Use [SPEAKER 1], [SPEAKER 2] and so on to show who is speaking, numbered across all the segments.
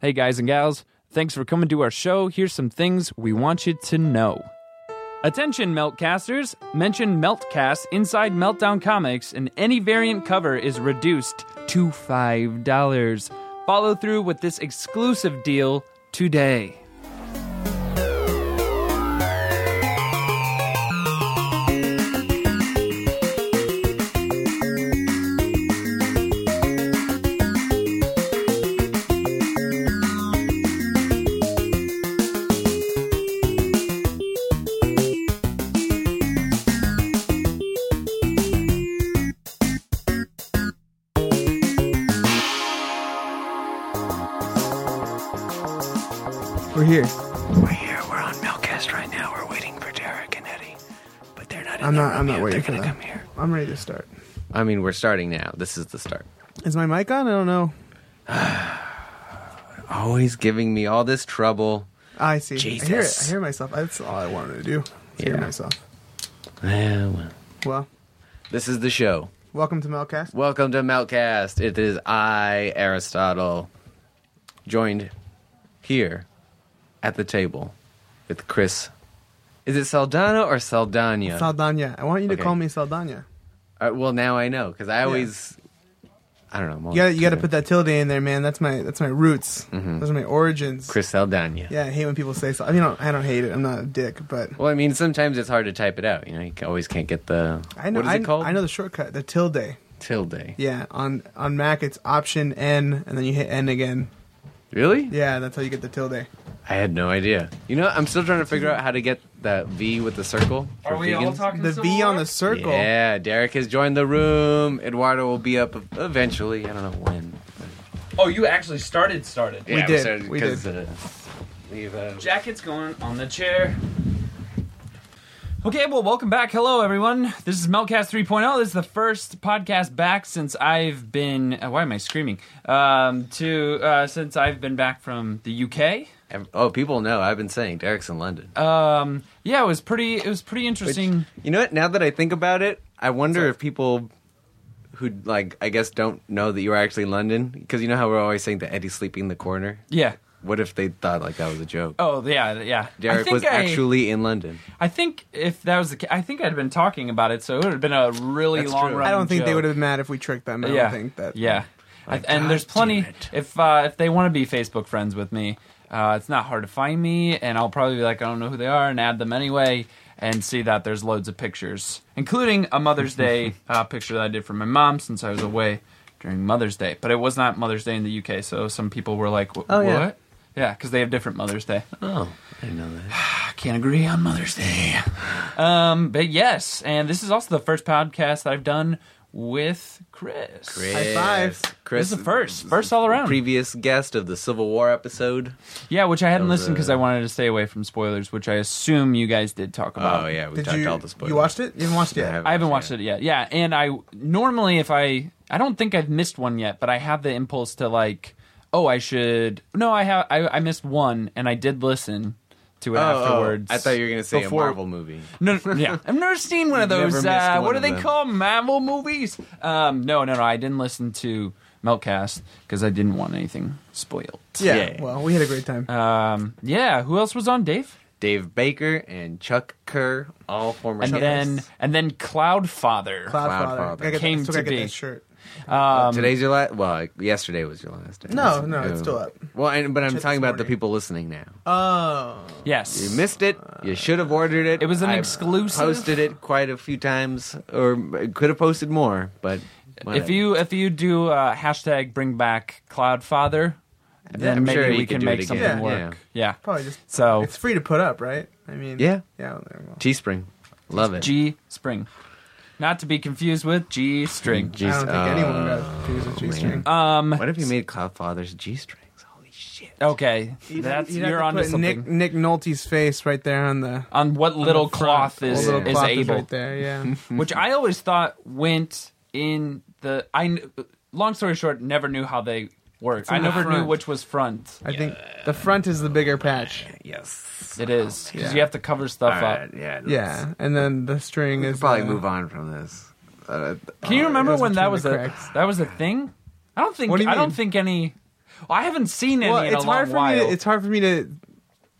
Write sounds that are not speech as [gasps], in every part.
[SPEAKER 1] Hey, guys and gals, thanks for coming to our show. Here's some things we want you to know. Attention, Meltcasters! Mention Meltcast inside Meltdown Comics, and any variant cover is reduced to $5. Follow through with this exclusive deal today.
[SPEAKER 2] We're here.
[SPEAKER 3] We're here. We're on Melcast right now. We're waiting for Derek and Eddie, but they're not. In
[SPEAKER 2] I'm
[SPEAKER 3] the
[SPEAKER 2] not- I'm
[SPEAKER 3] room
[SPEAKER 2] not
[SPEAKER 3] yet.
[SPEAKER 2] waiting
[SPEAKER 3] They're
[SPEAKER 2] for
[SPEAKER 3] gonna
[SPEAKER 2] that.
[SPEAKER 3] come here.
[SPEAKER 2] I'm ready to start.
[SPEAKER 4] I mean, we're starting now. This is the start.
[SPEAKER 2] Is my mic on? I don't know.
[SPEAKER 4] Always giving me all this trouble.
[SPEAKER 2] Ah, I see. I hear it. I
[SPEAKER 3] Jesus.
[SPEAKER 2] hear myself. That's all I wanted to do. is Hear
[SPEAKER 4] Yeah.
[SPEAKER 2] myself.
[SPEAKER 4] Yeah, well.
[SPEAKER 2] Well,
[SPEAKER 4] This is the show.
[SPEAKER 2] welcome to Melcast.
[SPEAKER 4] Welcome to Meltcast. It is I, Aristotle, joined here at the table with Chris. Is it Saldana or Saldana?
[SPEAKER 2] Saldana. I want you to
[SPEAKER 4] Okay.
[SPEAKER 2] call me Saldana.
[SPEAKER 4] Uh, well, now I know because I always, I don't know. I'm
[SPEAKER 2] You got you got to
[SPEAKER 4] all-
[SPEAKER 2] put that tilde in there, man. That's my that's my roots. Those are my origins.
[SPEAKER 4] Mm-hmm. Chris Saldana.
[SPEAKER 2] Yeah, I hate when people say so. I mean, I don't, I don't hate it. I'm not a dick, but
[SPEAKER 4] Well, I mean, sometimes it's hard to type it out. You know, you ca- always can't get the.
[SPEAKER 2] I know
[SPEAKER 4] What is
[SPEAKER 2] I,
[SPEAKER 4] it called?
[SPEAKER 2] I know the shortcut, the tilde.
[SPEAKER 4] Tilde.
[SPEAKER 2] Yeah, on on Mac it's Option N, and then you hit N again.
[SPEAKER 4] Really?
[SPEAKER 2] Yeah, that's how you get the tilde.
[SPEAKER 4] I had no idea. You know, I'm still trying to figure out how to get that V with the circle. for vegans.
[SPEAKER 2] The V on the circle.
[SPEAKER 4] Yeah, Derek has joined the room. Eduardo will be up eventually. I don't know when.
[SPEAKER 1] Oh, you actually started, started.
[SPEAKER 2] We did, we
[SPEAKER 4] did. Uh, we've, uh,
[SPEAKER 1] Jacket's going on the chair. Okay, well, welcome back. Hello, everyone. This is Meltcast 3.0. oh. This is the first podcast back since I've been. uh, Why am I screaming? Um, to uh, since I've been back from the UK.
[SPEAKER 4] ev- oh, people know. I've been saying Derek's in London.
[SPEAKER 1] Um, yeah, it was pretty. It was pretty
[SPEAKER 4] Which-
[SPEAKER 1] interesting.
[SPEAKER 4] you know what? Now that I think about it, I wonder if people who like I guess don't know that you were actually in London because you know how we're always saying that Eddie's sleeping in the corner.
[SPEAKER 1] yeah.
[SPEAKER 4] What if they thought like that was a joke?
[SPEAKER 1] Oh, yeah, yeah. I
[SPEAKER 4] Derek
[SPEAKER 1] think
[SPEAKER 4] was
[SPEAKER 1] I-
[SPEAKER 4] actually in London.
[SPEAKER 1] I think if that was the, ca- I think I'd been talking about it, so it would have been a really
[SPEAKER 4] That's
[SPEAKER 1] long
[SPEAKER 4] true.
[SPEAKER 1] run.
[SPEAKER 2] I don't think they
[SPEAKER 1] joke.
[SPEAKER 2] would have been mad if we tricked them. I
[SPEAKER 1] yeah.
[SPEAKER 2] don't think that.
[SPEAKER 1] Yeah. I, and
[SPEAKER 4] God
[SPEAKER 1] there's plenty.
[SPEAKER 4] damn it.
[SPEAKER 1] If uh, if they want to be Facebook friends with me, uh, it's not hard to find me, and I'll probably be like, I don't know who they are, and add them anyway, and see that there's loads of pictures, including a
[SPEAKER 4] [laughs]
[SPEAKER 1] Mother's Day uh, picture that I did for my mom since I was away during Mother's Day. But it was not Mother's Day in the UK, so some people were like, "Wh- "What?"
[SPEAKER 4] Oh, yeah.
[SPEAKER 1] Yeah, because they have different Mother's Day.
[SPEAKER 4] Oh, I
[SPEAKER 1] [sighs]
[SPEAKER 4] didn't know that.
[SPEAKER 1] I can't agree on Mother's Day. Um, but yes, and this is also the first podcast that I've done with Chris.
[SPEAKER 2] High five.
[SPEAKER 4] Chris.
[SPEAKER 1] This is the first. First all around.
[SPEAKER 4] Previous guest of the Civil War episode.
[SPEAKER 1] Yeah, which I hadn't
[SPEAKER 4] Those,
[SPEAKER 1] listened because
[SPEAKER 4] uh,
[SPEAKER 1] I wanted to stay away from spoilers, which I assume you guys did talk about.
[SPEAKER 4] oh yeah, we
[SPEAKER 2] Did
[SPEAKER 4] talked
[SPEAKER 2] you?
[SPEAKER 4] all the spoilers.
[SPEAKER 2] You watched it? You haven't watched it
[SPEAKER 4] Yeah,
[SPEAKER 2] yet.
[SPEAKER 1] I haven't watched it yet. Yeah, and I normally if I I don't think I've missed one yet, but I have the impulse to like, oh, I should. No, I have. I, I missed one, and I did listen to it
[SPEAKER 4] Oh, oh,
[SPEAKER 1] afterwards.
[SPEAKER 4] I thought you were gonna say
[SPEAKER 1] before-
[SPEAKER 4] a Marvel movie.
[SPEAKER 1] [laughs] No, no, yeah, I've never seen one of
[SPEAKER 4] You've never
[SPEAKER 1] those.
[SPEAKER 4] missed
[SPEAKER 1] Uh, what
[SPEAKER 4] one
[SPEAKER 1] do
[SPEAKER 4] of
[SPEAKER 1] they
[SPEAKER 4] them.
[SPEAKER 1] call Marvel movies? Um, no, no, no. I didn't listen to Meltcast because I didn't want anything spoiled.
[SPEAKER 2] Yeah.
[SPEAKER 4] Yeah.
[SPEAKER 2] Well, we had a great time.
[SPEAKER 1] Um, yeah. Who else was on, Dave?
[SPEAKER 4] Dave Baker and Chuck Kerr, all former.
[SPEAKER 1] and
[SPEAKER 4] Chuck
[SPEAKER 1] then and then Cloudfather.
[SPEAKER 2] Cloudfather.
[SPEAKER 4] Cloudfather.
[SPEAKER 2] I gotta get-
[SPEAKER 1] Came
[SPEAKER 2] still gotta
[SPEAKER 1] to
[SPEAKER 2] get
[SPEAKER 1] be.
[SPEAKER 2] that shirt.
[SPEAKER 1] Um,
[SPEAKER 4] Today's your last. Well, like, yesterday was your last day.
[SPEAKER 2] No,
[SPEAKER 4] So,
[SPEAKER 2] no, it's
[SPEAKER 4] uh,
[SPEAKER 2] still up.
[SPEAKER 4] Well, and, but I'm
[SPEAKER 2] Check
[SPEAKER 4] talking
[SPEAKER 2] this
[SPEAKER 4] about the
[SPEAKER 2] morning.
[SPEAKER 4] people listening now.
[SPEAKER 2] Oh.
[SPEAKER 1] yes,
[SPEAKER 4] You missed it. You should have ordered it.
[SPEAKER 1] It was an
[SPEAKER 4] I've
[SPEAKER 1] exclusive.
[SPEAKER 4] Posted it quite a few times, or could have posted more, but
[SPEAKER 1] If
[SPEAKER 4] whatever.
[SPEAKER 1] you if you do uh, hashtag Bring Back Cloudfather, then
[SPEAKER 4] I'm
[SPEAKER 1] maybe
[SPEAKER 4] sure
[SPEAKER 1] we
[SPEAKER 4] you could
[SPEAKER 1] can
[SPEAKER 4] do it
[SPEAKER 1] make
[SPEAKER 4] again.
[SPEAKER 1] something
[SPEAKER 2] Yeah.
[SPEAKER 1] work. Yeah.
[SPEAKER 2] Probably just.
[SPEAKER 1] So
[SPEAKER 2] It's free to put up, right? I mean.
[SPEAKER 4] Yeah.
[SPEAKER 2] Yeah. well, there we go.
[SPEAKER 4] Teespring, love it.
[SPEAKER 1] G Spring, not to be confused with G String.
[SPEAKER 4] Jeez,
[SPEAKER 2] I don't think
[SPEAKER 4] uh,
[SPEAKER 1] Oh,
[SPEAKER 2] anyone got confused with G-string.
[SPEAKER 1] Um.
[SPEAKER 4] What if he made Cloudfather's G strings? Holy shit!
[SPEAKER 1] Oh, Okay.
[SPEAKER 2] You'd have-
[SPEAKER 1] That's
[SPEAKER 2] you'd have
[SPEAKER 1] you're
[SPEAKER 2] to
[SPEAKER 1] onto
[SPEAKER 2] put
[SPEAKER 1] something.
[SPEAKER 2] Nick Nick Nolte's face right there on the
[SPEAKER 1] on what little
[SPEAKER 2] front.
[SPEAKER 1] cloth is
[SPEAKER 2] Little
[SPEAKER 1] is
[SPEAKER 2] cloth
[SPEAKER 1] able.
[SPEAKER 2] right there.
[SPEAKER 1] [laughs]
[SPEAKER 2] Yeah.
[SPEAKER 1] which I always thought went in the. I kn- long story short, never knew how they worked. I
[SPEAKER 2] in the
[SPEAKER 1] never knew
[SPEAKER 2] front.
[SPEAKER 1] which was front.
[SPEAKER 2] I think the front is the bigger patch.
[SPEAKER 4] Yes.
[SPEAKER 1] It is because
[SPEAKER 2] Yeah.
[SPEAKER 1] you have to cover stuff
[SPEAKER 4] All
[SPEAKER 1] up.
[SPEAKER 4] right, yeah. let's-
[SPEAKER 2] Yeah, and then the string
[SPEAKER 4] We
[SPEAKER 2] is
[SPEAKER 4] could probably
[SPEAKER 2] uh,
[SPEAKER 4] move on from this. Uh,
[SPEAKER 1] Can you remember
[SPEAKER 2] Oh, doesn't
[SPEAKER 1] when that
[SPEAKER 2] turn
[SPEAKER 1] was
[SPEAKER 2] the
[SPEAKER 1] a
[SPEAKER 2] cracks.
[SPEAKER 1] that was a thing? I don't think
[SPEAKER 2] What do you
[SPEAKER 1] I don't
[SPEAKER 2] mean?
[SPEAKER 1] think any. I haven't seen any
[SPEAKER 2] Well,
[SPEAKER 1] in a
[SPEAKER 2] it's
[SPEAKER 1] long
[SPEAKER 2] hard for
[SPEAKER 1] while.
[SPEAKER 2] me. To, it's hard for me to,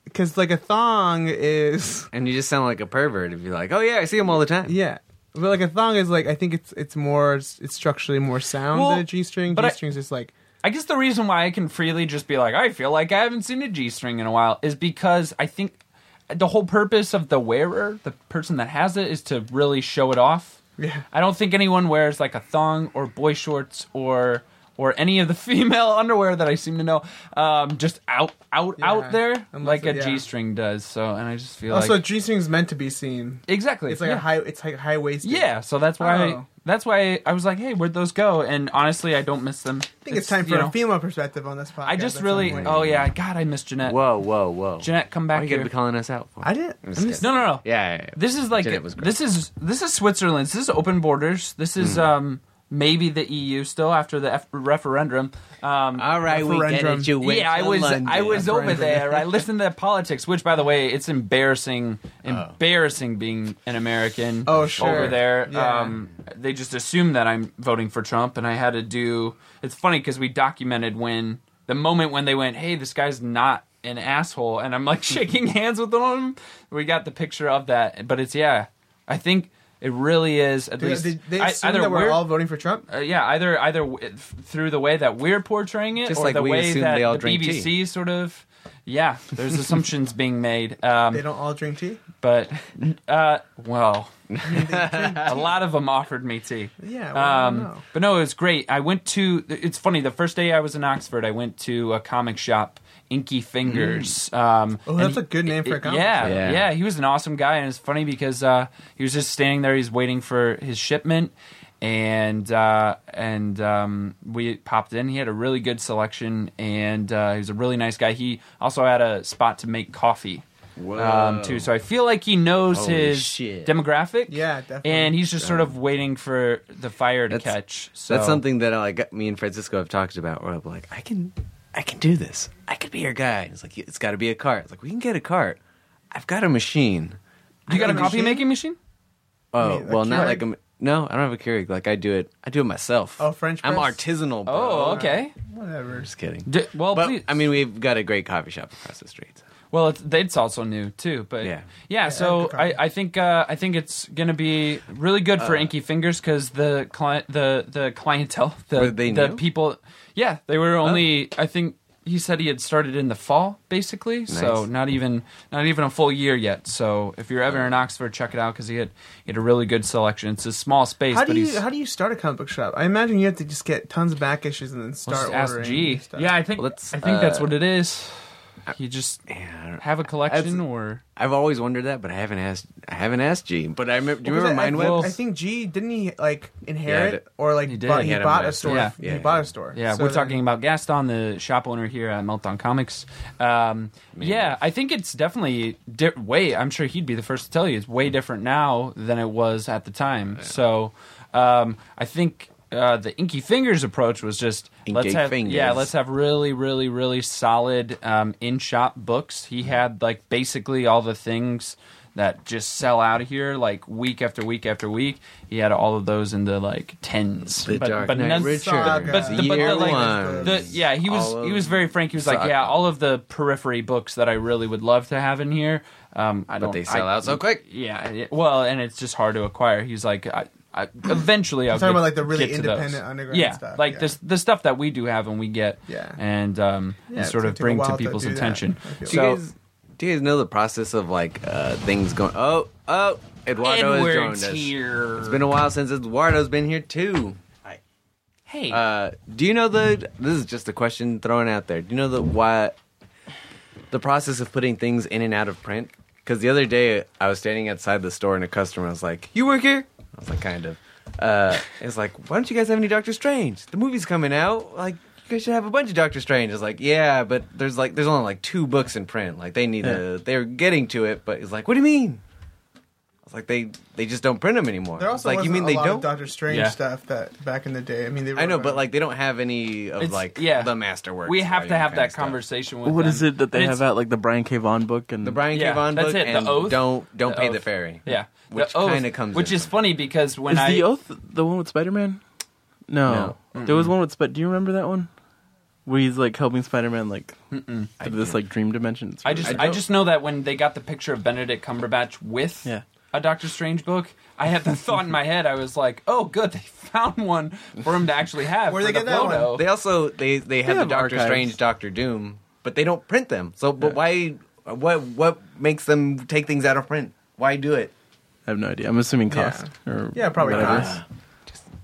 [SPEAKER 2] because like a thong is
[SPEAKER 4] And you just sound like a pervert if you're like, oh yeah, I see him all the time.
[SPEAKER 2] yeah, but like a thong is like I think it's it's more it's structurally more sound
[SPEAKER 1] Well,
[SPEAKER 2] than a g string.
[SPEAKER 1] but I-
[SPEAKER 2] G string's just like
[SPEAKER 1] I guess the reason why I can freely just be like, I feel like I haven't seen a G string in a while is because I think the whole purpose of the wearer, the person that has it, is to really show it off.
[SPEAKER 2] Yeah.
[SPEAKER 1] I don't think anyone wears like a thong or boy shorts or or any of the [laughs] female underwear that I seem to know, um, just out out
[SPEAKER 2] Yeah.
[SPEAKER 1] out there
[SPEAKER 2] Unless
[SPEAKER 1] like a
[SPEAKER 2] it- yeah.
[SPEAKER 1] string does. So, and I just feel
[SPEAKER 2] also
[SPEAKER 1] like
[SPEAKER 2] g string's meant to be seen.
[SPEAKER 1] exactly
[SPEAKER 2] It's like
[SPEAKER 1] yeah.
[SPEAKER 2] a high. It's like high waisted.
[SPEAKER 1] Yeah, so that's why
[SPEAKER 2] Oh.
[SPEAKER 1] that's why I was like, hey, where'd those go? And honestly, I don't miss them.
[SPEAKER 2] I think it's, time for
[SPEAKER 1] you
[SPEAKER 2] a
[SPEAKER 1] know,
[SPEAKER 2] female perspective on this podcast.
[SPEAKER 1] I just
[SPEAKER 2] at some
[SPEAKER 1] really.
[SPEAKER 2] point.
[SPEAKER 1] Oh yeah, God, I miss Jeanette.
[SPEAKER 4] Whoa, whoa, whoa.
[SPEAKER 1] Jeanette, come
[SPEAKER 4] Why
[SPEAKER 1] back
[SPEAKER 4] are you
[SPEAKER 1] here.
[SPEAKER 4] gonna be calling us out for?
[SPEAKER 2] I didn't.
[SPEAKER 4] I'm
[SPEAKER 2] I'm
[SPEAKER 4] just
[SPEAKER 2] just,
[SPEAKER 1] no, no, no.
[SPEAKER 4] Yeah, yeah, yeah.
[SPEAKER 1] This is like
[SPEAKER 4] Jeanette was great. Mm.
[SPEAKER 1] this is this is Switzerland. This is open borders. This is um maybe the EU still after the F- referendum. Um,
[SPEAKER 4] all right, we get
[SPEAKER 2] Referendum.
[SPEAKER 4] it. You went
[SPEAKER 1] yeah, I
[SPEAKER 4] to
[SPEAKER 1] was
[SPEAKER 4] London.
[SPEAKER 1] I was over
[SPEAKER 2] Referendum.
[SPEAKER 1] there.
[SPEAKER 4] [laughs]
[SPEAKER 1] I listened to politics, which by the way, it's embarrassing, embarrassing being an American
[SPEAKER 2] Oh, sure.
[SPEAKER 1] over there.
[SPEAKER 2] Yeah.
[SPEAKER 1] Um, they just assume that I'm voting for Trump, and I had to do. It's funny because we documented when the moment when they went, "Hey, this guy's not an asshole," and I'm like [laughs] shaking hands with them. We got the picture of that, but it's yeah. I think it really is at
[SPEAKER 2] they,
[SPEAKER 1] least
[SPEAKER 2] they, they
[SPEAKER 1] I-
[SPEAKER 2] assume
[SPEAKER 1] either
[SPEAKER 2] that we're
[SPEAKER 1] we're-
[SPEAKER 2] all voting for Trump.
[SPEAKER 1] uh, yeah, either either w- f- through the way that we're portraying it,
[SPEAKER 4] Just
[SPEAKER 1] or
[SPEAKER 4] like
[SPEAKER 1] the
[SPEAKER 4] we
[SPEAKER 1] way
[SPEAKER 4] assume
[SPEAKER 1] that
[SPEAKER 4] they all
[SPEAKER 1] the
[SPEAKER 4] drink
[SPEAKER 1] BBC
[SPEAKER 4] tea.
[SPEAKER 1] sort of. Yeah,
[SPEAKER 4] [laughs]
[SPEAKER 1] there's assumptions being made, um,
[SPEAKER 2] They don't all drink tea.
[SPEAKER 1] but uh,
[SPEAKER 4] [laughs]
[SPEAKER 1] well, a lot of them offered me tea.
[SPEAKER 2] Yeah, well, I don't
[SPEAKER 1] Um,
[SPEAKER 2] know.
[SPEAKER 1] but no, it was great. I went to. It's funny. The first day I was in Oxford, I went to a comic shop, Inky Fingers.
[SPEAKER 4] Mm.
[SPEAKER 1] Um,
[SPEAKER 2] Oh,
[SPEAKER 1] and
[SPEAKER 2] that's
[SPEAKER 1] he-
[SPEAKER 2] a good name for a comic
[SPEAKER 1] yeah,
[SPEAKER 2] shop.
[SPEAKER 1] yeah,
[SPEAKER 4] Yeah.
[SPEAKER 1] He was an awesome guy, and it's funny because uh, he was just standing there. He's waiting for his shipment, and uh, and um, we popped in. He had a really good selection, and uh, he was a really nice guy. He also had a spot to make coffee. Um, too, so I feel like he knows
[SPEAKER 4] Holy
[SPEAKER 1] his
[SPEAKER 4] shit.
[SPEAKER 1] demographic.
[SPEAKER 2] Yeah, definitely.
[SPEAKER 1] And he's just sort of waiting for the fire to
[SPEAKER 4] That's-
[SPEAKER 1] catch. So
[SPEAKER 4] That's something that like me and Francisco have talked about. Where I'm like, I can, I can do this. I could be your guy. It's like it's got to be a cart. It's like we can get a cart. I've got a machine.
[SPEAKER 1] You got a
[SPEAKER 2] Machine?
[SPEAKER 1] coffee making machine?
[SPEAKER 4] Oh
[SPEAKER 2] mean, a
[SPEAKER 4] well, not
[SPEAKER 2] Keurig?
[SPEAKER 4] like a. m- No, I don't have a Keurig. Like I do it. I do it myself.
[SPEAKER 2] Oh, French
[SPEAKER 4] I'm
[SPEAKER 2] press?
[SPEAKER 4] artisanal. Bro.
[SPEAKER 1] Oh, okay.
[SPEAKER 2] Whatever.
[SPEAKER 4] just kidding.
[SPEAKER 1] D- well,
[SPEAKER 4] but
[SPEAKER 1] please.
[SPEAKER 4] I mean, we've got a great coffee shop across the street.
[SPEAKER 1] Well, it's, it's also new too, but yeah,
[SPEAKER 4] Yeah.
[SPEAKER 1] so
[SPEAKER 2] good
[SPEAKER 1] I,
[SPEAKER 2] comment.
[SPEAKER 1] I think uh, I think it's gonna be really good for
[SPEAKER 4] Uh,
[SPEAKER 1] Inky Fingers because the client the the clientele the
[SPEAKER 4] Were they
[SPEAKER 1] the
[SPEAKER 4] new? Oh.
[SPEAKER 1] people yeah they were only I think he said he had started in the fall basically so
[SPEAKER 4] Nice.
[SPEAKER 1] not even not even a full year yet so if you're
[SPEAKER 4] Oh.
[SPEAKER 1] ever in Oxford check it out because he had he had a really good selection it's a small space
[SPEAKER 2] How
[SPEAKER 1] but
[SPEAKER 2] do you
[SPEAKER 1] he's
[SPEAKER 2] how do you start a comic book shop? I imagine you have to just get tons of back issues and then
[SPEAKER 1] let's
[SPEAKER 2] start
[SPEAKER 1] ask
[SPEAKER 2] ordering
[SPEAKER 1] G
[SPEAKER 2] stuff.
[SPEAKER 1] yeah I think
[SPEAKER 4] Let's,
[SPEAKER 1] I think that's
[SPEAKER 4] uh,
[SPEAKER 1] what it is you just
[SPEAKER 4] Yeah, I don't-
[SPEAKER 1] have a collection
[SPEAKER 4] That's-
[SPEAKER 1] or
[SPEAKER 4] I've always wondered that, but I haven't asked. I haven't asked G. But I remember. Do you
[SPEAKER 2] Because
[SPEAKER 4] remember
[SPEAKER 2] I,
[SPEAKER 4] Mind
[SPEAKER 2] I,
[SPEAKER 4] Web?
[SPEAKER 2] I think G didn't he like inherit
[SPEAKER 4] Yeah, I did.
[SPEAKER 2] or like
[SPEAKER 1] He did.
[SPEAKER 2] bought,
[SPEAKER 1] He
[SPEAKER 2] he,
[SPEAKER 4] had a
[SPEAKER 2] bought a
[SPEAKER 4] master.
[SPEAKER 2] store.
[SPEAKER 1] Yeah.
[SPEAKER 2] He
[SPEAKER 4] Yeah,
[SPEAKER 2] bought
[SPEAKER 4] yeah.
[SPEAKER 2] a store.
[SPEAKER 1] Yeah,
[SPEAKER 2] So
[SPEAKER 1] we're
[SPEAKER 2] then-
[SPEAKER 1] talking about Gaston, the shop owner here at Meltdown Comics. Um, yeah, I think it's definitely di- way. I'm sure he'd be the first to tell you it's
[SPEAKER 4] Mm-hmm.
[SPEAKER 1] way different now than it was at the time. So um, I think uh, the Inky Fingers approach was just
[SPEAKER 4] Inky
[SPEAKER 1] let's have
[SPEAKER 4] Fingers.
[SPEAKER 1] yeah, let's have really, really, really solid um, in shop books.
[SPEAKER 4] Mm-hmm.
[SPEAKER 1] He had like basically all the things. That just sell out of here like week after week after week. He had all of those in the like tens,
[SPEAKER 4] The Dark Knight
[SPEAKER 1] none- but,
[SPEAKER 4] Returns,
[SPEAKER 1] but, the, but the,
[SPEAKER 4] Year
[SPEAKER 1] like,
[SPEAKER 4] One.
[SPEAKER 1] the, yeah, he was
[SPEAKER 4] All
[SPEAKER 1] he
[SPEAKER 4] of
[SPEAKER 1] was very frank. He was like,
[SPEAKER 4] Saga.
[SPEAKER 1] yeah, all of the periphery books that I really would love to have in here, um, I don't.
[SPEAKER 4] they sell
[SPEAKER 1] I-
[SPEAKER 4] out so quick.
[SPEAKER 1] Yeah, it- well, and it's just hard to acquire. He's like, I, I, eventually, I'll
[SPEAKER 2] talking
[SPEAKER 1] get-
[SPEAKER 2] about, like, the really
[SPEAKER 1] get to those.
[SPEAKER 2] independent underground
[SPEAKER 1] yeah,
[SPEAKER 2] stuff,
[SPEAKER 1] like
[SPEAKER 2] yeah.
[SPEAKER 1] the the stuff that we do have and we get,
[SPEAKER 2] Yeah.
[SPEAKER 1] and um, and
[SPEAKER 2] it's
[SPEAKER 1] sort
[SPEAKER 2] gonna
[SPEAKER 1] of
[SPEAKER 2] take a
[SPEAKER 1] bring to
[SPEAKER 2] while to
[SPEAKER 1] people's
[SPEAKER 2] do that,
[SPEAKER 1] attention.
[SPEAKER 2] I feel.
[SPEAKER 4] Do you guys do you guys know the process of like uh, things going? Oh, oh, Eduardo has
[SPEAKER 1] Edward's
[SPEAKER 4] joined us.
[SPEAKER 1] here.
[SPEAKER 4] It's been a while since Eduardo's been here too.
[SPEAKER 1] hey,
[SPEAKER 4] Uh, do you know the? This is just a question thrown out there. Do you know the why? The process of putting things in and out of print. Because the other day I was standing outside the store and a customer was like, "You work here?" I was like, "Kind of." Uh, it's like, why don't you guys have any Doctor Strange? The movie's coming out. Like, you guys should have a bunch of Doctor Strange. It's like, yeah, but there's like, there's only like two books in print. Like, they need to. They're getting to it, but it's like, what do you mean? I was like, they they just don't print them anymore.
[SPEAKER 2] There
[SPEAKER 4] It's
[SPEAKER 2] also
[SPEAKER 4] like, you mean they don't?
[SPEAKER 2] Doctor Strange
[SPEAKER 1] Yeah.
[SPEAKER 2] stuff that back in the day. I mean, they
[SPEAKER 4] I know,
[SPEAKER 2] wrote
[SPEAKER 4] but
[SPEAKER 2] on-
[SPEAKER 4] like they don't have any of
[SPEAKER 1] It's-
[SPEAKER 4] like
[SPEAKER 1] yeah.
[SPEAKER 4] the masterworks.
[SPEAKER 1] we have
[SPEAKER 4] like,
[SPEAKER 1] to have
[SPEAKER 4] kind of
[SPEAKER 1] that
[SPEAKER 4] stuff.
[SPEAKER 1] conversation with
[SPEAKER 5] What
[SPEAKER 1] them.
[SPEAKER 5] is it that they
[SPEAKER 1] And it's-
[SPEAKER 5] have out? Like the Brian K. Vaughan book and
[SPEAKER 4] The Brian
[SPEAKER 1] Yeah,
[SPEAKER 4] K. Vaughan
[SPEAKER 1] that's
[SPEAKER 4] book
[SPEAKER 1] it, The
[SPEAKER 4] and
[SPEAKER 1] Oath.
[SPEAKER 4] don't don't
[SPEAKER 1] The
[SPEAKER 4] pay the
[SPEAKER 1] Oath.
[SPEAKER 4] ferry.
[SPEAKER 1] Yeah, The
[SPEAKER 4] which
[SPEAKER 1] Oath,
[SPEAKER 4] kind of comes.
[SPEAKER 1] which
[SPEAKER 4] in
[SPEAKER 1] is
[SPEAKER 4] from-
[SPEAKER 1] funny because when
[SPEAKER 5] is
[SPEAKER 1] I
[SPEAKER 5] the oath the one with Spider Man? No,
[SPEAKER 4] No.
[SPEAKER 5] there was one with. Sp- do you remember that one? where he's like helping Spider-Man like to this like dream dimension. It's
[SPEAKER 1] I
[SPEAKER 5] really-
[SPEAKER 1] just
[SPEAKER 4] I
[SPEAKER 1] I,
[SPEAKER 4] don't-
[SPEAKER 1] just know that when they got the picture of Benedict Cumberbatch with
[SPEAKER 5] Yeah.
[SPEAKER 1] a Doctor Strange book, I had the thought in my head. I was like, "Oh, good, they [laughs] found one for him to actually have."
[SPEAKER 2] Where'd
[SPEAKER 1] for
[SPEAKER 2] they
[SPEAKER 1] the
[SPEAKER 2] get that one?
[SPEAKER 1] photo.
[SPEAKER 4] They also they they have,
[SPEAKER 5] have
[SPEAKER 4] the Doctor
[SPEAKER 5] archives.
[SPEAKER 4] Strange, Doctor Doom, but they don't print them. So, but why? What what makes them take things out of print? Why do it?
[SPEAKER 5] I have no idea. I'm assuming
[SPEAKER 2] Yeah.
[SPEAKER 5] cost. Or
[SPEAKER 2] Yeah, probably
[SPEAKER 5] whatever.
[SPEAKER 2] cost.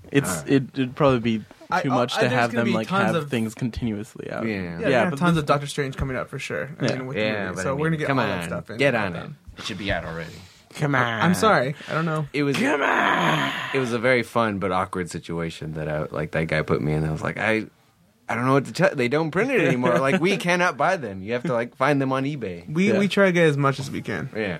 [SPEAKER 5] It's it, it'd probably be too
[SPEAKER 2] I- oh, I-
[SPEAKER 5] much to
[SPEAKER 2] there's
[SPEAKER 5] have
[SPEAKER 2] gonna
[SPEAKER 5] them
[SPEAKER 2] be
[SPEAKER 5] like
[SPEAKER 2] tons
[SPEAKER 5] have
[SPEAKER 2] of-
[SPEAKER 5] things continuously out.
[SPEAKER 4] Yeah.
[SPEAKER 2] Yeah,
[SPEAKER 5] Yeah,
[SPEAKER 2] yeah
[SPEAKER 5] but
[SPEAKER 2] have tons of Doctor Strange coming out for sure. I
[SPEAKER 5] Yeah.
[SPEAKER 2] mean, with the
[SPEAKER 4] Yeah,
[SPEAKER 2] movie.
[SPEAKER 4] but
[SPEAKER 2] so
[SPEAKER 4] I mean,
[SPEAKER 2] we're gonna get
[SPEAKER 4] come
[SPEAKER 2] all
[SPEAKER 4] on,
[SPEAKER 2] that stuff in.
[SPEAKER 4] get on it.
[SPEAKER 2] Um,
[SPEAKER 4] It should be out already.
[SPEAKER 5] Come on.
[SPEAKER 2] I'm sorry. I don't know.
[SPEAKER 4] It was come on. It was a very fun but awkward situation that I like. That guy put me in. I was like, I I don't know what to tell. They don't print it anymore.
[SPEAKER 1] [laughs]
[SPEAKER 4] like we cannot buy them. You have to like find them on eBay.
[SPEAKER 2] We
[SPEAKER 5] Yeah.
[SPEAKER 2] we try to get as much as we can.
[SPEAKER 4] Yeah.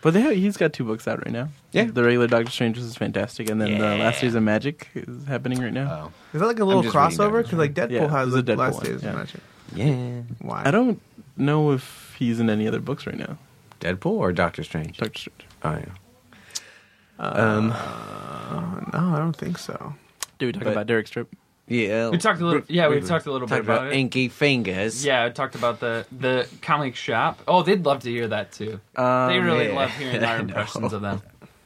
[SPEAKER 5] But they have, he's got two books out right now.
[SPEAKER 4] Yeah.
[SPEAKER 5] The regular Doctor Strange is fantastic, and then the
[SPEAKER 4] Yeah.
[SPEAKER 5] Last Days of Magic is happening right
[SPEAKER 2] Uh,
[SPEAKER 5] now.
[SPEAKER 4] Oh.
[SPEAKER 2] Is that like a little
[SPEAKER 4] just reading
[SPEAKER 2] crossover?
[SPEAKER 4] Doctor
[SPEAKER 2] Because like Deadpool
[SPEAKER 5] Yeah,
[SPEAKER 2] has
[SPEAKER 5] there's a
[SPEAKER 2] the
[SPEAKER 5] Deadpool
[SPEAKER 2] last
[SPEAKER 5] one,
[SPEAKER 2] days.
[SPEAKER 5] yeah.
[SPEAKER 2] match.
[SPEAKER 4] Yeah.
[SPEAKER 2] Why?
[SPEAKER 5] I don't know if he's in any other books right now.
[SPEAKER 4] Deadpool or Doctor Strange?
[SPEAKER 5] Doctor Strange.
[SPEAKER 4] Oh yeah.
[SPEAKER 1] Uh,
[SPEAKER 4] Um.
[SPEAKER 2] No, I don't think so.
[SPEAKER 5] Did we talk
[SPEAKER 4] But-
[SPEAKER 5] about Derek Strip?
[SPEAKER 4] Yeah.
[SPEAKER 1] we talked a little. Yeah, we talked a little
[SPEAKER 4] Talk
[SPEAKER 1] bit about,
[SPEAKER 4] about
[SPEAKER 1] it.
[SPEAKER 4] inky fingers.
[SPEAKER 1] Yeah, I talked about the the comic shop. Oh, they'd love to hear that too.
[SPEAKER 5] Um,
[SPEAKER 1] they really
[SPEAKER 4] yeah.
[SPEAKER 1] love hearing our impressions of them.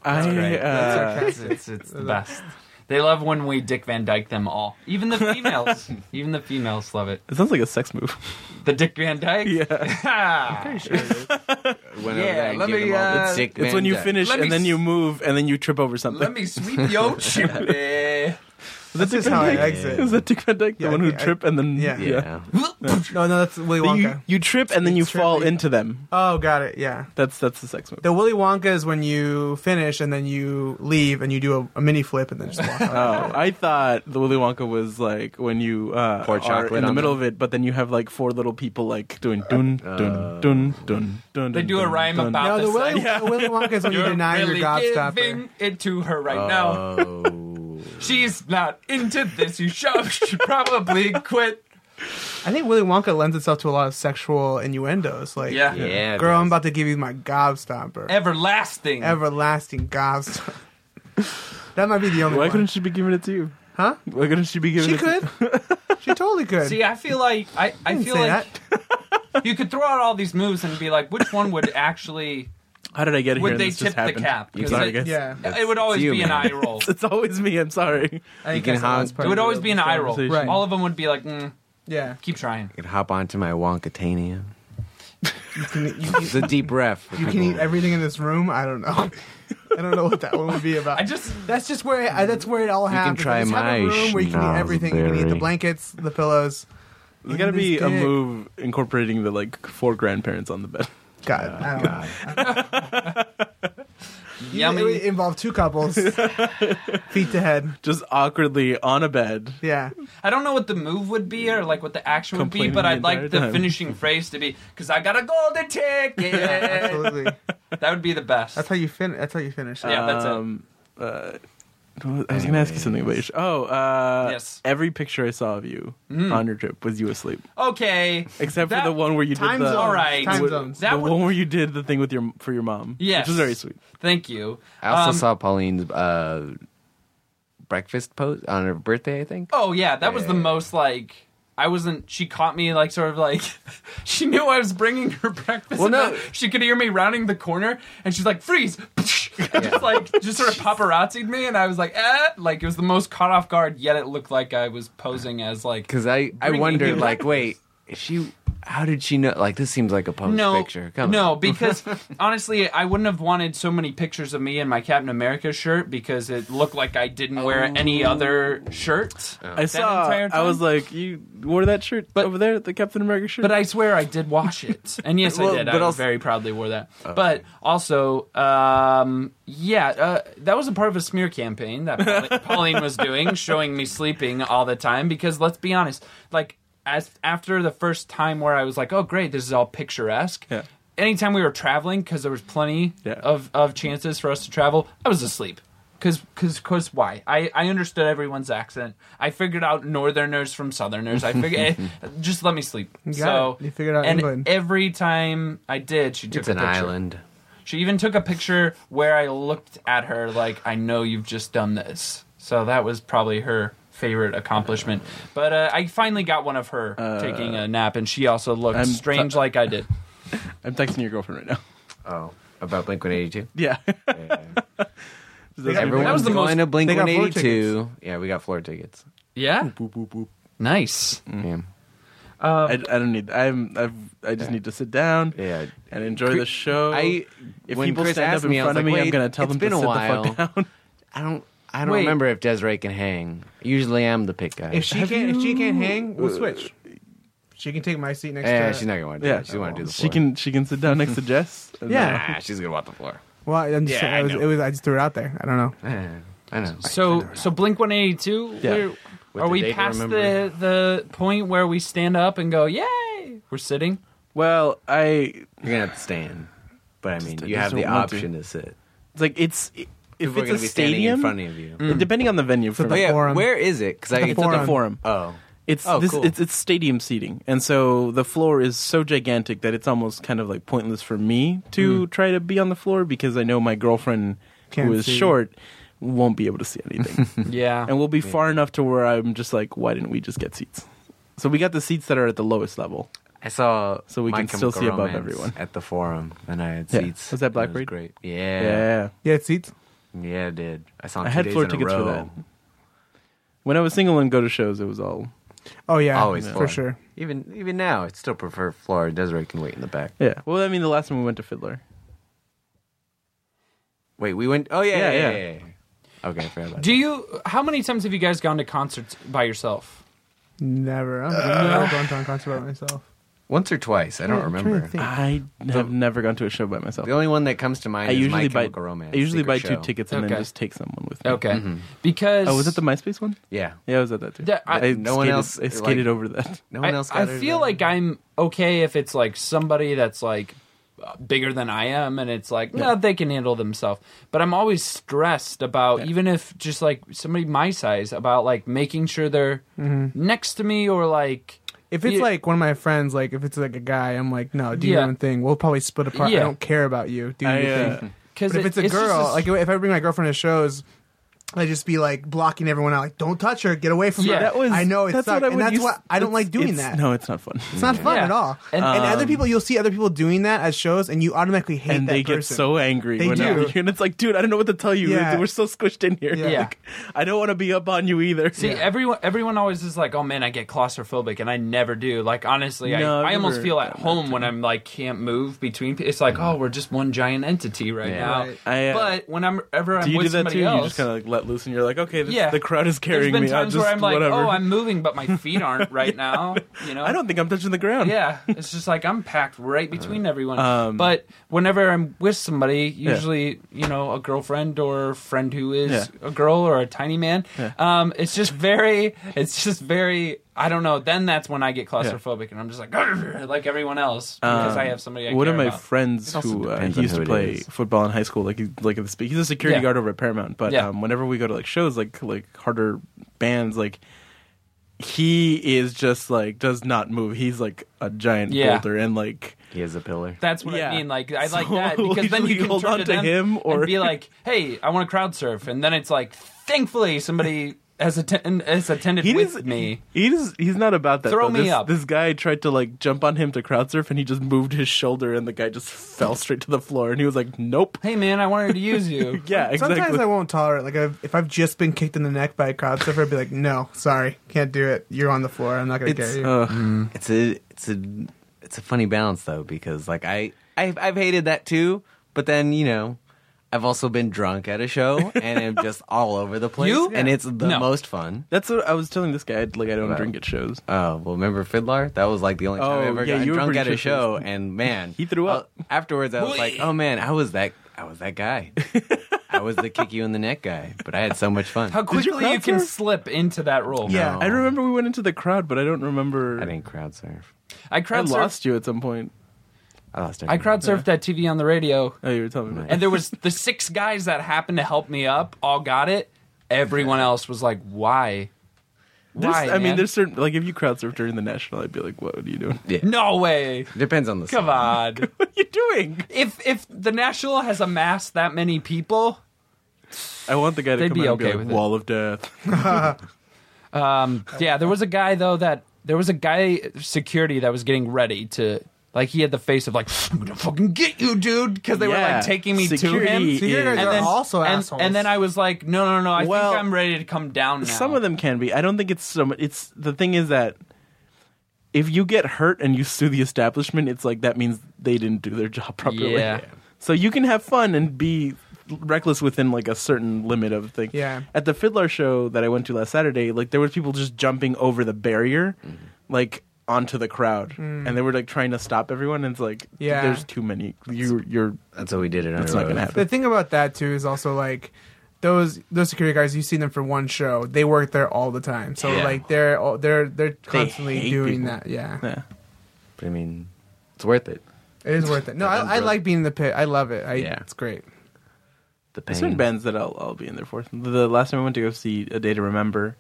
[SPEAKER 5] Uh, I, uh,
[SPEAKER 1] It's, it's, it's the best. They love when we Dick Van Dyke them all. Even the females. even the females love it.
[SPEAKER 5] it sounds like a sex move.
[SPEAKER 1] The Dick Van Dyke? [laughs] Yeah.
[SPEAKER 4] Went
[SPEAKER 1] Yeah,
[SPEAKER 4] over there and
[SPEAKER 1] let
[SPEAKER 4] gave
[SPEAKER 1] me,
[SPEAKER 4] them all the
[SPEAKER 1] uh,
[SPEAKER 4] dick
[SPEAKER 5] [laughs] it's
[SPEAKER 4] man
[SPEAKER 5] when you
[SPEAKER 4] dick.
[SPEAKER 5] finish
[SPEAKER 1] Let me
[SPEAKER 5] and then
[SPEAKER 1] s-
[SPEAKER 5] you move and then you trip over something.
[SPEAKER 1] Let me [laughs] sweep your chimney.
[SPEAKER 5] That's
[SPEAKER 2] This is how
[SPEAKER 5] [laughs]
[SPEAKER 2] I
[SPEAKER 5] Is
[SPEAKER 2] exit.
[SPEAKER 5] that Dick Van Dyke? The
[SPEAKER 2] Yeah,
[SPEAKER 5] one who
[SPEAKER 2] I-
[SPEAKER 5] trip and then
[SPEAKER 2] yeah.
[SPEAKER 4] Yeah.
[SPEAKER 2] No, no, that's Willy
[SPEAKER 5] Then
[SPEAKER 2] Wonka.
[SPEAKER 5] You, you trip and then you
[SPEAKER 2] It's
[SPEAKER 5] fall
[SPEAKER 2] trippy.
[SPEAKER 5] into them.
[SPEAKER 2] oh, got it. Yeah.
[SPEAKER 5] That's that's the sex move.
[SPEAKER 2] The Willy Wonka is when you finish and then you leave and you do a, a mini flip and then just walk
[SPEAKER 5] [laughs]
[SPEAKER 2] out.
[SPEAKER 5] Oh, I thought the Willy Wonka was like when you uh,
[SPEAKER 4] Pour
[SPEAKER 5] are
[SPEAKER 4] chocolate
[SPEAKER 5] in the
[SPEAKER 4] on
[SPEAKER 5] middle
[SPEAKER 4] them.
[SPEAKER 5] of it, but then you have like four little people like doing dun dun dun dun dun.
[SPEAKER 1] They
[SPEAKER 5] dun,
[SPEAKER 1] do a
[SPEAKER 5] dun,
[SPEAKER 1] rhyme
[SPEAKER 5] dun.
[SPEAKER 1] about-
[SPEAKER 2] No, the Willy,
[SPEAKER 1] Yeah.
[SPEAKER 2] Willy Wonka is when you deny
[SPEAKER 1] really
[SPEAKER 2] your gobstopper.
[SPEAKER 1] giving it to her right now.
[SPEAKER 5] Uh.
[SPEAKER 4] Oh.
[SPEAKER 1] [laughs] She's not into this. You should, [laughs] should probably quit.
[SPEAKER 2] I think Willy Wonka lends itself to a lot of sexual innuendos. Like,
[SPEAKER 1] Yeah.
[SPEAKER 4] yeah.
[SPEAKER 2] girl, I'm
[SPEAKER 4] that's-
[SPEAKER 2] about to give you my gobstopper.
[SPEAKER 1] Everlasting.
[SPEAKER 2] Everlasting gobstopper. [laughs] that might be the only
[SPEAKER 5] Why
[SPEAKER 2] one.
[SPEAKER 5] couldn't she be giving it to you?
[SPEAKER 2] Huh?
[SPEAKER 5] Why couldn't she be giving?
[SPEAKER 2] She
[SPEAKER 5] it
[SPEAKER 2] could. she totally could.
[SPEAKER 1] See, I feel like I, I,
[SPEAKER 2] I didn't
[SPEAKER 1] feel
[SPEAKER 2] say
[SPEAKER 1] like
[SPEAKER 2] that.
[SPEAKER 1] you could throw out all these moves and be like, which one would
[SPEAKER 5] [laughs]
[SPEAKER 1] actually
[SPEAKER 5] To- How did I get here?
[SPEAKER 1] would
[SPEAKER 5] and
[SPEAKER 1] they
[SPEAKER 5] this
[SPEAKER 1] tip
[SPEAKER 5] just
[SPEAKER 1] the
[SPEAKER 5] happened?
[SPEAKER 1] cap?
[SPEAKER 5] I'm
[SPEAKER 1] Because
[SPEAKER 5] sorry,
[SPEAKER 1] it-
[SPEAKER 5] guys.
[SPEAKER 2] Yeah.
[SPEAKER 1] it would always
[SPEAKER 4] It's you,
[SPEAKER 1] be an
[SPEAKER 4] man.
[SPEAKER 1] eye roll.
[SPEAKER 5] [laughs] It's always me. I'm sorry.
[SPEAKER 2] I think
[SPEAKER 4] can
[SPEAKER 2] that's the
[SPEAKER 4] hog-
[SPEAKER 2] last part
[SPEAKER 1] It would
[SPEAKER 2] of
[SPEAKER 1] always
[SPEAKER 2] the
[SPEAKER 1] be an eye roll.
[SPEAKER 5] conversation. Right.
[SPEAKER 1] All of them would be like, mm,
[SPEAKER 2] Yeah.
[SPEAKER 1] keep trying.
[SPEAKER 4] I could hop onto my Wonkatania.
[SPEAKER 2] You can, you,
[SPEAKER 4] It's a deep breath.
[SPEAKER 2] you can eat everything in this room. I don't know. [laughs] I don't know what that one would be about.
[SPEAKER 1] I just
[SPEAKER 2] that's just where it, I, that's where it all
[SPEAKER 4] can
[SPEAKER 2] happens.
[SPEAKER 4] try
[SPEAKER 2] Just have
[SPEAKER 4] my
[SPEAKER 2] a room where you can eat everything. You can eat the
[SPEAKER 4] schnozberry.
[SPEAKER 2] blankets, the pillows.
[SPEAKER 5] There's got to
[SPEAKER 2] In this
[SPEAKER 5] be a
[SPEAKER 2] dick.
[SPEAKER 5] move incorporating the like four grandparents on the bed. [laughs]
[SPEAKER 2] God,
[SPEAKER 4] Oh,
[SPEAKER 2] I don't know. It would
[SPEAKER 1] yummy.
[SPEAKER 2] involve two
[SPEAKER 4] [laughs]
[SPEAKER 2] couples, feet to head.
[SPEAKER 5] Just awkwardly on a bed.
[SPEAKER 2] Yeah,
[SPEAKER 1] I don't know what the move would be or like what the action would be,
[SPEAKER 5] Complaining
[SPEAKER 1] but
[SPEAKER 5] the
[SPEAKER 1] I'd like
[SPEAKER 5] entire
[SPEAKER 1] the
[SPEAKER 5] time. [laughs]
[SPEAKER 1] finishing phrase to be because I got a golden
[SPEAKER 2] [laughs]
[SPEAKER 1] ticket.
[SPEAKER 2] absolutely.
[SPEAKER 1] that would be the best.
[SPEAKER 2] That's how you fin. That's how you finish. it.
[SPEAKER 1] Yeah, that's it.
[SPEAKER 5] um, Uh, I was gonna ask you something about your show. Oh, uh,
[SPEAKER 1] Yes.
[SPEAKER 5] Every picture I saw of you on your trip was you asleep,
[SPEAKER 1] okay.
[SPEAKER 5] except
[SPEAKER 1] That-
[SPEAKER 5] for the one where you did
[SPEAKER 2] Time
[SPEAKER 5] the
[SPEAKER 2] zones.
[SPEAKER 1] All right.
[SPEAKER 2] Time
[SPEAKER 5] the-
[SPEAKER 2] zones.
[SPEAKER 5] the
[SPEAKER 1] That would-
[SPEAKER 5] one where you did the thing with your for your mom.
[SPEAKER 1] Yes.
[SPEAKER 5] which was very sweet.
[SPEAKER 1] Thank you.
[SPEAKER 4] I also
[SPEAKER 1] Um,
[SPEAKER 4] saw Pauline's uh, breakfast post on her birthday, I think.
[SPEAKER 1] Oh yeah, that was the
[SPEAKER 4] Yeah.
[SPEAKER 1] most like I wasn't. She caught me like sort of like [laughs] she knew I was bringing her breakfast.
[SPEAKER 4] Well,
[SPEAKER 1] and
[SPEAKER 4] no.
[SPEAKER 1] then she could hear me rounding the corner, and she's like, "Freeze!" [laughs] And just like just sort of paparazzi'd me, and I was like, "Eh!" Like it was the most caught off guard. Yet it looked like I was posing as like
[SPEAKER 4] Because I, I
[SPEAKER 1] Bringing you
[SPEAKER 4] wondered, like, wait, is she. How did she know? Like, this seems like a post
[SPEAKER 1] no
[SPEAKER 4] picture. Come
[SPEAKER 1] no
[SPEAKER 4] on. [laughs]
[SPEAKER 1] because honestly I wouldn't have wanted so many pictures of me in my Captain America shirt because it looked like I
[SPEAKER 4] Oh.
[SPEAKER 1] didn't wear any other shirt.
[SPEAKER 5] I saw.
[SPEAKER 1] entire
[SPEAKER 5] I was
[SPEAKER 1] time?
[SPEAKER 5] like, you wore that shirt over there, the Captain America shirt.
[SPEAKER 1] But I swear I did wash it, [laughs] and yes, I
[SPEAKER 4] Well,
[SPEAKER 1] did. I
[SPEAKER 4] but also- Oh.
[SPEAKER 1] very proudly wore that. But also, um, yeah, uh, that was a part of a smear campaign that
[SPEAKER 4] [laughs]
[SPEAKER 1] Pauli- Pauline was doing, showing me sleeping all the time. Because let's be honest, like as after the first time where I was like, "Oh, great, this is all picturesque."
[SPEAKER 5] Yeah.
[SPEAKER 1] Anytime we were traveling, because there was plenty
[SPEAKER 5] Yeah.
[SPEAKER 1] of, of chances for us to travel, I was asleep. Cause, cause, cause, why? I, I understood everyone's accent. I figured out Northerners from Southerners. I figured, [laughs] eh, just let me sleep.
[SPEAKER 2] got
[SPEAKER 1] so
[SPEAKER 2] it. You figured out
[SPEAKER 1] and
[SPEAKER 2] England.
[SPEAKER 1] every time I did, she took
[SPEAKER 4] It's
[SPEAKER 1] a
[SPEAKER 4] an
[SPEAKER 1] picture.
[SPEAKER 4] island.
[SPEAKER 1] She even took a picture where I looked at her like, "I know you've just done this." So that was probably her favorite accomplishment. But uh, I finally got one of her taking a nap, and she also looked
[SPEAKER 5] Uh, I'm-
[SPEAKER 1] strange like I did.
[SPEAKER 5] I'm texting your girlfriend right now. [laughs]
[SPEAKER 4] Oh, about Blink 182.
[SPEAKER 5] Yeah.
[SPEAKER 4] Everyone's
[SPEAKER 1] That was the most-
[SPEAKER 4] going to Blink
[SPEAKER 2] they got floor
[SPEAKER 4] 182. Yeah, we got floor tickets.
[SPEAKER 1] Yeah,
[SPEAKER 5] Boop, boop, boop.
[SPEAKER 1] nice.
[SPEAKER 5] Mm. I, I don't need. I'm. I've, I just need to sit down.
[SPEAKER 4] Yeah. yeah.
[SPEAKER 5] And enjoy the show.
[SPEAKER 4] I
[SPEAKER 5] if
[SPEAKER 4] when
[SPEAKER 5] people
[SPEAKER 4] Chris
[SPEAKER 5] stand
[SPEAKER 4] asked
[SPEAKER 5] up in
[SPEAKER 4] me, I was
[SPEAKER 5] front of
[SPEAKER 4] like,
[SPEAKER 5] me, I'm
[SPEAKER 4] "Wait,
[SPEAKER 5] gonna tell
[SPEAKER 4] it's
[SPEAKER 5] them
[SPEAKER 4] been
[SPEAKER 5] to
[SPEAKER 4] a
[SPEAKER 5] sit
[SPEAKER 4] while."
[SPEAKER 5] the fuck [laughs] down.
[SPEAKER 4] I don't. I don't
[SPEAKER 1] Wait.
[SPEAKER 4] remember if Desiree can hang. Usually, I'm the pick guy.
[SPEAKER 2] If she can't, if she can't hang, we'll switch. She can take my seat next
[SPEAKER 4] [laughs] Uh, yeah,
[SPEAKER 2] to.
[SPEAKER 4] Eh, she's not gonna want to do
[SPEAKER 5] Yeah,
[SPEAKER 4] that. She's gonna want to do the floor.
[SPEAKER 5] She can. She can sit down next
[SPEAKER 4] [laughs]
[SPEAKER 5] to Jess. and,
[SPEAKER 2] Yeah.
[SPEAKER 4] Nah, she's gonna want the floor.
[SPEAKER 2] Well, I'm just,
[SPEAKER 5] Yeah, I
[SPEAKER 2] I was,
[SPEAKER 5] know.
[SPEAKER 2] it was. I just threw it out there. I don't know.
[SPEAKER 4] Eh, I know.
[SPEAKER 1] So so Blink One Eighty Two.
[SPEAKER 5] Yeah.
[SPEAKER 4] With
[SPEAKER 1] Are
[SPEAKER 4] the
[SPEAKER 1] we
[SPEAKER 4] date to
[SPEAKER 1] past
[SPEAKER 4] remember.
[SPEAKER 1] the the point where we stand up and go, yay? We're sitting.
[SPEAKER 5] Well, I.
[SPEAKER 4] You're gonna have to stand, but I mean,
[SPEAKER 5] Just-
[SPEAKER 4] you
[SPEAKER 5] I
[SPEAKER 4] have
[SPEAKER 5] just
[SPEAKER 4] the
[SPEAKER 5] don't want to.
[SPEAKER 4] option to sit.
[SPEAKER 5] It's like it's. i- If
[SPEAKER 4] People are
[SPEAKER 5] it's
[SPEAKER 4] gonna
[SPEAKER 5] a
[SPEAKER 4] be standing in
[SPEAKER 5] stadium,
[SPEAKER 4] front of you.
[SPEAKER 5] depending on the venue. For
[SPEAKER 2] the
[SPEAKER 4] Oh
[SPEAKER 5] me,
[SPEAKER 4] yeah,
[SPEAKER 2] forum.
[SPEAKER 4] where is it? Because I
[SPEAKER 2] the
[SPEAKER 5] it's at the
[SPEAKER 2] forum.
[SPEAKER 5] forum.
[SPEAKER 4] Oh,
[SPEAKER 5] It's
[SPEAKER 4] Oh,
[SPEAKER 5] this,
[SPEAKER 4] cool.
[SPEAKER 5] it's it's stadium seating, and so the floor is so gigantic that it's almost kind of like pointless for me
[SPEAKER 4] Hmm.
[SPEAKER 5] to try to be on the floor because I know my girlfriend,
[SPEAKER 2] Can't
[SPEAKER 5] who is
[SPEAKER 2] see.
[SPEAKER 5] short, won't be able to see
[SPEAKER 4] [laughs]
[SPEAKER 5] anything,
[SPEAKER 1] Yeah.
[SPEAKER 5] and we'll be far enough to where I'm just like, why didn't we just get seats? So we got the seats that are at the lowest level.
[SPEAKER 4] I saw.
[SPEAKER 5] So we
[SPEAKER 4] My
[SPEAKER 5] can still
[SPEAKER 4] Chemical
[SPEAKER 5] see above
[SPEAKER 4] Romance
[SPEAKER 5] everyone.
[SPEAKER 4] at the forum, and I had
[SPEAKER 5] Yeah.
[SPEAKER 4] seats.
[SPEAKER 5] Was that
[SPEAKER 4] and it
[SPEAKER 5] Blackbird?
[SPEAKER 4] Great.
[SPEAKER 5] Yeah,
[SPEAKER 4] Yeah,
[SPEAKER 2] Yeah, it seats.
[SPEAKER 4] yeah, I did. I saw.
[SPEAKER 5] I had floor tickets for that. When I was single and go to shows, it was all
[SPEAKER 2] Oh yeah,
[SPEAKER 4] Always
[SPEAKER 2] for
[SPEAKER 4] floor.
[SPEAKER 2] sure.
[SPEAKER 4] Even even now, I still prefer floor. Desiree can wait in the back.
[SPEAKER 5] yeah. Well, I mean, the last time we went to Fiddler,
[SPEAKER 4] Wait, we went. Oh yeah, yeah,
[SPEAKER 5] Yeah,
[SPEAKER 4] yeah.
[SPEAKER 5] yeah.
[SPEAKER 4] yeah, yeah. Okay, I forgot about
[SPEAKER 1] Do you? How many times have you guys gone to concerts by yourself?
[SPEAKER 2] Never.
[SPEAKER 1] Uh,
[SPEAKER 2] I'm never going to a concert by myself.
[SPEAKER 4] that. Once or twice, I don't
[SPEAKER 2] I'm trying to
[SPEAKER 4] remember.
[SPEAKER 2] think.
[SPEAKER 5] I have never gone to a show by myself.
[SPEAKER 4] The only one that comes to mind
[SPEAKER 5] I
[SPEAKER 4] is
[SPEAKER 5] usually
[SPEAKER 4] My
[SPEAKER 5] buy
[SPEAKER 4] Chemical Romance.
[SPEAKER 5] I usually
[SPEAKER 4] Secret
[SPEAKER 5] buy
[SPEAKER 4] Show.
[SPEAKER 5] two tickets and
[SPEAKER 1] Okay.
[SPEAKER 5] then just take someone with me.
[SPEAKER 1] Okay, because
[SPEAKER 5] Oh, was it the MySpace one?
[SPEAKER 4] Yeah,
[SPEAKER 5] Yeah, I was at that too.
[SPEAKER 1] That- I-
[SPEAKER 4] No one
[SPEAKER 5] skated,
[SPEAKER 4] else,
[SPEAKER 5] I skated over that.
[SPEAKER 2] [laughs]
[SPEAKER 4] no
[SPEAKER 1] I,
[SPEAKER 4] one else.
[SPEAKER 1] I
[SPEAKER 4] got it,
[SPEAKER 1] feel
[SPEAKER 4] uh,
[SPEAKER 1] like I'm okay if it's like somebody that's like uh, bigger than I am, and it's like no, they can handle themselves. But I'm always stressed about even if just like somebody my size about like making sure they're
[SPEAKER 2] Mm-hmm.
[SPEAKER 1] next to me or like
[SPEAKER 2] If it's
[SPEAKER 1] Yeah.
[SPEAKER 2] like one of my friends, like if it's like a guy, I'm like, no, do your
[SPEAKER 1] Yeah.
[SPEAKER 2] own thing. We'll probably split apart.
[SPEAKER 1] Yeah.
[SPEAKER 2] I don't care about you. Do
[SPEAKER 5] I,
[SPEAKER 2] your
[SPEAKER 5] [laughs] uh,
[SPEAKER 2] thing.
[SPEAKER 1] because
[SPEAKER 2] But if it's a girl, like if I bring my girlfriend to shows, I just be like blocking everyone out, like don't touch her, get away from
[SPEAKER 1] Yeah.
[SPEAKER 2] her.
[SPEAKER 1] That
[SPEAKER 5] was-
[SPEAKER 2] I know it
[SPEAKER 5] that's
[SPEAKER 2] sucks,
[SPEAKER 5] what I
[SPEAKER 2] and
[SPEAKER 5] would
[SPEAKER 2] that's
[SPEAKER 5] use-
[SPEAKER 2] why I don't
[SPEAKER 5] it's-
[SPEAKER 2] like doing
[SPEAKER 5] it's-
[SPEAKER 2] that.
[SPEAKER 5] No, um, it's not fun.
[SPEAKER 2] It's not fun
[SPEAKER 1] Yeah.
[SPEAKER 2] at all.
[SPEAKER 1] And-
[SPEAKER 2] And, other people, you'll see other people doing that at shows, and you automatically [laughs] hate
[SPEAKER 5] and
[SPEAKER 2] that
[SPEAKER 5] they get
[SPEAKER 2] person.
[SPEAKER 5] so angry.
[SPEAKER 2] They
[SPEAKER 5] when
[SPEAKER 2] do.
[SPEAKER 5] and it's like, dude, I don't know what to tell you.
[SPEAKER 2] Yeah.
[SPEAKER 5] We're so squished in here.
[SPEAKER 2] Yeah.
[SPEAKER 1] Yeah.
[SPEAKER 5] Like, I don't want to be up on you either.
[SPEAKER 1] See, everyone everyone always is like, "Oh man, I get claustrophobic," and I never do. Like honestly,
[SPEAKER 5] No,
[SPEAKER 1] I, I
[SPEAKER 5] I've
[SPEAKER 1] almost
[SPEAKER 5] never
[SPEAKER 1] feel at
[SPEAKER 5] done that
[SPEAKER 1] home when I'm like can't move between. pe- It's like, oh, we're just one giant entity right
[SPEAKER 4] Yeah.
[SPEAKER 1] now.
[SPEAKER 2] Right.
[SPEAKER 5] I, uh,
[SPEAKER 1] but when I'm ever I'm
[SPEAKER 5] do you
[SPEAKER 1] with
[SPEAKER 5] do that
[SPEAKER 1] somebody
[SPEAKER 5] too?
[SPEAKER 1] else,
[SPEAKER 5] You just kind of like let loose, and you're like, okay, this,
[SPEAKER 1] Yeah.
[SPEAKER 5] the crowd
[SPEAKER 1] there's
[SPEAKER 5] is carrying
[SPEAKER 1] been
[SPEAKER 5] me. I'll
[SPEAKER 1] times
[SPEAKER 5] just
[SPEAKER 1] where I'm like,
[SPEAKER 5] whatever.
[SPEAKER 1] oh, I'm moving, but my feet aren't
[SPEAKER 5] [laughs]
[SPEAKER 1] right now. You know,
[SPEAKER 5] I don't think I'm touching the ground.
[SPEAKER 1] yeah, it's just like I'm packed right between everyone.
[SPEAKER 5] Um,
[SPEAKER 1] but whenever I'm with somebody, usually you know a girlfriend or a friend who is
[SPEAKER 5] Yeah.
[SPEAKER 1] a girl or a tiny man,
[SPEAKER 5] Yeah.
[SPEAKER 1] um, it's just very, it's just very. I don't know. Then that's when I get claustrophobic, and I'm just like like everyone else because
[SPEAKER 5] Um,
[SPEAKER 1] I have somebody. I
[SPEAKER 5] one
[SPEAKER 1] care
[SPEAKER 5] of my
[SPEAKER 1] about.
[SPEAKER 5] friends
[SPEAKER 4] also
[SPEAKER 5] who, uh,
[SPEAKER 4] depends
[SPEAKER 5] he
[SPEAKER 4] on
[SPEAKER 5] used
[SPEAKER 4] who
[SPEAKER 5] to
[SPEAKER 4] it
[SPEAKER 5] play
[SPEAKER 4] is.
[SPEAKER 5] football in high school. Like he's like this. He's a security
[SPEAKER 1] Yeah.
[SPEAKER 5] guard over at Paramount. But
[SPEAKER 1] Yeah.
[SPEAKER 5] um, whenever we go to like shows, like like harder bands, like he is just like does not move. He's like a giant
[SPEAKER 1] Yeah.
[SPEAKER 5] boulder, and like
[SPEAKER 4] he has a pillar.
[SPEAKER 1] That's what I
[SPEAKER 5] Yeah.
[SPEAKER 1] mean. Like I like
[SPEAKER 5] So [laughs]
[SPEAKER 1] that because then you
[SPEAKER 5] usually
[SPEAKER 1] can
[SPEAKER 5] hold
[SPEAKER 1] turn
[SPEAKER 5] on
[SPEAKER 1] to,
[SPEAKER 5] to
[SPEAKER 1] them
[SPEAKER 5] him or-
[SPEAKER 1] and be
[SPEAKER 5] [laughs]
[SPEAKER 1] like, "Hey, I want to crowd surf," and then it's like, thankfully, somebody has, atten- has attended
[SPEAKER 5] he
[SPEAKER 1] with
[SPEAKER 5] does-
[SPEAKER 1] me.
[SPEAKER 5] He does, he's not about that.
[SPEAKER 1] Throw
[SPEAKER 5] though.
[SPEAKER 1] me
[SPEAKER 5] this,
[SPEAKER 1] up.
[SPEAKER 5] This guy tried to like jump on him to crowd surf, and he just moved his shoulder, and the guy
[SPEAKER 1] [laughs]
[SPEAKER 5] just fell straight to the floor, and he was like, "Nope."
[SPEAKER 1] Hey, man, I wanted to use
[SPEAKER 5] [laughs]
[SPEAKER 1] you.
[SPEAKER 5] Yeah, exactly.
[SPEAKER 2] Sometimes I won't tolerate. Like I've, if I've just been kicked in the neck by a crowd surfer, I'd be like, no, sorry, can't do it. You're on the floor. I'm not gonna
[SPEAKER 5] It's,
[SPEAKER 2] carry you.
[SPEAKER 5] uh,
[SPEAKER 4] It's a it's a it's a funny balance though because like I I've, I've hated that too, but then you know. I've also been drunk at a
[SPEAKER 5] [laughs]
[SPEAKER 4] show and I'm just all over the place.
[SPEAKER 1] You?
[SPEAKER 4] And it's the
[SPEAKER 1] No.
[SPEAKER 4] most fun.
[SPEAKER 5] That's what I was telling this guy. Like I don't
[SPEAKER 4] Wow.
[SPEAKER 5] drink at shows.
[SPEAKER 4] Oh well, remember Fiddler? That was like the only time I
[SPEAKER 5] Oh,
[SPEAKER 4] ever
[SPEAKER 5] yeah,
[SPEAKER 4] got
[SPEAKER 5] you were
[SPEAKER 4] drunk
[SPEAKER 5] pretty
[SPEAKER 4] at a show,
[SPEAKER 5] sure she
[SPEAKER 4] and man,
[SPEAKER 5] [laughs] He threw up.
[SPEAKER 4] uh, afterwards. I was like, oh man, I was that, I was that
[SPEAKER 5] [laughs]
[SPEAKER 4] guy. I was the kick you in the neck guy, but I had so much fun.
[SPEAKER 1] How
[SPEAKER 5] Did
[SPEAKER 1] quickly
[SPEAKER 5] you
[SPEAKER 1] you,
[SPEAKER 5] crowd
[SPEAKER 1] can
[SPEAKER 5] surf?
[SPEAKER 1] slip into that role.
[SPEAKER 2] Yeah.
[SPEAKER 5] I remember we went into the crowd, but I don't remember.
[SPEAKER 4] I didn't crowd surf.
[SPEAKER 1] I
[SPEAKER 5] I
[SPEAKER 1] crowd surfed.
[SPEAKER 5] lost you at some point.
[SPEAKER 4] I lost.
[SPEAKER 1] I crowd surfed at TV on the radio,
[SPEAKER 5] Oh, you were telling me.
[SPEAKER 1] and there was [laughs] the six guys that happened to help me up. All got it. Everyone else was like, "Why?
[SPEAKER 5] There's-
[SPEAKER 1] Why?"
[SPEAKER 5] I mean,
[SPEAKER 1] man?
[SPEAKER 5] there's certain like if you crowd surf during the national, I'd be like, "What are you doing?
[SPEAKER 1] no way.
[SPEAKER 4] Depends on the
[SPEAKER 1] Come
[SPEAKER 4] song.
[SPEAKER 1] on.
[SPEAKER 5] [laughs] What are you doing?"
[SPEAKER 1] if if the national has amassed that many people,
[SPEAKER 5] I want the guy to
[SPEAKER 1] They'd
[SPEAKER 5] come
[SPEAKER 1] be
[SPEAKER 5] out and
[SPEAKER 1] okay
[SPEAKER 5] be
[SPEAKER 1] with
[SPEAKER 5] like,
[SPEAKER 1] it.
[SPEAKER 5] "Wall of death."
[SPEAKER 1] Um, yeah, there was a guy though that there was a guy security that was getting ready to like he had the face of like I'm gonna fucking get you, dude, because they were
[SPEAKER 5] Yeah.
[SPEAKER 1] like taking me
[SPEAKER 5] Security
[SPEAKER 1] to him.
[SPEAKER 5] is- So you guys
[SPEAKER 1] and
[SPEAKER 2] are
[SPEAKER 1] then
[SPEAKER 2] also
[SPEAKER 1] and,
[SPEAKER 2] assholes.
[SPEAKER 1] And then I was like, no, no, no, I
[SPEAKER 5] Well,
[SPEAKER 1] think I'm ready to come down. Now.
[SPEAKER 5] Some of them can be. I don't think it's some. It's the thing is that if you get hurt and you sue the establishment, it's like that means they didn't do their job [laughs] properly.
[SPEAKER 1] Yeah.
[SPEAKER 5] So you can have fun and be reckless within like a certain limit of thing.
[SPEAKER 2] Yeah.
[SPEAKER 5] At the Fiddler show that I went to last Saturday, like there were people just jumping over the barrier,
[SPEAKER 2] Mm-hmm.
[SPEAKER 5] like onto the crowd, and they were like trying to stop everyone. And it's like,
[SPEAKER 2] Mm. Yeah.
[SPEAKER 5] there's too many. You, you're.
[SPEAKER 4] That's what we did it.
[SPEAKER 5] That's not gonna happen.
[SPEAKER 2] The thing about that too is also like those those security guards. You see them for one show. They work there all the time. So
[SPEAKER 4] Yeah.
[SPEAKER 2] like they're all, they're they're constantly
[SPEAKER 5] hate
[SPEAKER 2] doing
[SPEAKER 5] people.
[SPEAKER 2] that. Yeah.
[SPEAKER 5] Yeah.
[SPEAKER 4] But I mean, it's worth it.
[SPEAKER 2] it is worth it. No, I, I like being in the pit. I love it. I,
[SPEAKER 4] Yeah.
[SPEAKER 2] it's great.
[SPEAKER 4] The pain.
[SPEAKER 5] There's certain bands that I'll, I'll be in there for. The last time I went to go see A Day to Remember,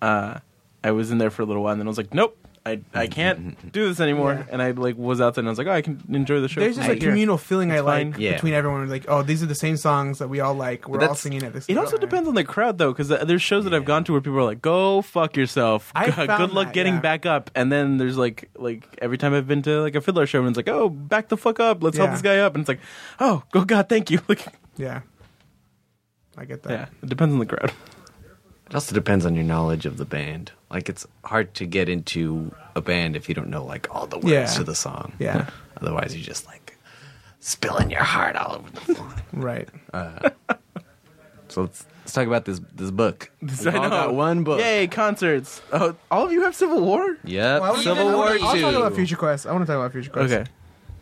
[SPEAKER 5] uh, I was in there for a little while, and then I was like, nope, I, I can't do this anymore.
[SPEAKER 2] Yeah.
[SPEAKER 5] And I like was out there, and I was like, oh, I can enjoy the show.
[SPEAKER 2] There's just
[SPEAKER 5] from
[SPEAKER 2] a
[SPEAKER 5] here.
[SPEAKER 2] communal feeling I
[SPEAKER 5] It's fine.
[SPEAKER 2] like
[SPEAKER 4] Yeah.
[SPEAKER 2] between everyone. Like, oh, these are the same songs that we all like. We're all
[SPEAKER 4] that's-
[SPEAKER 2] singing at this.
[SPEAKER 5] It also
[SPEAKER 2] time.
[SPEAKER 5] depends on the crowd, though, because there's shows that I've gone to where people are like, "Go fuck yourself."
[SPEAKER 2] I
[SPEAKER 5] Good
[SPEAKER 2] found
[SPEAKER 5] luck
[SPEAKER 2] that,
[SPEAKER 5] getting
[SPEAKER 2] yeah.
[SPEAKER 5] back up. And then there's like, like every time I've been to like a fiddler show, everyone's like, "Oh, back the fuck up. Let's help
[SPEAKER 2] Yeah.
[SPEAKER 5] this guy up." And it's like, "Oh, go God, thank you." [laughs] Like,
[SPEAKER 2] Yeah, I get that.
[SPEAKER 5] yeah, it depends on the crowd.
[SPEAKER 4] It also depends on your knowledge of the band. Like it's hard to get into a band if you don't know like all the words
[SPEAKER 2] Yeah.
[SPEAKER 4] to the song.
[SPEAKER 2] Yeah.
[SPEAKER 4] Otherwise, you're just like spilling your heart all over the floor.
[SPEAKER 2] Right.
[SPEAKER 4] so let's let's talk about this this book. We've
[SPEAKER 5] I
[SPEAKER 4] all
[SPEAKER 5] know.
[SPEAKER 4] got one book.
[SPEAKER 5] Yay, concerts! Oh, all of you have Civil War.
[SPEAKER 4] Yep.
[SPEAKER 2] Well, I wanna-
[SPEAKER 4] Civil
[SPEAKER 2] I
[SPEAKER 4] War
[SPEAKER 2] wanna-
[SPEAKER 4] Two.
[SPEAKER 2] I'll talk about Future Quest. I want to talk about Future Quest.
[SPEAKER 5] Okay,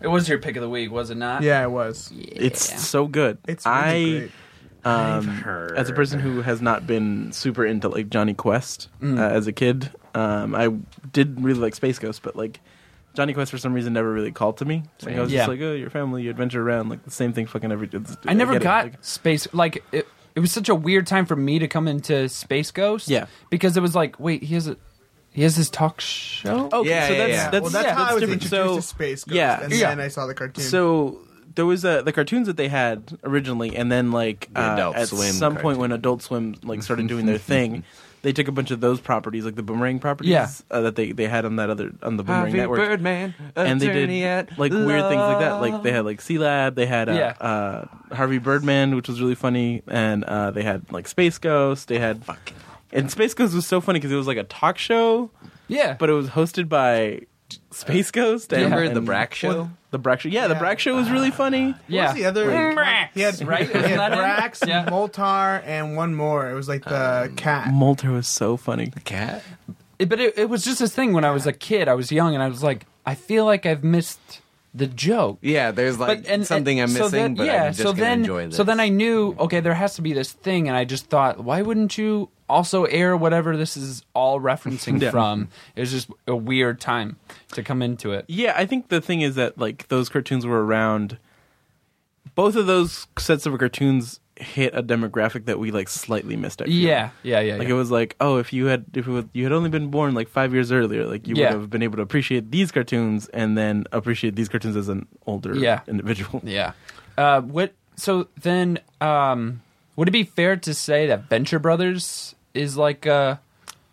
[SPEAKER 1] it was your pick of the week, was it not?
[SPEAKER 2] Yeah, it was.
[SPEAKER 5] it's so good.
[SPEAKER 2] It's really
[SPEAKER 5] I.
[SPEAKER 2] great.
[SPEAKER 5] um, as a person who has not been super into like Johnny Quest uh, as a kid, um, I did really like Space Ghost, but like Johnny Quest for some reason never really called to me. Like, I was
[SPEAKER 1] Yeah.
[SPEAKER 5] just like, oh, your family, you adventure around, like the same thing fucking every. It's,
[SPEAKER 1] I never
[SPEAKER 5] get it.
[SPEAKER 1] got
[SPEAKER 5] Like,
[SPEAKER 1] space. Like it, it was such a weird time for me to come into Space Ghost.
[SPEAKER 5] Yeah.
[SPEAKER 1] because it was like, wait, he has a he has this talk show.
[SPEAKER 5] okay,
[SPEAKER 4] Yeah,
[SPEAKER 5] so
[SPEAKER 4] yeah,
[SPEAKER 5] that's
[SPEAKER 4] yeah.
[SPEAKER 5] that's,
[SPEAKER 2] well, that's
[SPEAKER 5] yeah,
[SPEAKER 2] how I
[SPEAKER 5] that's
[SPEAKER 2] was
[SPEAKER 5] different.
[SPEAKER 2] introduced
[SPEAKER 5] so,
[SPEAKER 2] to Space Ghost,
[SPEAKER 5] yeah.
[SPEAKER 2] and
[SPEAKER 1] Yeah.
[SPEAKER 2] then I saw the cartoon.
[SPEAKER 5] So there was a, the cartoons that they had originally, and then like
[SPEAKER 4] The
[SPEAKER 5] uh,
[SPEAKER 4] Adult
[SPEAKER 5] at
[SPEAKER 4] Swim
[SPEAKER 5] some point
[SPEAKER 4] cartoon.
[SPEAKER 5] when Adult Swim like started doing their
[SPEAKER 4] [laughs]
[SPEAKER 5] thing, they took a bunch of those properties, like the Boomerang properties
[SPEAKER 1] Yeah.
[SPEAKER 5] uh, that they, they had on that other on the Boomerang
[SPEAKER 4] Harvey
[SPEAKER 5] network,
[SPEAKER 4] Birdman,
[SPEAKER 5] and they did
[SPEAKER 4] attorney at
[SPEAKER 5] like weird things like that. Like
[SPEAKER 4] law.
[SPEAKER 5] they had like Sea Lab, they had uh,
[SPEAKER 1] Yeah.
[SPEAKER 5] uh, Harvey Birdman, which was really funny, and uh, they had like Space Ghost. They had
[SPEAKER 4] Fucking-
[SPEAKER 5] and Space Ghost was so funny because it was like a talk show,
[SPEAKER 1] Yeah,
[SPEAKER 5] but it was hosted by Space Ghost.
[SPEAKER 4] Do you
[SPEAKER 5] and,
[SPEAKER 4] remember the
[SPEAKER 5] and-
[SPEAKER 4] Brack show?
[SPEAKER 5] the Brack show. Yeah, the
[SPEAKER 2] Yeah.
[SPEAKER 5] Brack show was
[SPEAKER 1] Ah.
[SPEAKER 5] really funny.
[SPEAKER 1] yeah.
[SPEAKER 2] What was the other
[SPEAKER 1] Brax,
[SPEAKER 2] He had,
[SPEAKER 1] right?
[SPEAKER 2] He
[SPEAKER 1] Wasn't
[SPEAKER 2] had
[SPEAKER 1] that it?
[SPEAKER 2] Brax,
[SPEAKER 1] Yeah.
[SPEAKER 2] Moltar, and one more. It was like the
[SPEAKER 5] Um,
[SPEAKER 2] cat.
[SPEAKER 5] Molter was so funny.
[SPEAKER 4] cat.
[SPEAKER 1] It- but it, it was just this thing when I was a kid. I was young, and I was like, I feel like I've missed the joke.
[SPEAKER 4] Yeah, there's like
[SPEAKER 1] But and
[SPEAKER 4] something
[SPEAKER 1] and
[SPEAKER 4] I'm
[SPEAKER 1] so
[SPEAKER 4] missing,
[SPEAKER 1] then-
[SPEAKER 4] but
[SPEAKER 1] yeah,
[SPEAKER 4] I'm just
[SPEAKER 1] so
[SPEAKER 4] gonna
[SPEAKER 1] then,
[SPEAKER 4] enjoy this.
[SPEAKER 1] So then I knew, okay, there has to be this thing, and I just thought, why wouldn't you also air whatever this is all
[SPEAKER 4] [laughs]
[SPEAKER 1] referencing
[SPEAKER 5] Yeah.
[SPEAKER 1] from? It was just a weird time to come into it.
[SPEAKER 5] Yeah, I think the thing is that like those cartoons were around. Both of those sets of cartoons hit a demographic that we like slightly missed. I feel.
[SPEAKER 1] Yeah, yeah, yeah.
[SPEAKER 5] Like
[SPEAKER 1] yeah.
[SPEAKER 5] it was like, oh, if you had if it was, you had only been born like five years earlier, like you
[SPEAKER 1] Yeah.
[SPEAKER 5] would have been able to appreciate these cartoons and then appreciate these cartoons as an older
[SPEAKER 1] Yeah.
[SPEAKER 5] individual.
[SPEAKER 1] Yeah. Uh, what? So then, um, would it be fair to say that Venture Brothers is like uh,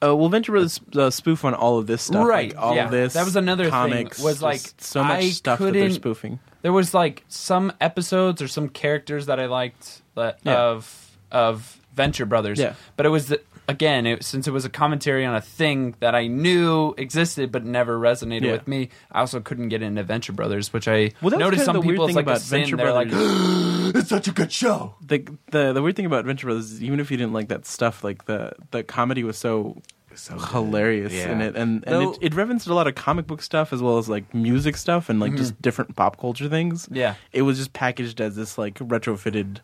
[SPEAKER 5] Uh, well, Venture Brothers uh, spoof on all of this stuff,
[SPEAKER 1] Right,
[SPEAKER 5] Like, all
[SPEAKER 1] yeah.
[SPEAKER 5] of this.
[SPEAKER 1] That was another thing,
[SPEAKER 5] comics
[SPEAKER 1] was,
[SPEAKER 5] just
[SPEAKER 1] like,
[SPEAKER 5] so much
[SPEAKER 1] I
[SPEAKER 5] stuff that they're
[SPEAKER 1] couldn't-
[SPEAKER 5] spoofing.
[SPEAKER 1] there was like some episodes or some characters that I liked that,
[SPEAKER 5] Yeah.
[SPEAKER 1] of of Venture Brothers.
[SPEAKER 5] Yeah.
[SPEAKER 1] But it was the, again it, since it was a commentary on a thing that I knew existed but never resonated
[SPEAKER 5] Yeah.
[SPEAKER 1] with me. I also couldn't get into Venture Brothers, which I
[SPEAKER 5] Well, that was
[SPEAKER 1] noticed
[SPEAKER 5] kind
[SPEAKER 1] some
[SPEAKER 5] of the weird
[SPEAKER 1] people it's like
[SPEAKER 5] thing
[SPEAKER 1] a
[SPEAKER 5] about
[SPEAKER 1] sin.
[SPEAKER 5] Venture
[SPEAKER 1] They're like,
[SPEAKER 4] it's such a good show.
[SPEAKER 5] the the the weird thing about Venture Brothers is even if you didn't like that stuff, like the the comedy was so
[SPEAKER 4] So
[SPEAKER 5] hilarious
[SPEAKER 4] Yeah.
[SPEAKER 5] in it, and and
[SPEAKER 4] Though-
[SPEAKER 5] it, it referenced a lot of comic book stuff as well as like music stuff and like just different pop culture things.
[SPEAKER 1] Mm-hmm. Yeah.
[SPEAKER 5] it was just packaged as this like retrofitted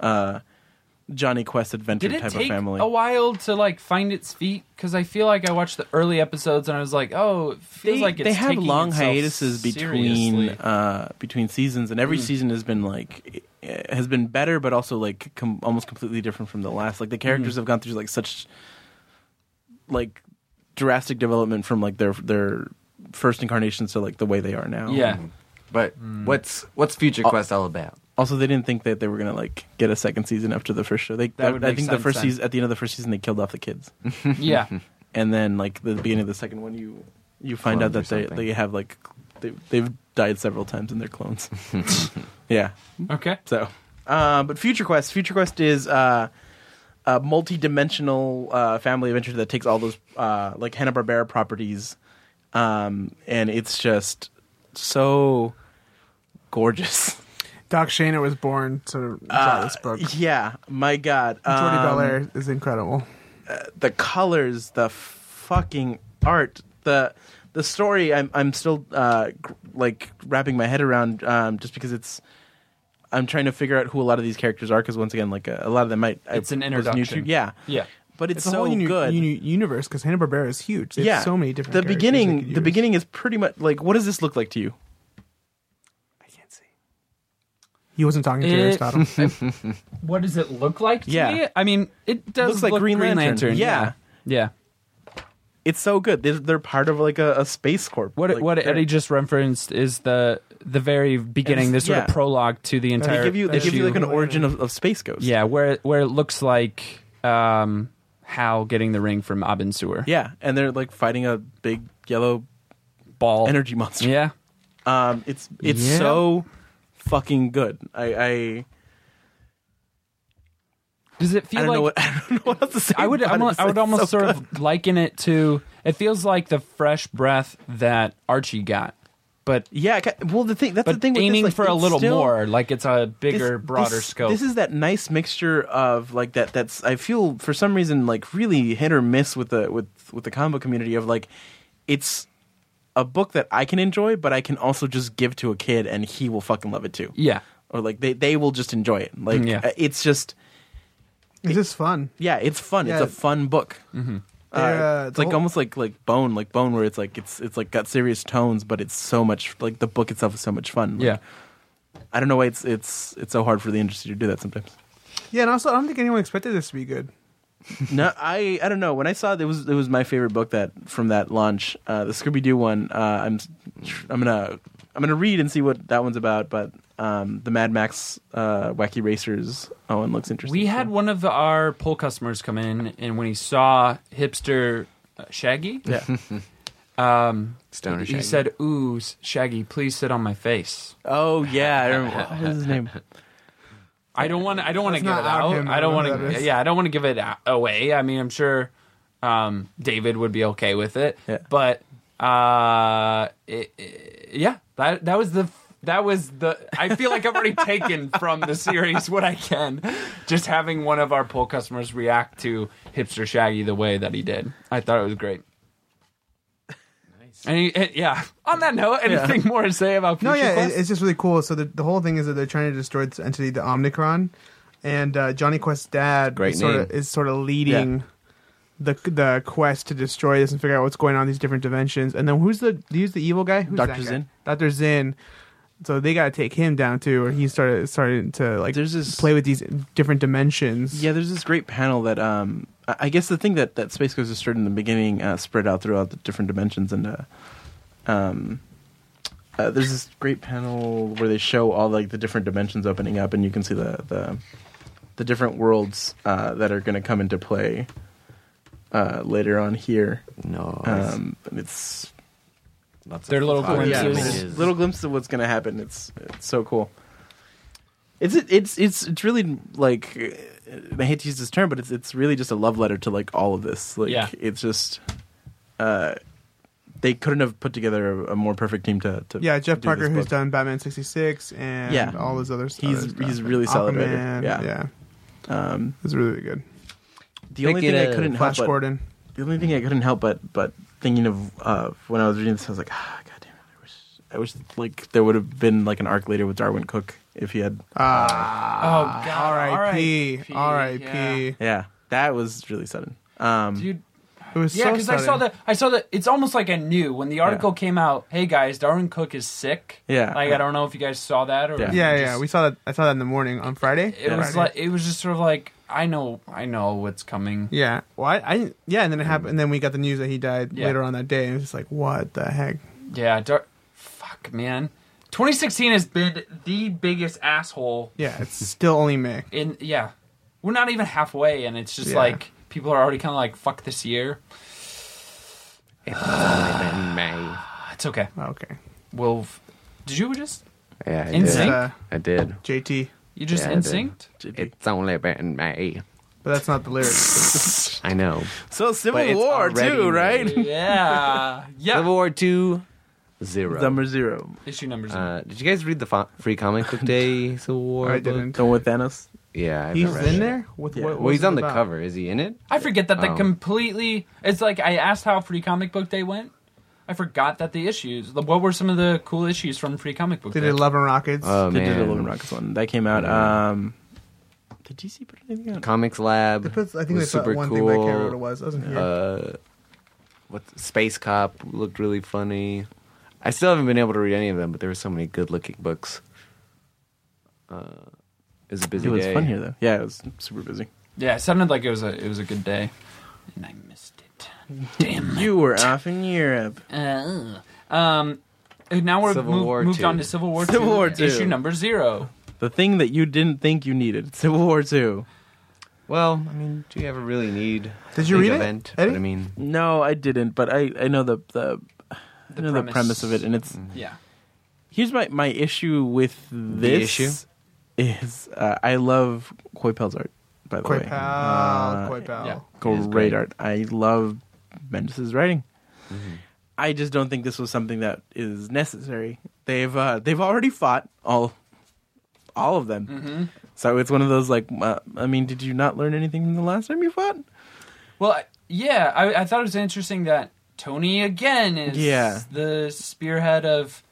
[SPEAKER 5] uh, Johnny Quest
[SPEAKER 1] [gasps]
[SPEAKER 5] adventure
[SPEAKER 1] did it
[SPEAKER 5] type
[SPEAKER 1] take
[SPEAKER 5] of family.
[SPEAKER 1] a while to like find its feet? Because I feel like I watched the early episodes and I was like, oh, it feels
[SPEAKER 5] they,
[SPEAKER 1] like it's
[SPEAKER 5] they have
[SPEAKER 1] taking
[SPEAKER 5] long
[SPEAKER 1] itself
[SPEAKER 5] hiatuses between
[SPEAKER 1] seriously. Hmm.
[SPEAKER 5] uh, between seasons, and every season has been like eh, has been better, but also like com- almost completely different from the last. Like the
[SPEAKER 1] Hmm.
[SPEAKER 5] characters have gone through like such like drastic development from like their their first incarnations to like the way they are now. [laughs]
[SPEAKER 1] yeah.
[SPEAKER 4] But
[SPEAKER 1] Hmm.
[SPEAKER 4] what's what's Future Quest all about?
[SPEAKER 5] Also, they didn't think that they were gonna like get a second season after the first show. They
[SPEAKER 1] That would
[SPEAKER 5] I, I
[SPEAKER 1] make
[SPEAKER 5] think
[SPEAKER 1] sense
[SPEAKER 5] the first
[SPEAKER 1] then.
[SPEAKER 5] season at the end of the first season they killed off the kids.
[SPEAKER 1] Yeah.
[SPEAKER 5] and then like the beginning of the second one, you you find out
[SPEAKER 4] Clones
[SPEAKER 5] that
[SPEAKER 4] or
[SPEAKER 5] they
[SPEAKER 4] something.
[SPEAKER 5] they have like they, they've died several times and they're clones. yeah. [laughs]
[SPEAKER 1] Okay.
[SPEAKER 5] So, uh, but Future Quest, Future Quest is uh, a multi-dimensional uh, family adventure that takes all those uh, like Hanna Barbera properties, um, and it's just so gorgeous.
[SPEAKER 2] Doc Shaner was born to draw this book. Jordi
[SPEAKER 5] Uh, yeah, my God, Um,
[SPEAKER 2] Belair is incredible.
[SPEAKER 5] the colors, the fucking art, the the story. I'm I'm still uh, gr- like wrapping my head around um, just because it's. I'm trying to figure out who a lot of these characters are because once again, like a, a lot of them might. I
[SPEAKER 1] It's an
[SPEAKER 5] was new to-
[SPEAKER 1] introduction.
[SPEAKER 5] yeah,
[SPEAKER 1] Yeah.
[SPEAKER 5] But it's,
[SPEAKER 2] a
[SPEAKER 5] so
[SPEAKER 2] whole uni-
[SPEAKER 5] good.
[SPEAKER 2] uni- universe because Hanna Barbera is huge. They
[SPEAKER 5] yeah,
[SPEAKER 2] have so many different.
[SPEAKER 5] The
[SPEAKER 2] characters they could
[SPEAKER 5] beginning,
[SPEAKER 2] use.
[SPEAKER 5] the beginning is pretty much like, what does this look like to you?
[SPEAKER 2] He wasn't talking to
[SPEAKER 1] It-
[SPEAKER 2] Aristotle.
[SPEAKER 1] [laughs] What does it look like to
[SPEAKER 5] Yeah.
[SPEAKER 1] me? I mean, it does
[SPEAKER 5] Looks like
[SPEAKER 1] look
[SPEAKER 5] Green Lantern.
[SPEAKER 1] Yeah.
[SPEAKER 5] Yeah.
[SPEAKER 1] Yeah.
[SPEAKER 5] It's so good. They're, they're part of like a, a space corp.
[SPEAKER 1] What
[SPEAKER 5] Like,
[SPEAKER 1] what
[SPEAKER 5] they're-
[SPEAKER 1] Eddie just referenced is the the very beginning,
[SPEAKER 5] It's-
[SPEAKER 1] this sort of
[SPEAKER 5] yeah.
[SPEAKER 1] prologue to the entire.
[SPEAKER 5] they give you they give you
[SPEAKER 1] issue.
[SPEAKER 5] like an origin of, of Space Ghost.
[SPEAKER 1] Yeah, where where it looks like um, Hal getting the ring from Abin Sewer.
[SPEAKER 5] yeah, and they're like fighting a big yellow
[SPEAKER 1] Ball
[SPEAKER 5] energy monster.
[SPEAKER 1] Yeah,
[SPEAKER 5] Um, it's it's
[SPEAKER 1] Yeah.
[SPEAKER 5] so fucking good. I I, I
[SPEAKER 1] does it feel
[SPEAKER 5] don't
[SPEAKER 1] like
[SPEAKER 5] know what [laughs] I don't know what else to say.
[SPEAKER 1] I would
[SPEAKER 5] about
[SPEAKER 1] I'm,
[SPEAKER 5] it.
[SPEAKER 1] al-
[SPEAKER 5] It's-
[SPEAKER 1] I would
[SPEAKER 5] it's
[SPEAKER 1] almost
[SPEAKER 5] so
[SPEAKER 1] sort
[SPEAKER 5] good.
[SPEAKER 1] of liken it to it feels like the fresh breath that Archie got, but
[SPEAKER 5] yeah. ca- Well, the thing that's
[SPEAKER 1] but
[SPEAKER 5] the thing with
[SPEAKER 1] aiming
[SPEAKER 5] this, like,
[SPEAKER 1] for a
[SPEAKER 5] it's
[SPEAKER 1] little
[SPEAKER 5] still-
[SPEAKER 1] more, like it's a
[SPEAKER 5] this-
[SPEAKER 1] bigger, broader
[SPEAKER 5] this-
[SPEAKER 1] scope.
[SPEAKER 5] This is that nice mixture of like that. That's I feel for some reason like really hit or miss with the with with the combo community of like it's a book that I can enjoy, but I can also just give to a kid and he will fucking love it too.
[SPEAKER 1] yeah,
[SPEAKER 5] Or like they they will just enjoy it. Like
[SPEAKER 1] Mm, Yeah.
[SPEAKER 5] uh, it's just
[SPEAKER 2] it's just fun.
[SPEAKER 5] yeah, it's fun.
[SPEAKER 2] Yeah.
[SPEAKER 5] It's a fun book.
[SPEAKER 1] Mm-hmm.
[SPEAKER 5] Uh,
[SPEAKER 2] They're, uh,
[SPEAKER 5] it's
[SPEAKER 2] the
[SPEAKER 5] like
[SPEAKER 2] whole-
[SPEAKER 5] almost like like Bone, like Bone, where it's like it's it's like got serious tones, but it's so much like the book itself is so much fun. Like,
[SPEAKER 1] yeah.
[SPEAKER 5] I don't know why it's it's it's so hard for the industry to do that sometimes.
[SPEAKER 2] [laughs] Yeah, and also I don't think anyone expected this to be good.
[SPEAKER 5] no, I I don't know. When I saw it, it was it was my favorite book that from that launch, uh, the Scooby Doo one. Uh, I'm I'm gonna I'm gonna read and see what that one's about. But um, the Mad Max uh, Wacky Racers oh, one looks interesting.
[SPEAKER 1] We had one of our poll customers come in, and when he saw hipster uh, Shaggy,
[SPEAKER 5] yeah.
[SPEAKER 1] um,
[SPEAKER 4] Stoner
[SPEAKER 1] he
[SPEAKER 4] Shaggy.
[SPEAKER 1] said, "Ooh, Shaggy, please sit on my face."
[SPEAKER 5] oh yeah,
[SPEAKER 1] [laughs]
[SPEAKER 5] I remember. What was his name?
[SPEAKER 1] I don't want. I don't want to
[SPEAKER 2] Let's
[SPEAKER 1] give it
[SPEAKER 2] not out
[SPEAKER 1] out.
[SPEAKER 2] him,
[SPEAKER 1] I don't want
[SPEAKER 2] whatever that
[SPEAKER 1] to.
[SPEAKER 2] is.
[SPEAKER 1] Yeah, I don't want to give it a- away. I mean, I'm sure um, David would be okay with it.
[SPEAKER 5] Yeah.
[SPEAKER 1] But uh, it, it- yeah, that that was the that was the. I feel like I've already taken from the series what I can. Just having one of our poll customers react to hipster Shaggy the way that he did, I thought it was great. Nice. And he, it- yeah. On that note, anything more to say about
[SPEAKER 2] No,
[SPEAKER 1] Future
[SPEAKER 2] Oh, yeah,
[SPEAKER 1] Quest?
[SPEAKER 2] it, it's just really cool. So the, the whole thing is that they're trying to destroy this entity, the Omnicron, and uh, Johnny Quest's dad
[SPEAKER 4] Great
[SPEAKER 2] is sort
[SPEAKER 4] name.
[SPEAKER 2] of is sort of leading the the quest to destroy this and figure out what's going on in these different dimensions. And then who's the who's the evil guy? Who's
[SPEAKER 5] Dr.
[SPEAKER 2] that guy?
[SPEAKER 5] Zinn.
[SPEAKER 2] Dr. Zinn. So they got to take him down too, or he started started to like
[SPEAKER 5] There's this-
[SPEAKER 2] play with these different dimensions.
[SPEAKER 5] Yeah, there's this great panel that um, I I guess the thing that that Space Ghost is started in the beginning uh, spread out throughout the different dimensions, and uh, um, uh, there's this great panel where they show all like the different dimensions opening up, and you can see the the, the different worlds uh, that are going to come into play uh, later on here.
[SPEAKER 4] No.
[SPEAKER 5] Um, and it's
[SPEAKER 4] lots of
[SPEAKER 1] They're little
[SPEAKER 4] fun
[SPEAKER 1] glimpses.
[SPEAKER 5] Oh, yeah,
[SPEAKER 1] Images.
[SPEAKER 5] little, little glimpse of what's going to happen. It's it's so cool. It's it's it's it's really like and I hate to use this term, but it's it's really just a love letter to like all of this. Like
[SPEAKER 1] Yeah.
[SPEAKER 5] it's just uh, they couldn't have put together a, a more perfect team to to
[SPEAKER 2] Yeah, Jeff
[SPEAKER 5] do
[SPEAKER 2] Parker,
[SPEAKER 5] this
[SPEAKER 2] who's
[SPEAKER 5] book.
[SPEAKER 2] done Batman sixty six and
[SPEAKER 5] Yeah.
[SPEAKER 2] all those other. s-
[SPEAKER 5] He's-
[SPEAKER 2] other stuff.
[SPEAKER 5] he's really solid writer.
[SPEAKER 2] Aquaman,
[SPEAKER 5] Yeah.
[SPEAKER 2] yeah,
[SPEAKER 5] Um,
[SPEAKER 2] it's really good.
[SPEAKER 5] the only
[SPEAKER 4] Pick it
[SPEAKER 5] thing I
[SPEAKER 4] up.
[SPEAKER 5] couldn't help
[SPEAKER 2] Flash
[SPEAKER 5] but,
[SPEAKER 2] Gordon.
[SPEAKER 5] the only thing I couldn't help but but thinking of uh, when I was reading this, I was like, ah, God damn it, I wish I wish like there would have been like an arc later with Darwin Cook if he had.
[SPEAKER 2] Ah,
[SPEAKER 1] Oh, God,
[SPEAKER 2] R.I.P.
[SPEAKER 1] R.I.P.,
[SPEAKER 2] R.I.P.
[SPEAKER 5] Yeah, that was really sudden. Um,
[SPEAKER 1] Dude,
[SPEAKER 2] It was
[SPEAKER 1] Yeah,
[SPEAKER 2] so
[SPEAKER 1] because I saw
[SPEAKER 2] sudden.
[SPEAKER 1] the I saw that it's almost like I knew when the article came out. Hey guys, Darwin Cook is sick.
[SPEAKER 5] Yeah.
[SPEAKER 1] like I don't know if you guys saw that or
[SPEAKER 5] Yeah.
[SPEAKER 1] if you
[SPEAKER 2] Yeah,
[SPEAKER 1] just-
[SPEAKER 2] yeah, we saw that. I saw that in the morning on Friday.
[SPEAKER 1] It was like it was just sort of like I know I know what's coming.
[SPEAKER 2] yeah. Well, I, I didn't- yeah, and then it happened. And then we got the news that he died
[SPEAKER 1] Yeah.
[SPEAKER 2] later on that day. And it was just like, what the heck?
[SPEAKER 1] Yeah, Dar- fuck man, 2016 has been the biggest asshole.
[SPEAKER 2] Yeah, it's still only May.
[SPEAKER 1] In yeah, we're not even halfway, and it's just
[SPEAKER 2] Yeah.
[SPEAKER 1] like people are already kind of like fuck this year.
[SPEAKER 4] It was only in May.
[SPEAKER 1] It's okay.
[SPEAKER 2] Okay.
[SPEAKER 1] We'll. f- Did you just?
[SPEAKER 4] Yeah, I
[SPEAKER 1] In
[SPEAKER 4] did.
[SPEAKER 2] It's,
[SPEAKER 1] sync?
[SPEAKER 2] uh,
[SPEAKER 4] I did.
[SPEAKER 2] JT,
[SPEAKER 1] You just
[SPEAKER 4] Yeah, I
[SPEAKER 1] in
[SPEAKER 4] did.
[SPEAKER 1] synced?
[SPEAKER 4] It's only been in May.
[SPEAKER 2] but that's not the lyrics.
[SPEAKER 4] I know.
[SPEAKER 5] So
[SPEAKER 4] But
[SPEAKER 5] Civil
[SPEAKER 4] it's
[SPEAKER 5] War
[SPEAKER 4] already
[SPEAKER 5] too, right?
[SPEAKER 4] made.
[SPEAKER 1] Yeah. [laughs]
[SPEAKER 4] [laughs]
[SPEAKER 1] yeah.
[SPEAKER 4] Civil War Two Zero.
[SPEAKER 5] Number zero.
[SPEAKER 1] Issue numbers.
[SPEAKER 4] Uh, did you guys read the fo- Free Comic
[SPEAKER 2] [laughs]
[SPEAKER 4] Book Day Civil War?
[SPEAKER 2] I
[SPEAKER 4] book?
[SPEAKER 2] didn't.
[SPEAKER 5] Don't with Thanos.
[SPEAKER 4] Yeah, I
[SPEAKER 2] He's
[SPEAKER 4] haven't read
[SPEAKER 2] in
[SPEAKER 4] it.
[SPEAKER 2] there? With
[SPEAKER 5] Yeah.
[SPEAKER 2] what,
[SPEAKER 4] Well,
[SPEAKER 2] what's
[SPEAKER 4] he's
[SPEAKER 2] it
[SPEAKER 4] on the
[SPEAKER 2] about?
[SPEAKER 4] cover. Is he in it?
[SPEAKER 1] I forget that they
[SPEAKER 4] Oh.
[SPEAKER 1] completely. It's like I asked how Free Comic Book Day went. I forgot that the issues. What were some of the cool issues from Free Comic Book
[SPEAKER 2] Did
[SPEAKER 1] Day?
[SPEAKER 2] it Love and Rockets?
[SPEAKER 1] Uh,
[SPEAKER 4] Oh
[SPEAKER 5] They did
[SPEAKER 4] man,
[SPEAKER 5] a Lone Rockets one that came out. Um, did DC put anything out?
[SPEAKER 4] Comics Lab.
[SPEAKER 2] They put- I think they
[SPEAKER 4] was
[SPEAKER 2] put
[SPEAKER 4] super
[SPEAKER 2] one
[SPEAKER 4] cool.
[SPEAKER 2] thing, but I can't remember what it was. I wasn't here.
[SPEAKER 4] Uh, what Space Cop looked really funny. I still haven't been able to read any of them, but there were so many good-looking books. Uh, it was a busy
[SPEAKER 5] It was
[SPEAKER 4] day.
[SPEAKER 5] fun here though. Yeah, it was super busy.
[SPEAKER 1] yeah, it sounded like it was a it was a good day, and I missed it.
[SPEAKER 5] [laughs]
[SPEAKER 1] Damn.
[SPEAKER 4] [laughs]
[SPEAKER 5] You were off in Europe.
[SPEAKER 1] Uh, um, and now we're
[SPEAKER 4] Civil
[SPEAKER 1] move-
[SPEAKER 4] War
[SPEAKER 1] moved
[SPEAKER 4] two.
[SPEAKER 1] on to Civil War
[SPEAKER 5] Civil
[SPEAKER 1] two,
[SPEAKER 5] War two.
[SPEAKER 1] issue number zero.
[SPEAKER 5] The thing that you didn't think you needed. Civil War two.
[SPEAKER 4] Well, I mean, do you ever really need?
[SPEAKER 2] Did
[SPEAKER 4] a
[SPEAKER 2] you
[SPEAKER 4] big
[SPEAKER 2] read it,
[SPEAKER 4] event? But,
[SPEAKER 2] Eddie?
[SPEAKER 4] I mean,
[SPEAKER 5] No, I didn't. But I I know the the. I know the premise of it, and
[SPEAKER 4] Mm.
[SPEAKER 5] it's
[SPEAKER 1] Yeah.
[SPEAKER 5] here's my my issue with this
[SPEAKER 4] issue?
[SPEAKER 5] is uh, I love Koi Pal's art. By the
[SPEAKER 2] Koi
[SPEAKER 5] way, Uh,
[SPEAKER 2] Pal, Koi Pal.
[SPEAKER 1] yeah.
[SPEAKER 5] great,
[SPEAKER 4] great.
[SPEAKER 5] art. I love Bendis's writing. Mm-hmm. I just don't think this was something that is necessary. They've uh, they've already fought all all of them,
[SPEAKER 1] Mm. Mm-hmm.
[SPEAKER 5] so it's one of those like uh, I mean, did you not learn anything from the last time you fought?
[SPEAKER 1] Well, I- yeah, I, I thought it was interesting that Tony again is
[SPEAKER 5] Yeah.
[SPEAKER 1] the spearhead of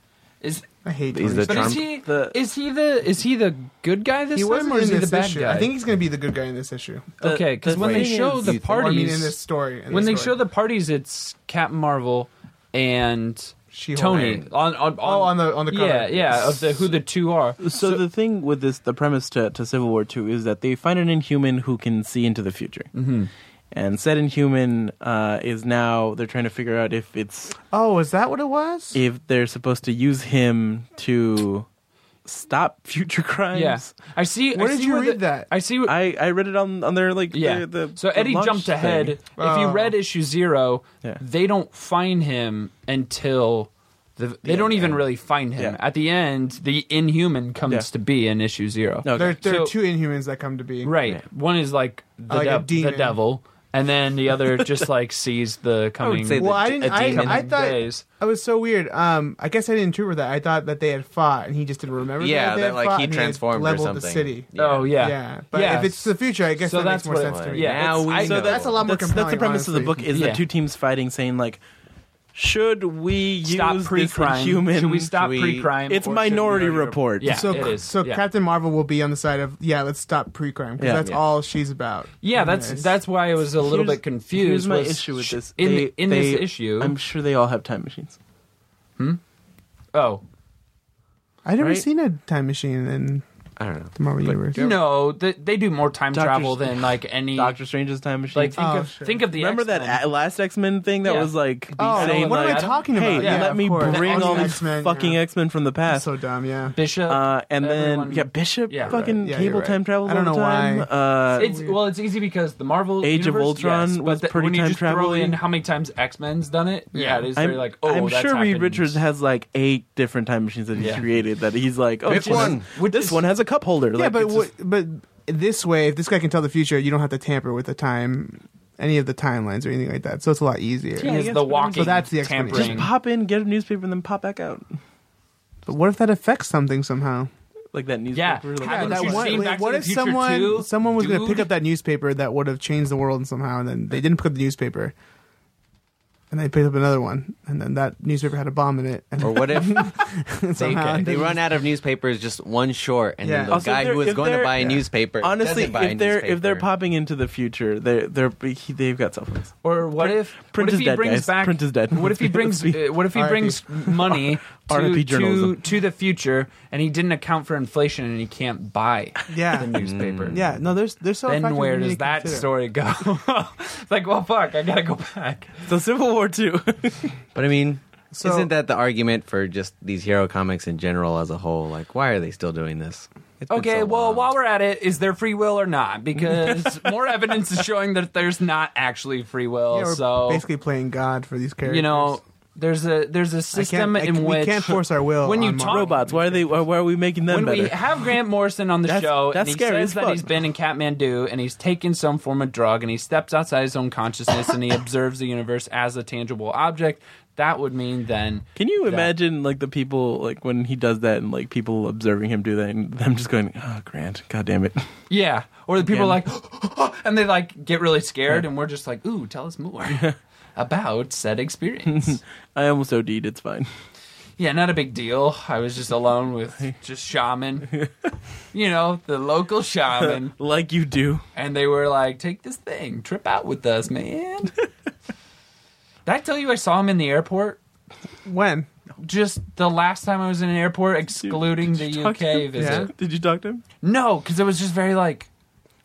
[SPEAKER 1] is
[SPEAKER 2] I hate Tony
[SPEAKER 4] He's the
[SPEAKER 1] but
[SPEAKER 2] Stark.
[SPEAKER 1] is
[SPEAKER 4] Trump-
[SPEAKER 1] he
[SPEAKER 5] the-
[SPEAKER 1] is he the is he the good guy this
[SPEAKER 2] He
[SPEAKER 1] time
[SPEAKER 2] wasn't
[SPEAKER 1] or is
[SPEAKER 2] in
[SPEAKER 1] he the
[SPEAKER 2] this
[SPEAKER 1] bad
[SPEAKER 2] issue.
[SPEAKER 1] guy?
[SPEAKER 2] I think he's going to be the good guy in this issue.
[SPEAKER 5] The-
[SPEAKER 1] okay, because
[SPEAKER 5] the
[SPEAKER 1] when they
[SPEAKER 5] thing
[SPEAKER 1] show
[SPEAKER 5] is-
[SPEAKER 1] the
[SPEAKER 4] You think-
[SPEAKER 2] Or, I
[SPEAKER 1] parties,
[SPEAKER 2] mean, in this story. in
[SPEAKER 1] when
[SPEAKER 2] this
[SPEAKER 1] they show
[SPEAKER 2] story.
[SPEAKER 1] the parties, it's Captain Marvel and
[SPEAKER 2] She-Hulk.
[SPEAKER 1] Tony on on, on
[SPEAKER 2] Oh, on the- on the cover.
[SPEAKER 1] yeah yeah of the who the two are.
[SPEAKER 5] So, the thing with this, the premise to, to Civil War Two is that they find an Inhuman who can see into the future, mm-hmm. and said Inhuman uh, is now they're trying to figure out if it's
[SPEAKER 2] Oh, is that what it was?
[SPEAKER 5] if they're supposed to use him to stop [laughs] future crimes.
[SPEAKER 1] Yeah, I see. I
[SPEAKER 2] Where did
[SPEAKER 1] see
[SPEAKER 2] you
[SPEAKER 1] the-
[SPEAKER 2] read that?
[SPEAKER 1] I see. What,
[SPEAKER 5] I, I read it on, on their like
[SPEAKER 1] yeah.
[SPEAKER 5] their- the,
[SPEAKER 1] so
[SPEAKER 5] the
[SPEAKER 1] Eddie
[SPEAKER 5] launch
[SPEAKER 1] jumped
[SPEAKER 5] thing.
[SPEAKER 1] ahead. If you
[SPEAKER 2] Oh.
[SPEAKER 1] read issue zero,
[SPEAKER 5] Yeah.
[SPEAKER 1] they don't find him until the, they don't even really find him.
[SPEAKER 5] Yeah.
[SPEAKER 1] At the end, the Inhuman comes
[SPEAKER 5] Yeah.
[SPEAKER 1] to be in issue zero.
[SPEAKER 5] Okay.
[SPEAKER 2] There, there
[SPEAKER 1] So-
[SPEAKER 2] are two Inhumans that come to be.
[SPEAKER 1] Right. One is like the,
[SPEAKER 2] Like a
[SPEAKER 1] dev- the
[SPEAKER 2] demon.
[SPEAKER 1] devil, and then the
[SPEAKER 2] [laughs]
[SPEAKER 1] other just like sees the coming.
[SPEAKER 4] say that
[SPEAKER 2] Well, I
[SPEAKER 4] A
[SPEAKER 2] didn't.
[SPEAKER 4] demon
[SPEAKER 2] I, I thought
[SPEAKER 1] days.
[SPEAKER 2] I was so weird. Um, I guess I didn't interpret that. I thought that they had fought, and he just didn't remember. that,
[SPEAKER 4] yeah,
[SPEAKER 2] they
[SPEAKER 4] that
[SPEAKER 2] had
[SPEAKER 4] like
[SPEAKER 2] fought,
[SPEAKER 4] he
[SPEAKER 2] and had
[SPEAKER 4] transformed or
[SPEAKER 2] leveled
[SPEAKER 4] something.
[SPEAKER 2] the city.
[SPEAKER 4] Yeah.
[SPEAKER 1] Oh yeah.
[SPEAKER 2] Yeah, but if it's the future, I guess
[SPEAKER 1] So
[SPEAKER 2] that
[SPEAKER 1] that's
[SPEAKER 2] makes more
[SPEAKER 1] what it
[SPEAKER 2] sense to
[SPEAKER 1] was.
[SPEAKER 2] me.
[SPEAKER 1] Yeah,
[SPEAKER 4] Now
[SPEAKER 1] it's-
[SPEAKER 4] we
[SPEAKER 1] I-
[SPEAKER 4] know.
[SPEAKER 2] So that's a lot more
[SPEAKER 5] That's, that's the
[SPEAKER 2] compelling,
[SPEAKER 5] premise of the book
[SPEAKER 2] honestly.
[SPEAKER 5] is
[SPEAKER 1] Yeah.
[SPEAKER 5] the two teams fighting, saying like, should we
[SPEAKER 1] Stop
[SPEAKER 5] use this
[SPEAKER 1] pre-crime.
[SPEAKER 5] human?
[SPEAKER 1] Should we stop
[SPEAKER 4] we-
[SPEAKER 1] pre-crime?
[SPEAKER 5] It's
[SPEAKER 1] or should
[SPEAKER 5] Minority
[SPEAKER 1] we-
[SPEAKER 5] Report.
[SPEAKER 1] Yeah,
[SPEAKER 2] So,
[SPEAKER 1] it is.
[SPEAKER 2] so
[SPEAKER 1] yeah.
[SPEAKER 2] Captain Marvel will be on the side of yeah, let's stop pre-crime because
[SPEAKER 5] Yeah.
[SPEAKER 2] that's
[SPEAKER 5] Yeah.
[SPEAKER 2] all she's about.
[SPEAKER 1] Yeah, that's
[SPEAKER 2] Anyways.
[SPEAKER 1] that's why I was a little
[SPEAKER 5] Here's-
[SPEAKER 1] bit confused.
[SPEAKER 5] Here's my
[SPEAKER 1] was
[SPEAKER 5] issue with
[SPEAKER 1] sh-
[SPEAKER 5] this.
[SPEAKER 1] In,
[SPEAKER 5] They-
[SPEAKER 1] in
[SPEAKER 5] they-
[SPEAKER 1] this issue,
[SPEAKER 5] I'm sure they all have time machines.
[SPEAKER 1] oh
[SPEAKER 2] I've never
[SPEAKER 5] right?
[SPEAKER 2] seen a time machine in
[SPEAKER 4] I don't know.
[SPEAKER 2] the Marvel universe.
[SPEAKER 1] no, th- they do more time
[SPEAKER 5] Doctor
[SPEAKER 1] travel
[SPEAKER 5] Strange-
[SPEAKER 1] than like any.
[SPEAKER 5] Doctor Strange's time machine.
[SPEAKER 1] Mm. like think
[SPEAKER 2] Oh,
[SPEAKER 1] of
[SPEAKER 2] sure.
[SPEAKER 1] think of the
[SPEAKER 5] Remember
[SPEAKER 1] X-Men.
[SPEAKER 5] that a- last X Men thing that
[SPEAKER 1] Yeah.
[SPEAKER 5] was like
[SPEAKER 2] Oh,
[SPEAKER 5] saying
[SPEAKER 2] what am
[SPEAKER 5] like,
[SPEAKER 2] I talking about?
[SPEAKER 5] Hey,
[SPEAKER 1] Yeah,
[SPEAKER 5] let
[SPEAKER 2] of
[SPEAKER 5] me
[SPEAKER 2] course.
[SPEAKER 5] bring
[SPEAKER 1] That
[SPEAKER 5] all these
[SPEAKER 2] X-Men,
[SPEAKER 5] fucking
[SPEAKER 2] yeah.
[SPEAKER 5] X Men from the past.
[SPEAKER 2] So dumb, yeah.
[SPEAKER 1] Bishop?
[SPEAKER 5] Uh, and
[SPEAKER 1] everyone-
[SPEAKER 5] then yeah, Bishop
[SPEAKER 1] Yeah.
[SPEAKER 5] fucking
[SPEAKER 2] Right. Yeah, you're
[SPEAKER 5] cable
[SPEAKER 2] right.
[SPEAKER 5] time travels.
[SPEAKER 2] I don't
[SPEAKER 5] all the
[SPEAKER 2] know
[SPEAKER 5] time.
[SPEAKER 2] why.
[SPEAKER 5] Uh,
[SPEAKER 1] it's well, it's easy because the Marvel
[SPEAKER 5] Age of
[SPEAKER 1] universe,
[SPEAKER 5] Ultron
[SPEAKER 1] yes,
[SPEAKER 5] was
[SPEAKER 1] but the-
[SPEAKER 5] pretty
[SPEAKER 1] when you
[SPEAKER 5] time
[SPEAKER 1] just Throw
[SPEAKER 5] traveling.
[SPEAKER 1] in how many times X Men's done it? Yeah, it is
[SPEAKER 5] I'm,
[SPEAKER 1] very like oh,
[SPEAKER 5] I'm
[SPEAKER 1] that's
[SPEAKER 5] sure Reed
[SPEAKER 1] happened.
[SPEAKER 5] Richards has like eight different time machines that he's
[SPEAKER 1] Yeah.
[SPEAKER 5] created that he's like, oh,
[SPEAKER 4] Pick
[SPEAKER 5] this
[SPEAKER 4] one.
[SPEAKER 5] With this one has a cup holder.
[SPEAKER 2] yeah,
[SPEAKER 5] Like,
[SPEAKER 2] but
[SPEAKER 5] it's
[SPEAKER 2] what,
[SPEAKER 5] just-
[SPEAKER 2] but this way, if this guy can tell the future, you don't have to tamper with the time, any of the timelines or anything like that. So it's a lot easier.
[SPEAKER 1] He
[SPEAKER 5] I
[SPEAKER 1] is
[SPEAKER 5] guess
[SPEAKER 1] the
[SPEAKER 5] what I'm
[SPEAKER 1] walking
[SPEAKER 2] So that's the explanation.
[SPEAKER 1] tampering.
[SPEAKER 5] just pop in, get a newspaper, and then pop back out [laughs]
[SPEAKER 2] But what if that affects something somehow?
[SPEAKER 5] like that
[SPEAKER 1] Yeah.
[SPEAKER 5] newspaper. like-
[SPEAKER 1] Yeah, Haven't
[SPEAKER 2] that
[SPEAKER 1] you
[SPEAKER 2] one-
[SPEAKER 1] seen
[SPEAKER 2] like,
[SPEAKER 1] Back to
[SPEAKER 2] what
[SPEAKER 1] the
[SPEAKER 2] if
[SPEAKER 1] Future
[SPEAKER 2] someone
[SPEAKER 1] 2,
[SPEAKER 2] someone was going to
[SPEAKER 1] dude?
[SPEAKER 2] pick up that newspaper that would have changed the world somehow, and then they didn't pick up the newspaper, and they picked up another one, and then that newspaper had a bomb in it, and
[SPEAKER 4] Or
[SPEAKER 2] [laughs]
[SPEAKER 4] what if
[SPEAKER 1] Oh,
[SPEAKER 4] they,
[SPEAKER 2] somehow
[SPEAKER 4] they run out of newspapers just one short, and
[SPEAKER 2] Yeah.
[SPEAKER 4] then the
[SPEAKER 5] Also,
[SPEAKER 4] guy
[SPEAKER 5] they're-
[SPEAKER 4] who was
[SPEAKER 5] if
[SPEAKER 4] going to
[SPEAKER 5] they're-
[SPEAKER 4] buy a
[SPEAKER 5] yeah.
[SPEAKER 4] newspaper
[SPEAKER 5] Honestly,
[SPEAKER 4] doesn't buy
[SPEAKER 5] if
[SPEAKER 4] a
[SPEAKER 5] they're if they're
[SPEAKER 4] newspaper.
[SPEAKER 5] popping into the future, they're they're he, they've got cell phones.
[SPEAKER 1] Or what
[SPEAKER 5] Print-
[SPEAKER 1] if
[SPEAKER 5] print
[SPEAKER 1] what
[SPEAKER 5] is
[SPEAKER 1] if he
[SPEAKER 5] dead,
[SPEAKER 1] brings
[SPEAKER 5] guys.
[SPEAKER 1] back
[SPEAKER 5] Print is dead.
[SPEAKER 2] [laughs]
[SPEAKER 1] What if he brings uh, what if he
[SPEAKER 2] R.I.P.
[SPEAKER 1] brings
[SPEAKER 2] [laughs]
[SPEAKER 1] money to,
[SPEAKER 5] R.I.P.
[SPEAKER 1] to
[SPEAKER 5] journalism.
[SPEAKER 1] to the future and he didn't account for inflation and he can't buy the
[SPEAKER 2] yeah, Mm.
[SPEAKER 1] newspaper?
[SPEAKER 2] yeah. No, there's there's so.
[SPEAKER 1] Then where does that story go? [laughs]
[SPEAKER 2] [laughs]
[SPEAKER 1] it's like, well, fuck, I gotta go back.
[SPEAKER 5] So Civil War two. [laughs]
[SPEAKER 4] But I mean,
[SPEAKER 2] So,
[SPEAKER 4] Isn't that the argument for just these hero comics in general as a whole? Like, why are they still doing this? It's been
[SPEAKER 1] Okay,
[SPEAKER 4] so
[SPEAKER 1] well,
[SPEAKER 4] long.
[SPEAKER 1] while we're at it, is there free will or
[SPEAKER 2] [laughs]
[SPEAKER 1] not? Because more evidence is showing that there's not actually free will.
[SPEAKER 2] yeah, we're
[SPEAKER 1] so
[SPEAKER 2] basically playing God for these characters?
[SPEAKER 1] you know, there's a there's a system
[SPEAKER 2] I-
[SPEAKER 1] in
[SPEAKER 2] we
[SPEAKER 1] which
[SPEAKER 2] can't force our will
[SPEAKER 1] When you
[SPEAKER 2] on
[SPEAKER 1] talk,
[SPEAKER 2] Marvel.
[SPEAKER 5] robots. Why are they? Why are we making them
[SPEAKER 1] when
[SPEAKER 5] better?
[SPEAKER 1] we have Grant Morrison on the
[SPEAKER 5] That's-
[SPEAKER 1] show,
[SPEAKER 5] that's
[SPEAKER 1] and he
[SPEAKER 5] scary
[SPEAKER 1] says
[SPEAKER 5] as
[SPEAKER 1] that
[SPEAKER 5] fuck.
[SPEAKER 1] he's been in Kathmandu and he's taken some form of drug and he steps outside his own consciousness and
[SPEAKER 5] [laughs]
[SPEAKER 1] he observes the universe as a tangible object, that would mean then
[SPEAKER 5] Can you
[SPEAKER 1] that-
[SPEAKER 5] imagine like the people like when he does that and like people observing him do that and them just going, "Oh, Grant, god damn it." [laughs]
[SPEAKER 1] Yeah, or the people are like,
[SPEAKER 5] Again.
[SPEAKER 1] and they like [gasps] get really scared, and we're just like, ooh, tell us
[SPEAKER 5] [laughs]
[SPEAKER 1] more [laughs] about said experience.
[SPEAKER 5] I almost OD'd. It's fine.
[SPEAKER 1] yeah, not a big deal. I was just alone
[SPEAKER 5] [laughs]
[SPEAKER 1] with just shaman, you know, the local shaman,
[SPEAKER 5] [laughs] Like you do.
[SPEAKER 1] and they were like, take this thing, trip out with us,
[SPEAKER 5] [laughs]
[SPEAKER 1] man. Did I tell you I saw him in the airport?
[SPEAKER 2] When?
[SPEAKER 1] Just the last time I was in an airport, excluding
[SPEAKER 5] Did
[SPEAKER 1] the
[SPEAKER 5] you talk to
[SPEAKER 1] UK
[SPEAKER 5] him?
[SPEAKER 1] visit.
[SPEAKER 2] Yeah.
[SPEAKER 5] Did you talk to him?
[SPEAKER 1] No, because it was just very like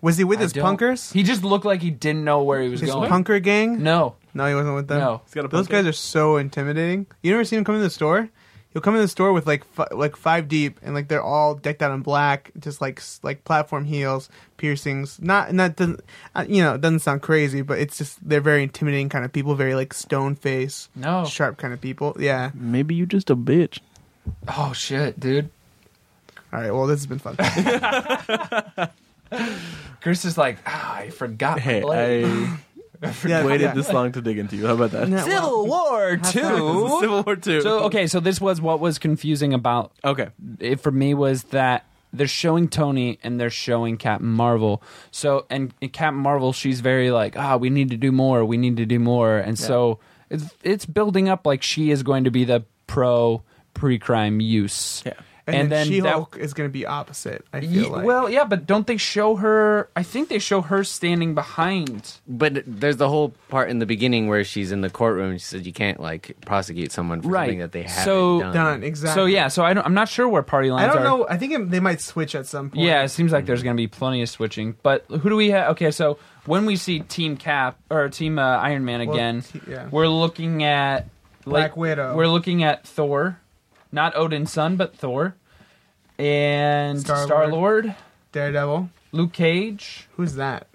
[SPEAKER 2] Was he with
[SPEAKER 1] I
[SPEAKER 2] his
[SPEAKER 1] don't-
[SPEAKER 2] punkers?
[SPEAKER 1] He just looked like he didn't know where he was
[SPEAKER 2] his
[SPEAKER 1] going.
[SPEAKER 2] punker gang?
[SPEAKER 1] no,
[SPEAKER 2] No, he wasn't with them.
[SPEAKER 1] No. He's
[SPEAKER 5] got a
[SPEAKER 2] Those
[SPEAKER 5] punker.
[SPEAKER 2] guys are so intimidating. You never see him come in the store? He'll come in the store with like f- like five deep, and like they're all decked out in black, just like s- like platform heels, piercings. Not and that doesn't uh, you know it doesn't sound crazy, but it's just they're very intimidating kind of people, very like stone face,
[SPEAKER 1] No.
[SPEAKER 2] sharp kind of people. Yeah.
[SPEAKER 5] Maybe you just a bitch.
[SPEAKER 1] Oh shit, dude.
[SPEAKER 2] All right. Well, this has been
[SPEAKER 1] [laughs]
[SPEAKER 2] fun.
[SPEAKER 1] Chris is like, ah, I forgot.
[SPEAKER 5] Hey,
[SPEAKER 1] [laughs] I
[SPEAKER 5] I
[SPEAKER 2] yeah,
[SPEAKER 5] waited
[SPEAKER 2] yeah.
[SPEAKER 5] this long to dig into you. How about that?
[SPEAKER 1] [laughs]
[SPEAKER 2] Yeah, well,
[SPEAKER 1] Civil War Two.
[SPEAKER 5] Civil War Two.
[SPEAKER 1] So okay, so this was what was confusing about
[SPEAKER 5] Okay.
[SPEAKER 1] it for me was that they're showing Tony and they're showing Captain Marvel. So and, and Captain Marvel, she's very like, ah, we need to do more. We need to do more. And so it's it's building up like she is going to be the pro pre crime use.
[SPEAKER 5] Yeah.
[SPEAKER 2] and, then,
[SPEAKER 1] that-
[SPEAKER 2] She Hulk is going to be opposite. I feel
[SPEAKER 1] Ye-
[SPEAKER 2] like.
[SPEAKER 1] Well, yeah, but don't they show her? I think they show her standing behind.
[SPEAKER 4] But there's the whole part in the beginning where she's in the courtroom. She said you can't like prosecute someone for
[SPEAKER 1] Right.
[SPEAKER 4] something that they haven't
[SPEAKER 1] So-
[SPEAKER 4] done.
[SPEAKER 2] done exactly.
[SPEAKER 1] So yeah, so I don't, I'm not sure where party lines
[SPEAKER 2] I
[SPEAKER 1] are.
[SPEAKER 2] don't know. I think it, they might switch at some point. Mm-hmm.
[SPEAKER 1] Yeah, it seems like there's going to be plenty of switching. But who do we have? Okay, so when we see Team Cap or Team uh, Iron Man
[SPEAKER 2] Well,
[SPEAKER 1] again,
[SPEAKER 2] t- yeah.
[SPEAKER 1] we're looking at
[SPEAKER 2] Black Widow.
[SPEAKER 1] We're looking at Thor, not Odin's son, but Thor, and
[SPEAKER 2] Star-Lord.
[SPEAKER 1] Star Lord,
[SPEAKER 2] Daredevil.
[SPEAKER 1] Luke Cage,
[SPEAKER 2] Who's that?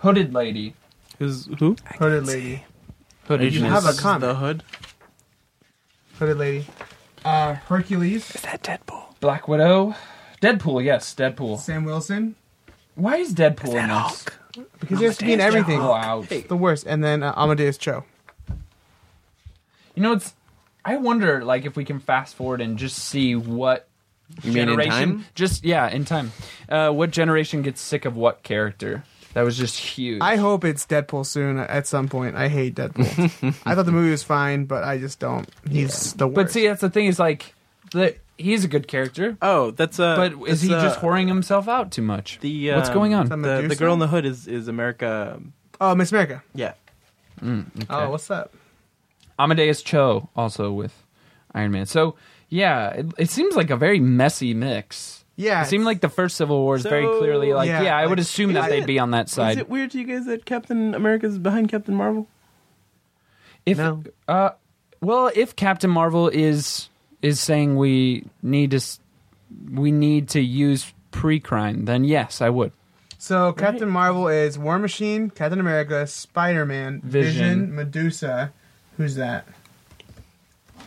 [SPEAKER 1] Hooded Lady.
[SPEAKER 5] Who's who?
[SPEAKER 2] Hooded lady.
[SPEAKER 1] Hooded
[SPEAKER 2] You have a
[SPEAKER 1] Miss.
[SPEAKER 2] comment.
[SPEAKER 5] The hood.
[SPEAKER 2] Hooded lady. Uh, Hercules.
[SPEAKER 3] Is that Deadpool?
[SPEAKER 1] Black Widow, Deadpool. Yes, Deadpool.
[SPEAKER 2] Sam Wilson.
[SPEAKER 1] Why is Deadpool in
[SPEAKER 3] That
[SPEAKER 1] this?
[SPEAKER 3] Hulk?
[SPEAKER 2] Because he has to be in
[SPEAKER 3] Amadeus
[SPEAKER 2] everything.
[SPEAKER 1] Wow.
[SPEAKER 2] The worst. And then uh, Amadeus Cho.
[SPEAKER 1] You know, it's. I wonder, like, if we can fast forward and just see what
[SPEAKER 4] You mean in
[SPEAKER 1] generation.
[SPEAKER 4] time?
[SPEAKER 1] Just yeah, in time. Uh, what generation gets sick of what character? That was just huge.
[SPEAKER 2] I hope it's Deadpool soon at some point. I hate
[SPEAKER 1] [laughs]
[SPEAKER 2] Deadpool. I thought the movie was fine, but I just don't. He's the worst.
[SPEAKER 1] but see, that's the thing. Is like, the, he's a good character,
[SPEAKER 5] Oh, that's uh.
[SPEAKER 1] but is
[SPEAKER 5] that's,
[SPEAKER 1] he
[SPEAKER 5] uh,
[SPEAKER 1] just whoring himself out too much?
[SPEAKER 5] The
[SPEAKER 1] What's
[SPEAKER 5] um,
[SPEAKER 1] going on?
[SPEAKER 2] Some
[SPEAKER 5] The, the
[SPEAKER 2] Medusa?
[SPEAKER 5] girl in the hood is is America. um,
[SPEAKER 2] oh, Miss America.
[SPEAKER 5] Yeah.
[SPEAKER 2] Oh, what's up?
[SPEAKER 1] Amadeus Cho also with Iron Man. So yeah, it, it seems like a very messy mix.
[SPEAKER 2] Yeah,
[SPEAKER 1] it seemed
[SPEAKER 2] it's-
[SPEAKER 1] like the first Civil War is very
[SPEAKER 5] So-
[SPEAKER 1] clearly like yeah.
[SPEAKER 2] Yeah,
[SPEAKER 1] I would
[SPEAKER 2] like,
[SPEAKER 1] assume
[SPEAKER 5] is
[SPEAKER 1] that they'd
[SPEAKER 5] it-
[SPEAKER 1] be on that
[SPEAKER 5] Is
[SPEAKER 1] side.
[SPEAKER 5] it weird to you guys that Captain America's behind Captain Marvel?
[SPEAKER 1] If
[SPEAKER 4] No.
[SPEAKER 1] uh, well, if Captain Marvel is is saying we need to s- we need to use pre-crime, then yes, I would.
[SPEAKER 2] So Captain Marvel is War Machine, Captain America, Spider Man,
[SPEAKER 1] Vision.
[SPEAKER 2] Vision, Medusa. Who's that?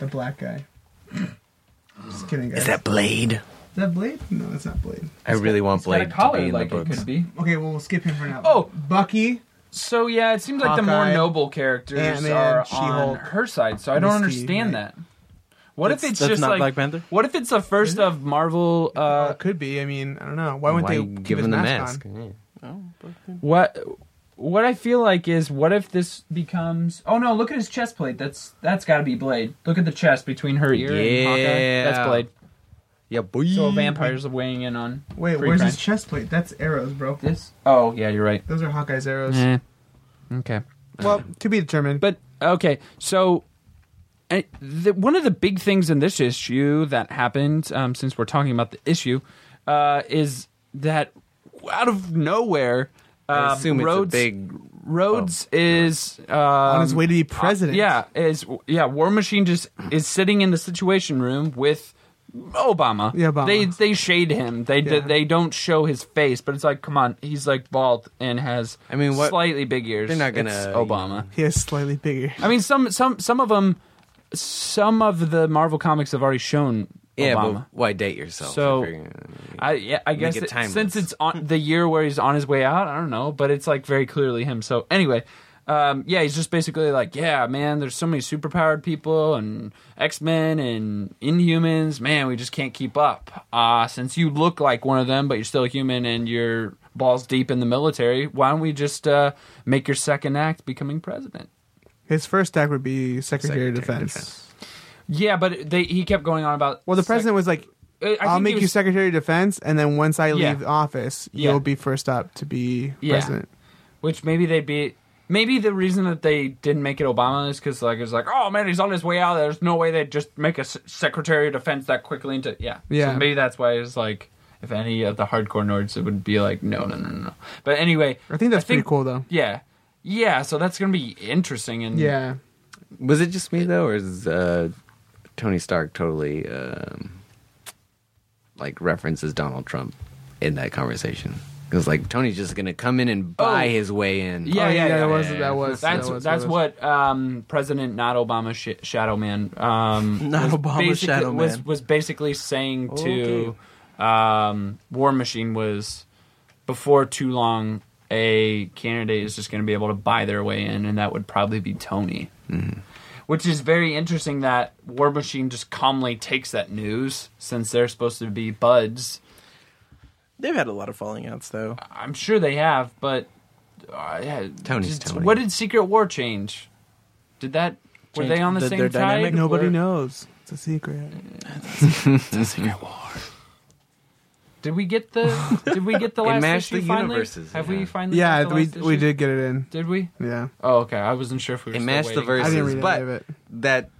[SPEAKER 2] The black guy. [clears throat] Just kidding, guys.
[SPEAKER 3] Is that Blade?
[SPEAKER 2] Is that Blade? No, that's not Blade.
[SPEAKER 4] I really want
[SPEAKER 1] Got a
[SPEAKER 4] Blade to
[SPEAKER 1] collar
[SPEAKER 4] be in
[SPEAKER 1] like
[SPEAKER 4] the
[SPEAKER 1] it
[SPEAKER 4] books.
[SPEAKER 1] could be.
[SPEAKER 2] Okay, well, we'll skip him for now.
[SPEAKER 1] Oh!
[SPEAKER 2] Bucky.
[SPEAKER 1] So yeah, it seems like the more
[SPEAKER 2] Hawkeye,
[SPEAKER 1] noble characters
[SPEAKER 2] Ant-Man,
[SPEAKER 1] are on
[SPEAKER 2] She-Hulk,
[SPEAKER 1] her side, so I don't
[SPEAKER 2] Misty,
[SPEAKER 1] understand
[SPEAKER 2] right.
[SPEAKER 1] that. What if
[SPEAKER 5] That's-
[SPEAKER 1] it's
[SPEAKER 5] that's
[SPEAKER 1] just
[SPEAKER 5] not
[SPEAKER 1] like
[SPEAKER 5] Black Panther?
[SPEAKER 1] What if it's the first of Marvel?
[SPEAKER 2] Uh,
[SPEAKER 1] Uh,
[SPEAKER 2] could be. I mean, I don't know. Why wouldn't
[SPEAKER 4] Why
[SPEAKER 2] they
[SPEAKER 4] give
[SPEAKER 2] his
[SPEAKER 4] him the
[SPEAKER 2] mask?
[SPEAKER 4] mask?
[SPEAKER 2] on?
[SPEAKER 4] Yeah.
[SPEAKER 1] what what I feel like is what if this becomes? Oh no! Look at his chest plate. That's that's got to be Blade. Look at the chest between her ear and Hawkeye.
[SPEAKER 4] Yeah.
[SPEAKER 1] That's Blade.
[SPEAKER 4] Yeah, boy.
[SPEAKER 1] So vampires are weighing in on.
[SPEAKER 2] Wait,
[SPEAKER 1] free
[SPEAKER 2] where's
[SPEAKER 1] crime.
[SPEAKER 2] his chest plate? That's arrows, bro.
[SPEAKER 1] This? Oh yeah, you're right.
[SPEAKER 2] Those are Hawkeye's arrows.
[SPEAKER 1] Eh. Okay,
[SPEAKER 2] Well, to be determined.
[SPEAKER 1] but okay. So, and the, one of the big things in this issue that happened, um, since we're talking about the issue, uh, is that out of nowhere,
[SPEAKER 4] I
[SPEAKER 1] um,
[SPEAKER 4] assume it's
[SPEAKER 1] Rhodes
[SPEAKER 4] a big oh.
[SPEAKER 1] Rhodes is um,
[SPEAKER 2] on his way to be president.
[SPEAKER 1] Yeah, is yeah. War Machine just is sitting in the Situation Room with Obama.
[SPEAKER 2] Yeah, Obama.
[SPEAKER 1] They they shade him. They d
[SPEAKER 2] Yeah.
[SPEAKER 1] they don't show his face, but it's like, come on, he's like bald and has.
[SPEAKER 4] I mean, what-
[SPEAKER 1] slightly big ears.
[SPEAKER 4] They're not gonna-
[SPEAKER 1] It's Obama.
[SPEAKER 2] he is slightly bigger.
[SPEAKER 1] I mean, some some some of them, some of the Marvel comics have already shown
[SPEAKER 4] Yeah,
[SPEAKER 1] Obama.
[SPEAKER 4] but why date yourself?
[SPEAKER 1] So-
[SPEAKER 4] I figure-
[SPEAKER 1] I yeah, I guess
[SPEAKER 4] it
[SPEAKER 1] it-
[SPEAKER 4] timeless.
[SPEAKER 1] since it's on the year where he's on his way out, I don't know, but it's like very clearly him. So anyway, um, yeah, he's just basically like, yeah, man, there's so many superpowered people and X Men and Inhumans, man, we just can't keep up. Uh, since you look like one of them, but you're still human and you're balls deep in the military, why don't we just uh, make your second act becoming president?
[SPEAKER 2] His first act would be Secretary, of
[SPEAKER 4] Secretary of
[SPEAKER 2] Defense.
[SPEAKER 1] Yeah, but they, he kept going on about
[SPEAKER 2] Well, the
[SPEAKER 1] sec-
[SPEAKER 2] president was like,
[SPEAKER 1] Uh, I
[SPEAKER 2] "I'll
[SPEAKER 1] think
[SPEAKER 2] make
[SPEAKER 1] he
[SPEAKER 2] you
[SPEAKER 1] was-
[SPEAKER 2] Secretary of Defense, and then once I
[SPEAKER 1] Yeah.
[SPEAKER 2] leave office,
[SPEAKER 1] Yeah.
[SPEAKER 2] you'll be first up to be
[SPEAKER 1] Yeah.
[SPEAKER 2] president."
[SPEAKER 1] Which maybe they be maybe the reason that they didn't make it Obama is because like it's like oh man he's on his way out. There's no way they'd just make a s- Secretary of Defense that quickly into yeah
[SPEAKER 2] Yeah.
[SPEAKER 1] So maybe that's why it's like if any of the hardcore nerds it would be like no no no no. But anyway,
[SPEAKER 2] I think that's pretty cool, though.
[SPEAKER 1] Yeah, yeah. So that's gonna be interesting and
[SPEAKER 2] Yeah,
[SPEAKER 4] Was it just me though, or is uh, Tony Stark totally um, like references Donald Trump in that conversation? Because like Tony's just gonna come in and buy
[SPEAKER 1] Oh.
[SPEAKER 4] his way in.
[SPEAKER 1] Yeah, [laughs]
[SPEAKER 2] Oh,
[SPEAKER 1] yeah,
[SPEAKER 2] yeah,
[SPEAKER 1] yeah,
[SPEAKER 2] that was
[SPEAKER 1] yeah,
[SPEAKER 2] that was
[SPEAKER 1] That's
[SPEAKER 2] that was,
[SPEAKER 1] that's
[SPEAKER 2] that was.
[SPEAKER 1] what um, President not Obama sh- Shadow Man um,
[SPEAKER 5] [laughs] Not
[SPEAKER 1] was
[SPEAKER 5] Obama
[SPEAKER 1] basic-
[SPEAKER 5] Shadow
[SPEAKER 1] was
[SPEAKER 5] Man.
[SPEAKER 1] was basically saying to um, War Machine was before too long a candidate is just going to be able to buy their way in, and that would probably be Tony.
[SPEAKER 5] Mm-hmm.
[SPEAKER 1] Which is very interesting that War Machine just calmly takes that news since they're supposed to be buds.
[SPEAKER 5] They've had a lot of falling outs though.
[SPEAKER 1] I'm sure they have, but uh, yeah,
[SPEAKER 4] Tony's
[SPEAKER 1] just-
[SPEAKER 4] Tony.
[SPEAKER 1] What did Secret War change? Did that? Were
[SPEAKER 5] Change
[SPEAKER 1] they on the
[SPEAKER 5] the-
[SPEAKER 1] same
[SPEAKER 5] their
[SPEAKER 1] tide?
[SPEAKER 5] dynamic?
[SPEAKER 2] nobody
[SPEAKER 1] Or-
[SPEAKER 2] knows. It's a secret.
[SPEAKER 1] Did we get
[SPEAKER 5] [laughs]
[SPEAKER 1] the? Did we get the
[SPEAKER 4] It
[SPEAKER 1] last
[SPEAKER 4] mashed
[SPEAKER 1] issue
[SPEAKER 4] the
[SPEAKER 1] finally?
[SPEAKER 4] universes,
[SPEAKER 1] Have
[SPEAKER 4] yeah.
[SPEAKER 1] we finally?
[SPEAKER 2] Yeah,
[SPEAKER 1] got the
[SPEAKER 2] we
[SPEAKER 1] last
[SPEAKER 2] we
[SPEAKER 1] issue?
[SPEAKER 2] did get it in.
[SPEAKER 1] Did we?
[SPEAKER 2] Yeah,
[SPEAKER 1] Oh, okay. I wasn't sure if we. Were
[SPEAKER 4] It
[SPEAKER 1] still
[SPEAKER 4] matched the
[SPEAKER 1] waiting.
[SPEAKER 2] I didn't
[SPEAKER 4] verses,
[SPEAKER 2] read any of
[SPEAKER 4] but
[SPEAKER 2] it.
[SPEAKER 4] that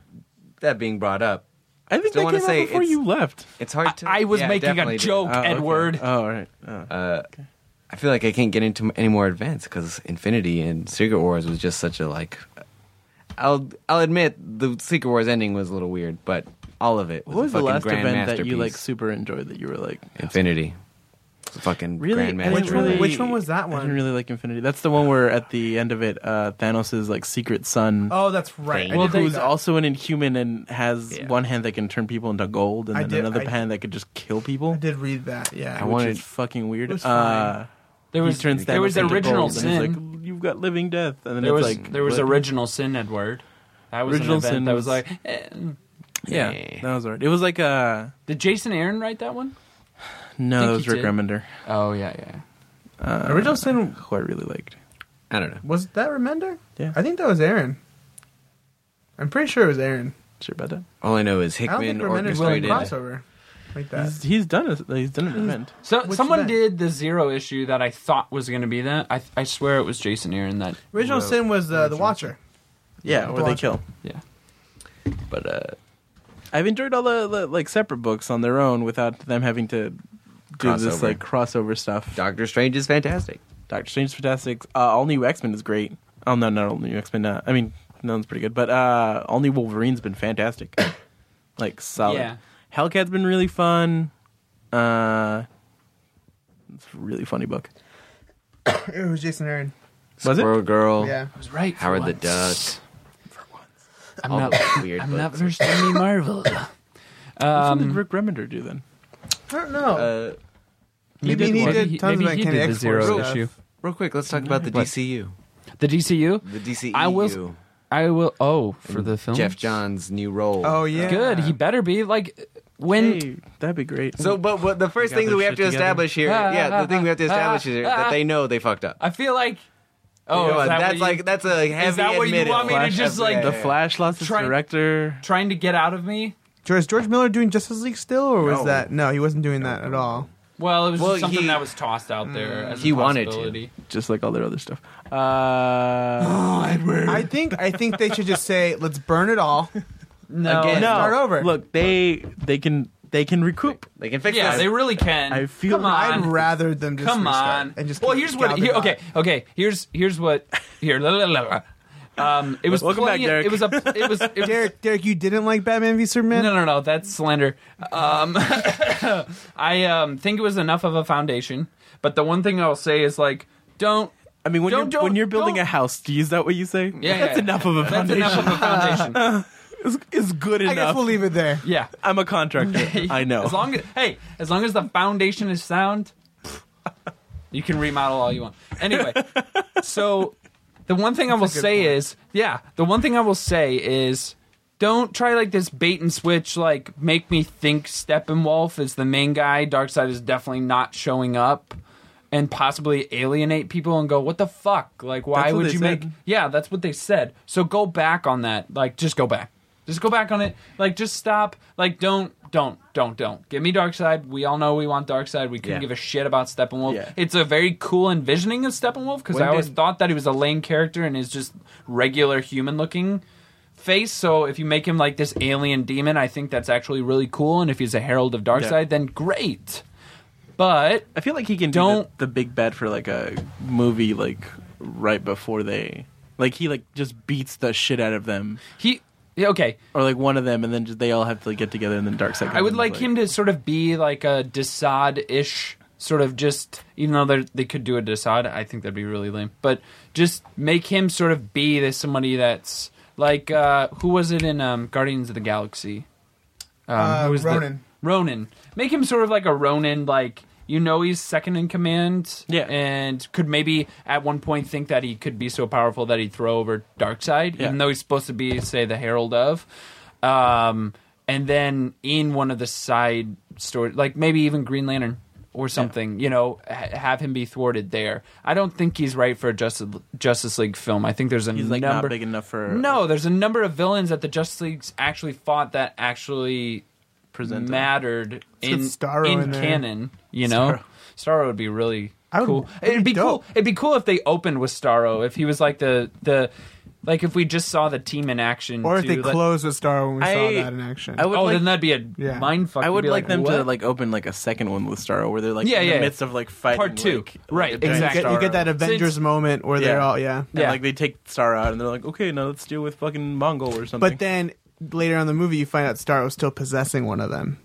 [SPEAKER 4] that being brought up,
[SPEAKER 5] I think
[SPEAKER 4] Still
[SPEAKER 5] they
[SPEAKER 4] wanna
[SPEAKER 5] came
[SPEAKER 4] say
[SPEAKER 5] out before
[SPEAKER 4] it's-
[SPEAKER 5] you left.
[SPEAKER 4] it's hard to.
[SPEAKER 1] I, I was
[SPEAKER 4] yeah,
[SPEAKER 1] making
[SPEAKER 4] definitely
[SPEAKER 1] a
[SPEAKER 4] did.
[SPEAKER 1] joke,
[SPEAKER 5] Oh, okay.
[SPEAKER 1] Edward.
[SPEAKER 5] Oh, all right. Oh.
[SPEAKER 4] I feel like I can't get into any more advanced because Infinity and Secret Wars was just such a like. I'll I'll admit the Secret Wars ending was a little weird, but all of it was,
[SPEAKER 5] what
[SPEAKER 4] a
[SPEAKER 5] was the
[SPEAKER 4] fucking
[SPEAKER 5] last
[SPEAKER 4] grand
[SPEAKER 5] event that you like
[SPEAKER 4] masterpiece.
[SPEAKER 5] super enjoyed that you were like
[SPEAKER 4] Infinity. It's a fucking
[SPEAKER 5] really?
[SPEAKER 4] grand
[SPEAKER 5] I didn't
[SPEAKER 4] master.
[SPEAKER 5] really-
[SPEAKER 2] Which one was that
[SPEAKER 5] I
[SPEAKER 2] one?
[SPEAKER 5] didn't really like Infinity. That's the one where at the end of it, uh, Thanos' like secret son,
[SPEAKER 2] Oh, that's right.
[SPEAKER 4] Thing.
[SPEAKER 2] I
[SPEAKER 5] well,
[SPEAKER 2] did read
[SPEAKER 5] who's
[SPEAKER 2] that.
[SPEAKER 5] also an Inhuman and has
[SPEAKER 4] Yeah.
[SPEAKER 5] one hand that can turn people into gold, and
[SPEAKER 2] I
[SPEAKER 5] then
[SPEAKER 2] did-
[SPEAKER 5] another
[SPEAKER 2] I-
[SPEAKER 5] hand that could just kill
[SPEAKER 2] I
[SPEAKER 5] people.
[SPEAKER 2] did read that. Yeah,
[SPEAKER 4] I
[SPEAKER 5] Which
[SPEAKER 4] wanted-
[SPEAKER 5] is fucking weird.
[SPEAKER 2] It was
[SPEAKER 5] uh,
[SPEAKER 1] There was
[SPEAKER 5] he turns
[SPEAKER 1] there
[SPEAKER 5] Thanos
[SPEAKER 1] was
[SPEAKER 5] into
[SPEAKER 1] original
[SPEAKER 5] gold, and he's
[SPEAKER 1] sin.
[SPEAKER 5] like, You've got living death, and then
[SPEAKER 1] there
[SPEAKER 5] it's
[SPEAKER 1] was
[SPEAKER 5] like
[SPEAKER 1] there was
[SPEAKER 5] what?
[SPEAKER 1] original sin, Edward. That was
[SPEAKER 5] Original
[SPEAKER 1] an event
[SPEAKER 5] Sin
[SPEAKER 1] that was
[SPEAKER 5] was-
[SPEAKER 1] like. eh.
[SPEAKER 5] Yeah,
[SPEAKER 4] Yeah.
[SPEAKER 5] that was alright. It was like a
[SPEAKER 1] Did Jason Aaron write that one?
[SPEAKER 5] no,
[SPEAKER 1] Think
[SPEAKER 5] it was
[SPEAKER 1] he
[SPEAKER 5] Rick
[SPEAKER 1] did.
[SPEAKER 5] Remender, Uh,
[SPEAKER 1] Oh yeah, yeah.
[SPEAKER 2] original sin
[SPEAKER 5] who I really liked.
[SPEAKER 4] I don't know.
[SPEAKER 2] was that Remender?
[SPEAKER 5] Yeah.
[SPEAKER 2] I think that was Aaron. I'm pretty sure it was Aaron.
[SPEAKER 5] Sure about that.
[SPEAKER 4] All I know is
[SPEAKER 2] I don't
[SPEAKER 4] Hickman
[SPEAKER 2] think Remender's willing
[SPEAKER 4] orchestrated.
[SPEAKER 2] crossover like that.
[SPEAKER 5] He's, he's done a, Uh, he's done an event.
[SPEAKER 1] So
[SPEAKER 2] Which
[SPEAKER 1] someone
[SPEAKER 2] event?
[SPEAKER 1] did the zero issue that I thought was going to be that. I, I swear it was Jason Aaron that
[SPEAKER 2] Original
[SPEAKER 1] wrote-
[SPEAKER 2] sin was uh, the Watcher. [laughs]
[SPEAKER 5] Yeah, where they kill.
[SPEAKER 1] Yeah,
[SPEAKER 4] But uh,
[SPEAKER 5] I've enjoyed all the, the like separate books on their own without them having to do this
[SPEAKER 4] Crossover.
[SPEAKER 5] like crossover stuff.
[SPEAKER 4] Doctor Strange is fantastic.
[SPEAKER 5] Doctor Strange, is fantastic. Uh, all new X Men is great. Oh no, not all new X Men. Uh, I mean, that one's pretty good, but uh, all new Wolverine's been fantastic. [coughs] like solid.
[SPEAKER 1] Yeah.
[SPEAKER 5] Hellcat's been really fun. Uh, it's a really funny book.
[SPEAKER 2] It was Jason Aaron.
[SPEAKER 5] Was it?
[SPEAKER 4] Squirrel Girl.
[SPEAKER 2] Yeah.
[SPEAKER 1] I was right. for
[SPEAKER 4] Howard the
[SPEAKER 1] once.
[SPEAKER 4] Duck.
[SPEAKER 1] I'm
[SPEAKER 4] all
[SPEAKER 1] not. [laughs]
[SPEAKER 4] those weird
[SPEAKER 1] I'm
[SPEAKER 4] books.
[SPEAKER 1] not versed in any
[SPEAKER 4] [laughs]
[SPEAKER 1] Marvel.
[SPEAKER 5] What
[SPEAKER 1] Um,
[SPEAKER 5] did Rick Remender do then?
[SPEAKER 2] I don't know.
[SPEAKER 4] Uh,
[SPEAKER 2] Maybe he
[SPEAKER 1] one.
[SPEAKER 2] did tons
[SPEAKER 1] maybe
[SPEAKER 2] of
[SPEAKER 1] he
[SPEAKER 2] Uncanny
[SPEAKER 1] did the
[SPEAKER 2] X-Force
[SPEAKER 1] zero
[SPEAKER 2] stuff.
[SPEAKER 1] issue.
[SPEAKER 4] real quick, let's talk about the
[SPEAKER 1] What?
[SPEAKER 4] DCU.
[SPEAKER 1] The DCU.
[SPEAKER 4] The E DCEU.
[SPEAKER 1] I was- I will. Oh, for the film.
[SPEAKER 4] Jeff John's new role.
[SPEAKER 2] oh yeah.
[SPEAKER 1] Good. He better be like when.
[SPEAKER 5] Hey, that'd be great.
[SPEAKER 4] So, but, but the first
[SPEAKER 5] got
[SPEAKER 4] thing that
[SPEAKER 5] their
[SPEAKER 4] we have
[SPEAKER 5] shit
[SPEAKER 4] to
[SPEAKER 5] together.
[SPEAKER 4] establish here,
[SPEAKER 1] Ah,
[SPEAKER 4] yeah,
[SPEAKER 1] ah,
[SPEAKER 4] the thing we have to
[SPEAKER 1] ah,
[SPEAKER 4] establish is
[SPEAKER 1] ah.
[SPEAKER 4] that they know they fucked up.
[SPEAKER 1] I feel like. Oh,
[SPEAKER 4] You know,
[SPEAKER 1] is that
[SPEAKER 4] that's
[SPEAKER 1] what you-
[SPEAKER 4] like that's a heavy.
[SPEAKER 1] that what you
[SPEAKER 4] admitted
[SPEAKER 1] want me to
[SPEAKER 4] flash
[SPEAKER 1] just,
[SPEAKER 4] of
[SPEAKER 1] like-
[SPEAKER 5] the
[SPEAKER 4] yeah.
[SPEAKER 5] Flash lost its
[SPEAKER 1] Try-
[SPEAKER 5] director.
[SPEAKER 1] trying to get out of me.
[SPEAKER 2] George, is George Miller doing Justice League still, or was
[SPEAKER 4] No.
[SPEAKER 2] that no? He wasn't doing that at all.
[SPEAKER 1] Well, it was
[SPEAKER 4] Well,
[SPEAKER 1] just something
[SPEAKER 4] he-
[SPEAKER 1] that was tossed out there. As
[SPEAKER 4] He
[SPEAKER 1] a
[SPEAKER 4] wanted to.
[SPEAKER 1] possibility.
[SPEAKER 5] just like all their other stuff.
[SPEAKER 1] [laughs]
[SPEAKER 5] Uh,
[SPEAKER 1] Oh,
[SPEAKER 2] I think I
[SPEAKER 1] [laughs]
[SPEAKER 2] think they should just say let's burn it all.
[SPEAKER 1] No,
[SPEAKER 4] Again.
[SPEAKER 5] no,
[SPEAKER 2] Start over.
[SPEAKER 5] Look, they they can they can recoup.
[SPEAKER 4] They can fix
[SPEAKER 1] Yeah,
[SPEAKER 4] this.
[SPEAKER 1] they really can.
[SPEAKER 5] I feel
[SPEAKER 1] Come
[SPEAKER 5] like
[SPEAKER 1] on.
[SPEAKER 2] I'd rather them just
[SPEAKER 1] Come
[SPEAKER 2] restart
[SPEAKER 1] on.
[SPEAKER 2] and just
[SPEAKER 1] well,
[SPEAKER 2] keep
[SPEAKER 1] here's what. Here,
[SPEAKER 2] Galvanized.
[SPEAKER 1] okay, okay. Here's here's what. Here, la, la, la, la. Um, it was
[SPEAKER 5] Welcome back,
[SPEAKER 1] plenty-
[SPEAKER 5] Derek.
[SPEAKER 1] It was a. It was. It was
[SPEAKER 2] Derek, Derek, you didn't like Batman v Superman?
[SPEAKER 1] No, no, no. That's slander. Um, [laughs] I um, think it was enough of a foundation. But the one thing I'll say is like, don't.
[SPEAKER 5] I mean, when
[SPEAKER 1] Don't-
[SPEAKER 5] you're
[SPEAKER 1] don't-
[SPEAKER 5] when you're building
[SPEAKER 1] don't-
[SPEAKER 5] a house, do you, is that what you say?
[SPEAKER 1] Yeah,
[SPEAKER 5] that's
[SPEAKER 1] yeah.
[SPEAKER 5] enough of a
[SPEAKER 1] That's
[SPEAKER 5] foundation.
[SPEAKER 1] enough of a foundation.
[SPEAKER 5] [laughs] It's, it's good
[SPEAKER 2] I
[SPEAKER 5] enough.
[SPEAKER 2] guess we'll leave it there.
[SPEAKER 1] Yeah.
[SPEAKER 5] I'm a
[SPEAKER 1] [laughs]
[SPEAKER 5] contractor. [laughs] I know.
[SPEAKER 1] As long as hey, as long as the foundation is sound, [laughs] you can remodel all you want. Anyway, so the one thing I will say is, yeah, the one thing I will say is don't try like this bait and switch like make me think Steppenwolf is the main guy, Darkseid is definitely not showing up and possibly alienate people and go, "What the fuck? Like why
[SPEAKER 5] That's what
[SPEAKER 1] would
[SPEAKER 5] they
[SPEAKER 1] you
[SPEAKER 5] said.
[SPEAKER 1] make yeah, that's what they said. So go back on that. Like, just go back. Just go back on it. Like, just stop. Like, don't, don't, don't, don't. Give me Dark Side. We all know we want Dark Side. We couldn't
[SPEAKER 5] Yeah.
[SPEAKER 1] give a shit about Steppenwolf.
[SPEAKER 5] Yeah.
[SPEAKER 1] It's a very cool envisioning of Steppenwolf because
[SPEAKER 4] When
[SPEAKER 1] I always
[SPEAKER 4] did-
[SPEAKER 1] thought that he was a lame character and is just regular human looking face. So if you make him like this alien demon, I think that's actually really cool. And if he's a herald of Dark Side, then great. But
[SPEAKER 5] I feel like he can do
[SPEAKER 1] Don't-
[SPEAKER 5] the, the big bad for like a movie like right before they like he like just beats the shit out of them
[SPEAKER 1] he, yeah, okay.
[SPEAKER 5] or like one of them and then just, they all have to like get together and then Dark Side.
[SPEAKER 1] I would like him to sort of be like a Desaad ish sort of just even though they're- they could do a Desaad, I think that'd be really lame. But just make him sort of be this somebody that's like uh, who was it in um, Guardians of the Galaxy? Um,
[SPEAKER 2] Uh,
[SPEAKER 1] who was the-
[SPEAKER 2] Ronan.
[SPEAKER 1] Ronan. Make him sort of like a Ronan, like you know he's second in command.
[SPEAKER 5] Yeah.
[SPEAKER 1] And could maybe at one point think that he could be so powerful that he'd throw over Darkseid,
[SPEAKER 5] Yeah.
[SPEAKER 1] even though he's supposed to be, say, the Herald of. Um and then in one of the side stories, like maybe even Green Lantern or something, you know, ha- have him be thwarted there. I don't think he's right for a Justice Justice League film. I think there's a
[SPEAKER 5] He's like
[SPEAKER 1] number
[SPEAKER 5] not big enough for
[SPEAKER 1] no, there's a number of villains that the Justice League's actually fought that actually
[SPEAKER 5] Present them.
[SPEAKER 1] mattered
[SPEAKER 2] Let's
[SPEAKER 1] in
[SPEAKER 2] get Starro
[SPEAKER 1] in,
[SPEAKER 2] in there.
[SPEAKER 1] canon. You know, Starro would be really
[SPEAKER 2] I would-
[SPEAKER 1] cool.
[SPEAKER 2] that'd be
[SPEAKER 1] It'd be
[SPEAKER 2] dope.
[SPEAKER 1] cool. It'd be cool if they opened with Starro. If he was like the the like if we just saw the team in action,
[SPEAKER 2] Or if
[SPEAKER 1] to
[SPEAKER 2] they
[SPEAKER 1] let-
[SPEAKER 2] close with Star when we
[SPEAKER 5] I-
[SPEAKER 2] saw that in action.
[SPEAKER 5] I would
[SPEAKER 1] Oh,
[SPEAKER 5] like,
[SPEAKER 1] then that'd be a
[SPEAKER 2] Yeah.
[SPEAKER 1] mind fuck.
[SPEAKER 5] I
[SPEAKER 1] It'd
[SPEAKER 5] would
[SPEAKER 1] be
[SPEAKER 5] like, them to
[SPEAKER 1] what?
[SPEAKER 5] like open like a second one with Star where they're like
[SPEAKER 1] Yeah,
[SPEAKER 5] in
[SPEAKER 1] yeah.
[SPEAKER 5] the midst of like fighting
[SPEAKER 1] Part two.
[SPEAKER 5] like,
[SPEAKER 1] Right,
[SPEAKER 5] a giant
[SPEAKER 2] you,
[SPEAKER 1] exactly.
[SPEAKER 2] get, you
[SPEAKER 5] Starro.
[SPEAKER 2] get that Avengers moment where they're
[SPEAKER 5] Yeah.
[SPEAKER 2] all yeah.
[SPEAKER 5] And,
[SPEAKER 1] Yeah.
[SPEAKER 5] like they take Star out and they're like, okay, now let's deal with fucking Mongol or something.
[SPEAKER 2] But then later on in the movie, you find out Star was still possessing one of them.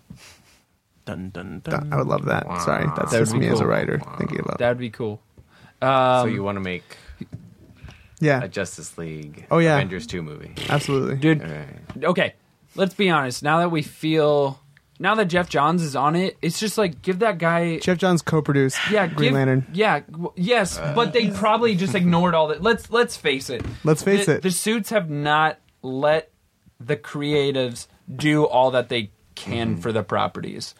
[SPEAKER 5] dun dun
[SPEAKER 2] Th-
[SPEAKER 5] dun.
[SPEAKER 2] I would love that. Sorry, that's
[SPEAKER 1] That would
[SPEAKER 2] just
[SPEAKER 1] be
[SPEAKER 2] me as a
[SPEAKER 1] cool.
[SPEAKER 2] writer thinking about.
[SPEAKER 1] That'd be cool. Um,
[SPEAKER 4] so you want to make
[SPEAKER 2] yeah,
[SPEAKER 4] a Justice League
[SPEAKER 2] Oh, yeah.
[SPEAKER 4] Avengers 2 movie.
[SPEAKER 2] absolutely.
[SPEAKER 1] dude.
[SPEAKER 4] All right.
[SPEAKER 1] okay, let's be honest. Now that we feel, now that Jeff Johns is on it, it's just like give that guy
[SPEAKER 2] Jeff Johns co-produced
[SPEAKER 1] yeah,
[SPEAKER 2] Green
[SPEAKER 1] give-
[SPEAKER 2] Lantern.
[SPEAKER 1] Yeah, w- yes, but they probably just ignored all that. Let's let's face it.
[SPEAKER 2] Let's face
[SPEAKER 1] The-
[SPEAKER 2] it.
[SPEAKER 1] The suits have not let the creatives do all that they can
[SPEAKER 2] Mm-hmm.
[SPEAKER 1] for the properties.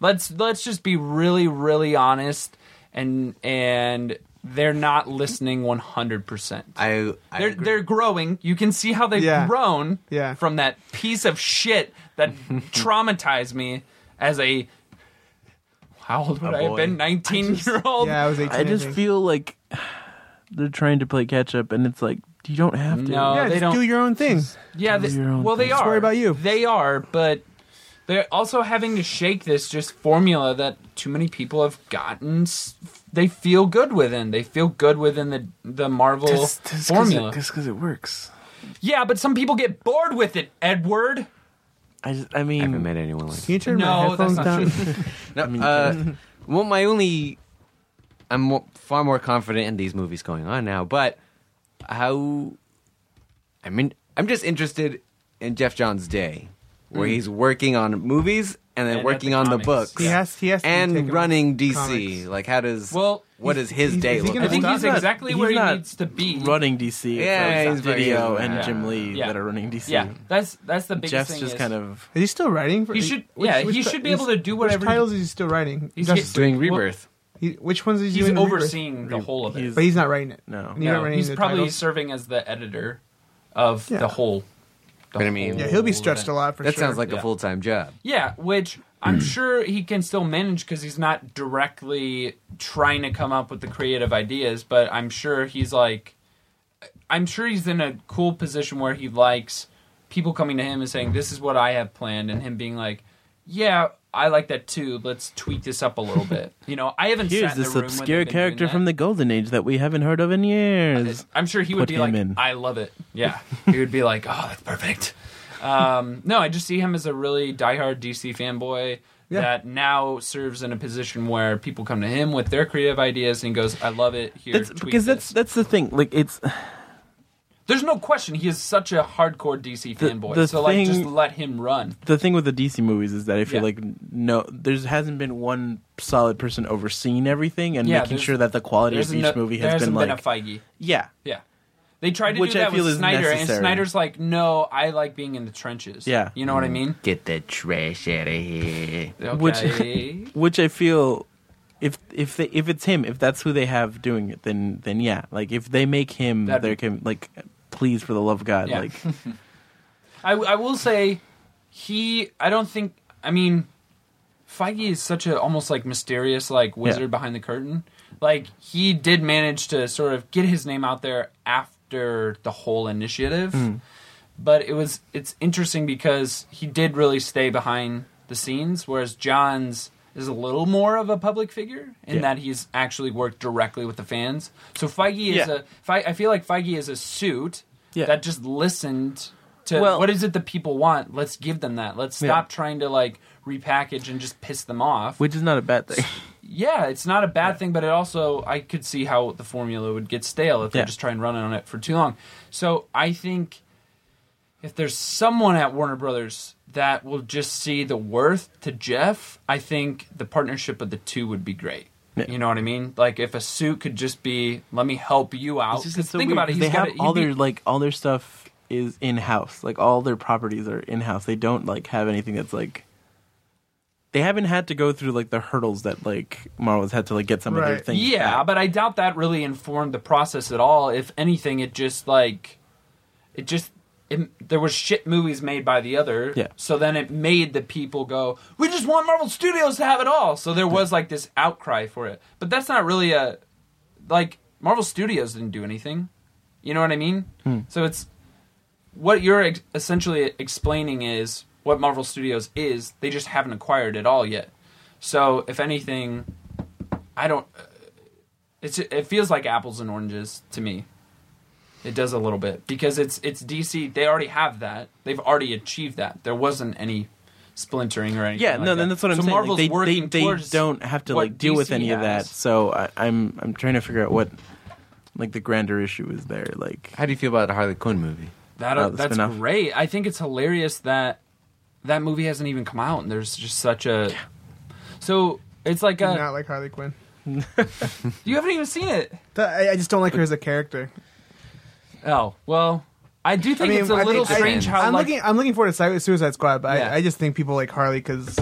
[SPEAKER 1] Let's let's just be really really honest and and they're not listening 100%.
[SPEAKER 4] I, I
[SPEAKER 1] They're
[SPEAKER 4] agree.
[SPEAKER 1] they're growing. You can see how they've
[SPEAKER 2] Yeah.
[SPEAKER 1] grown
[SPEAKER 2] Yeah.
[SPEAKER 1] from that piece of shit that traumatized me as a how old would I have
[SPEAKER 4] boy.
[SPEAKER 1] been? Nineteen year old.
[SPEAKER 2] Yeah, I was eighteen.
[SPEAKER 5] I just
[SPEAKER 2] think.
[SPEAKER 5] feel like they're trying to play catch up, and it's like you don't have to.
[SPEAKER 1] No. Oh,
[SPEAKER 2] yeah,
[SPEAKER 1] they
[SPEAKER 2] just
[SPEAKER 1] don't-
[SPEAKER 2] do your own thing.
[SPEAKER 1] Yeah, they,
[SPEAKER 5] your own
[SPEAKER 1] well, they
[SPEAKER 5] thing.
[SPEAKER 1] are.
[SPEAKER 2] Just worry about you.
[SPEAKER 1] They are, but they're also having to shake this just formula that too many people have gotten. s- They feel good within. They feel good within the the Marvel formula.
[SPEAKER 5] just because it works.
[SPEAKER 1] yeah, but some people get bored with it. Edward.
[SPEAKER 5] I just,
[SPEAKER 4] I
[SPEAKER 5] I
[SPEAKER 4] haven't
[SPEAKER 5] mean,
[SPEAKER 4] met anyone like
[SPEAKER 2] Can you turn my
[SPEAKER 1] No, that's
[SPEAKER 2] headphones
[SPEAKER 1] not
[SPEAKER 2] down?
[SPEAKER 1] true.
[SPEAKER 4] No, uh, [laughs] well, my only, I'm mo far more confident in these movies going on now. But how? I mean, I'm just interested in Jeff John's day, where he's working on movies and then
[SPEAKER 1] And at
[SPEAKER 4] working
[SPEAKER 1] the
[SPEAKER 4] on
[SPEAKER 1] comics.
[SPEAKER 4] the books.
[SPEAKER 2] [laughs] Mm. He has. He has to take
[SPEAKER 4] and
[SPEAKER 2] him
[SPEAKER 4] running
[SPEAKER 2] to
[SPEAKER 4] DC.
[SPEAKER 2] comics.
[SPEAKER 4] Like, how does?
[SPEAKER 1] Well,
[SPEAKER 4] what
[SPEAKER 2] he's-
[SPEAKER 4] does his
[SPEAKER 2] he's-
[SPEAKER 4] day
[SPEAKER 2] is he
[SPEAKER 4] look?
[SPEAKER 2] gonna
[SPEAKER 1] I think
[SPEAKER 4] like?
[SPEAKER 2] stop?
[SPEAKER 1] he's
[SPEAKER 2] not-
[SPEAKER 1] exactly
[SPEAKER 5] he's
[SPEAKER 1] where he
[SPEAKER 5] not
[SPEAKER 1] needs to be.
[SPEAKER 5] running DC.
[SPEAKER 4] Yeah,
[SPEAKER 5] Yeah,
[SPEAKER 4] he's
[SPEAKER 5] it's
[SPEAKER 4] very-
[SPEAKER 5] video
[SPEAKER 4] yeah.
[SPEAKER 5] and Jim Lee
[SPEAKER 1] Yeah.
[SPEAKER 5] that are running DC.
[SPEAKER 1] Yeah, that's that's the biggest
[SPEAKER 5] Jeff's
[SPEAKER 1] thing.
[SPEAKER 5] just
[SPEAKER 1] is-
[SPEAKER 5] kind of
[SPEAKER 2] Is he still writing? For,
[SPEAKER 1] He should-
[SPEAKER 2] Which,
[SPEAKER 1] yeah,
[SPEAKER 2] which
[SPEAKER 1] he
[SPEAKER 2] ti-
[SPEAKER 1] should be able to do whatever he-
[SPEAKER 2] Which titles is he still writing?
[SPEAKER 1] He's
[SPEAKER 2] Justice
[SPEAKER 1] get-
[SPEAKER 2] League.
[SPEAKER 4] doing
[SPEAKER 1] well,
[SPEAKER 4] Rebirth.
[SPEAKER 2] He- which ones is he
[SPEAKER 1] He's
[SPEAKER 2] doing?
[SPEAKER 1] overseeing the whole of it.
[SPEAKER 5] he's
[SPEAKER 2] but he's not writing it.
[SPEAKER 5] no.
[SPEAKER 2] He's not
[SPEAKER 1] No,
[SPEAKER 2] writing
[SPEAKER 1] he's
[SPEAKER 2] the
[SPEAKER 1] probably
[SPEAKER 2] titles.
[SPEAKER 1] serving as the editor of
[SPEAKER 2] Yeah.
[SPEAKER 1] the whole. the
[SPEAKER 4] But I mean-
[SPEAKER 1] whole
[SPEAKER 4] Yeah,
[SPEAKER 2] Yeah, he'll be stretched
[SPEAKER 1] event.
[SPEAKER 2] a lot for
[SPEAKER 4] that
[SPEAKER 2] sure.
[SPEAKER 4] sounds like
[SPEAKER 1] Yeah.
[SPEAKER 4] a full time job.
[SPEAKER 1] Yeah, which I'm sure he can still manage because he's not directly trying to come up with the creative ideas, but I'm sure he's like, I'm sure he's in a cool position where he likes people coming to him and saying, This is what I have planned, and him being like, yeah, I like that too. Let's tweak this up a little bit. You know, I haven't
[SPEAKER 5] Here's
[SPEAKER 1] sat in the
[SPEAKER 5] this
[SPEAKER 1] room when
[SPEAKER 5] obscure
[SPEAKER 1] they've been doing
[SPEAKER 5] character
[SPEAKER 1] that.
[SPEAKER 5] from the Golden Age that we haven't heard of in years.
[SPEAKER 1] I'm sure he would
[SPEAKER 5] Put
[SPEAKER 1] be
[SPEAKER 5] him
[SPEAKER 1] like,
[SPEAKER 5] in.
[SPEAKER 1] I love it.
[SPEAKER 5] [laughs]
[SPEAKER 1] Yeah. he would be like, oh, that's perfect. Um, no, I just see him as a really diehard DC fanboy
[SPEAKER 2] Yeah.
[SPEAKER 1] that now serves in a position where people come to him with their creative ideas and he goes, I love it. Here,
[SPEAKER 5] That's,
[SPEAKER 1] tweet
[SPEAKER 5] because that's
[SPEAKER 1] this."
[SPEAKER 5] that's the thing. Like it's
[SPEAKER 1] There's no question he is such a hardcore DC
[SPEAKER 5] The-
[SPEAKER 1] fanboy.
[SPEAKER 5] the
[SPEAKER 1] so, like, just
[SPEAKER 5] thing-
[SPEAKER 1] let him run.
[SPEAKER 5] the thing with the DC movies is that I feel
[SPEAKER 1] Yeah.
[SPEAKER 5] like no, there hasn't been one solid person overseeing everything and
[SPEAKER 1] Yeah,
[SPEAKER 5] making
[SPEAKER 1] there's-
[SPEAKER 5] sure that the quality of
[SPEAKER 1] There's
[SPEAKER 5] each
[SPEAKER 1] no-
[SPEAKER 5] movie
[SPEAKER 1] there
[SPEAKER 5] has been
[SPEAKER 1] hasn't
[SPEAKER 5] like
[SPEAKER 1] been a Feige.
[SPEAKER 5] yeah,
[SPEAKER 1] Yeah. They tried to
[SPEAKER 5] Which
[SPEAKER 1] do
[SPEAKER 5] I
[SPEAKER 1] that
[SPEAKER 5] feel
[SPEAKER 1] with
[SPEAKER 5] is
[SPEAKER 1] Snyder,
[SPEAKER 5] necessary.
[SPEAKER 1] and Snyder's like, "No, I like being in the trenches."
[SPEAKER 5] Yeah. Mm.
[SPEAKER 1] you know what I mean.
[SPEAKER 4] Get the trash out of here.
[SPEAKER 5] Which- [laughs]
[SPEAKER 1] Okay.
[SPEAKER 5] which I feel if if they if it's him, if that's who they have doing it, then then yeah, like if they make him
[SPEAKER 1] That'd-
[SPEAKER 5] their can like please for the love of God,
[SPEAKER 1] Yeah.
[SPEAKER 5] like
[SPEAKER 1] I, I will say he I don't think I mean Feige is such a almost like mysterious like wizard behind the curtain. Like he did manage to sort of get his name out there after the whole initiative.
[SPEAKER 5] Hmm.
[SPEAKER 1] But it was it's interesting because he did really stay behind the scenes whereas John's is a little more of a public figure in
[SPEAKER 5] Yeah.
[SPEAKER 1] that he's actually worked directly with the fans. So Feige is
[SPEAKER 5] Yeah.
[SPEAKER 1] a Fe- I feel like Feige is a suit
[SPEAKER 5] Yeah.
[SPEAKER 1] that just listened to
[SPEAKER 5] Well-
[SPEAKER 1] what is it that people want? Let's give them that. Let's
[SPEAKER 5] Yeah.
[SPEAKER 1] stop trying to like repackage and just piss them off.
[SPEAKER 5] which is not a bad
[SPEAKER 1] [laughs]
[SPEAKER 5] thing.
[SPEAKER 1] yeah, it's not a bad thing, but it also I could see how the formula would get stale if they
[SPEAKER 5] Yeah.
[SPEAKER 1] just try and run on it for too long. So I think if there's someone at Warner Brothers that will just see the worth to Jeff, I think the partnership of the two would be great.
[SPEAKER 5] Yeah.
[SPEAKER 1] You know what I mean? Like if a suit could just be, let me help you out.
[SPEAKER 5] It's just-
[SPEAKER 1] 'Cause
[SPEAKER 5] it's so
[SPEAKER 1] think
[SPEAKER 5] weird
[SPEAKER 1] about it.
[SPEAKER 5] Oh, 'cause
[SPEAKER 1] He's
[SPEAKER 5] They
[SPEAKER 1] got
[SPEAKER 5] have
[SPEAKER 1] it- he'd
[SPEAKER 5] all
[SPEAKER 1] be-
[SPEAKER 5] their like all their stuff is in house. Like all their properties are in house. They don't like have anything that's like. They haven't had to go through like the hurdles that like Marvel's had to like get some of their
[SPEAKER 2] Right.
[SPEAKER 5] things.
[SPEAKER 1] Yeah,
[SPEAKER 5] back.
[SPEAKER 1] but I doubt that really informed the process at all. If anything, it just like it just it, there was shit movies made by the other.
[SPEAKER 5] Yeah.
[SPEAKER 1] So then it made the people go, "We just want Marvel Studios to have it all." So there was like this outcry for it. But that's not really a like Marvel Studios didn't do anything. You know what I mean?
[SPEAKER 5] Hmm.
[SPEAKER 1] So it's what you're ex- essentially explaining is what Marvel Studios is. They just haven't acquired it all yet. So if anything, I don't. uh, It's it feels like apples and oranges to me. It does a little bit because it's it's DC. They already have that. They've already achieved that. There wasn't any splintering or anything.
[SPEAKER 5] Yeah,
[SPEAKER 1] like
[SPEAKER 5] no, then
[SPEAKER 1] that.
[SPEAKER 5] that's what I'm
[SPEAKER 1] so
[SPEAKER 5] saying. Like,
[SPEAKER 1] Marvel's
[SPEAKER 5] they,
[SPEAKER 1] working
[SPEAKER 5] they, they
[SPEAKER 1] towards
[SPEAKER 5] don't have to
[SPEAKER 1] what
[SPEAKER 5] like deal with
[SPEAKER 1] DC
[SPEAKER 5] any of that.
[SPEAKER 1] has.
[SPEAKER 5] So I, I'm I'm trying to figure out what like the grander issue is there. Like
[SPEAKER 4] How do you feel about the Harley Quinn movie?
[SPEAKER 1] That uh,
[SPEAKER 5] Oh, the
[SPEAKER 1] that's
[SPEAKER 5] spin-off.
[SPEAKER 1] great. I think it's hilarious that that movie hasn't even come out, and there's just such a. So it's like
[SPEAKER 2] Do
[SPEAKER 1] a,
[SPEAKER 2] not like Harley Quinn.
[SPEAKER 1] you haven't even seen it.
[SPEAKER 2] Th- I I just don't like her as a character.
[SPEAKER 1] Oh well, I do think
[SPEAKER 2] mean,
[SPEAKER 1] it's a
[SPEAKER 2] I think
[SPEAKER 1] little
[SPEAKER 2] it
[SPEAKER 1] strange
[SPEAKER 4] depends.
[SPEAKER 1] how
[SPEAKER 2] I'm
[SPEAKER 1] like
[SPEAKER 2] looking. I'm looking forward to Su- Suicide Squad, but
[SPEAKER 1] Yeah.
[SPEAKER 2] I, I just think people like Harley because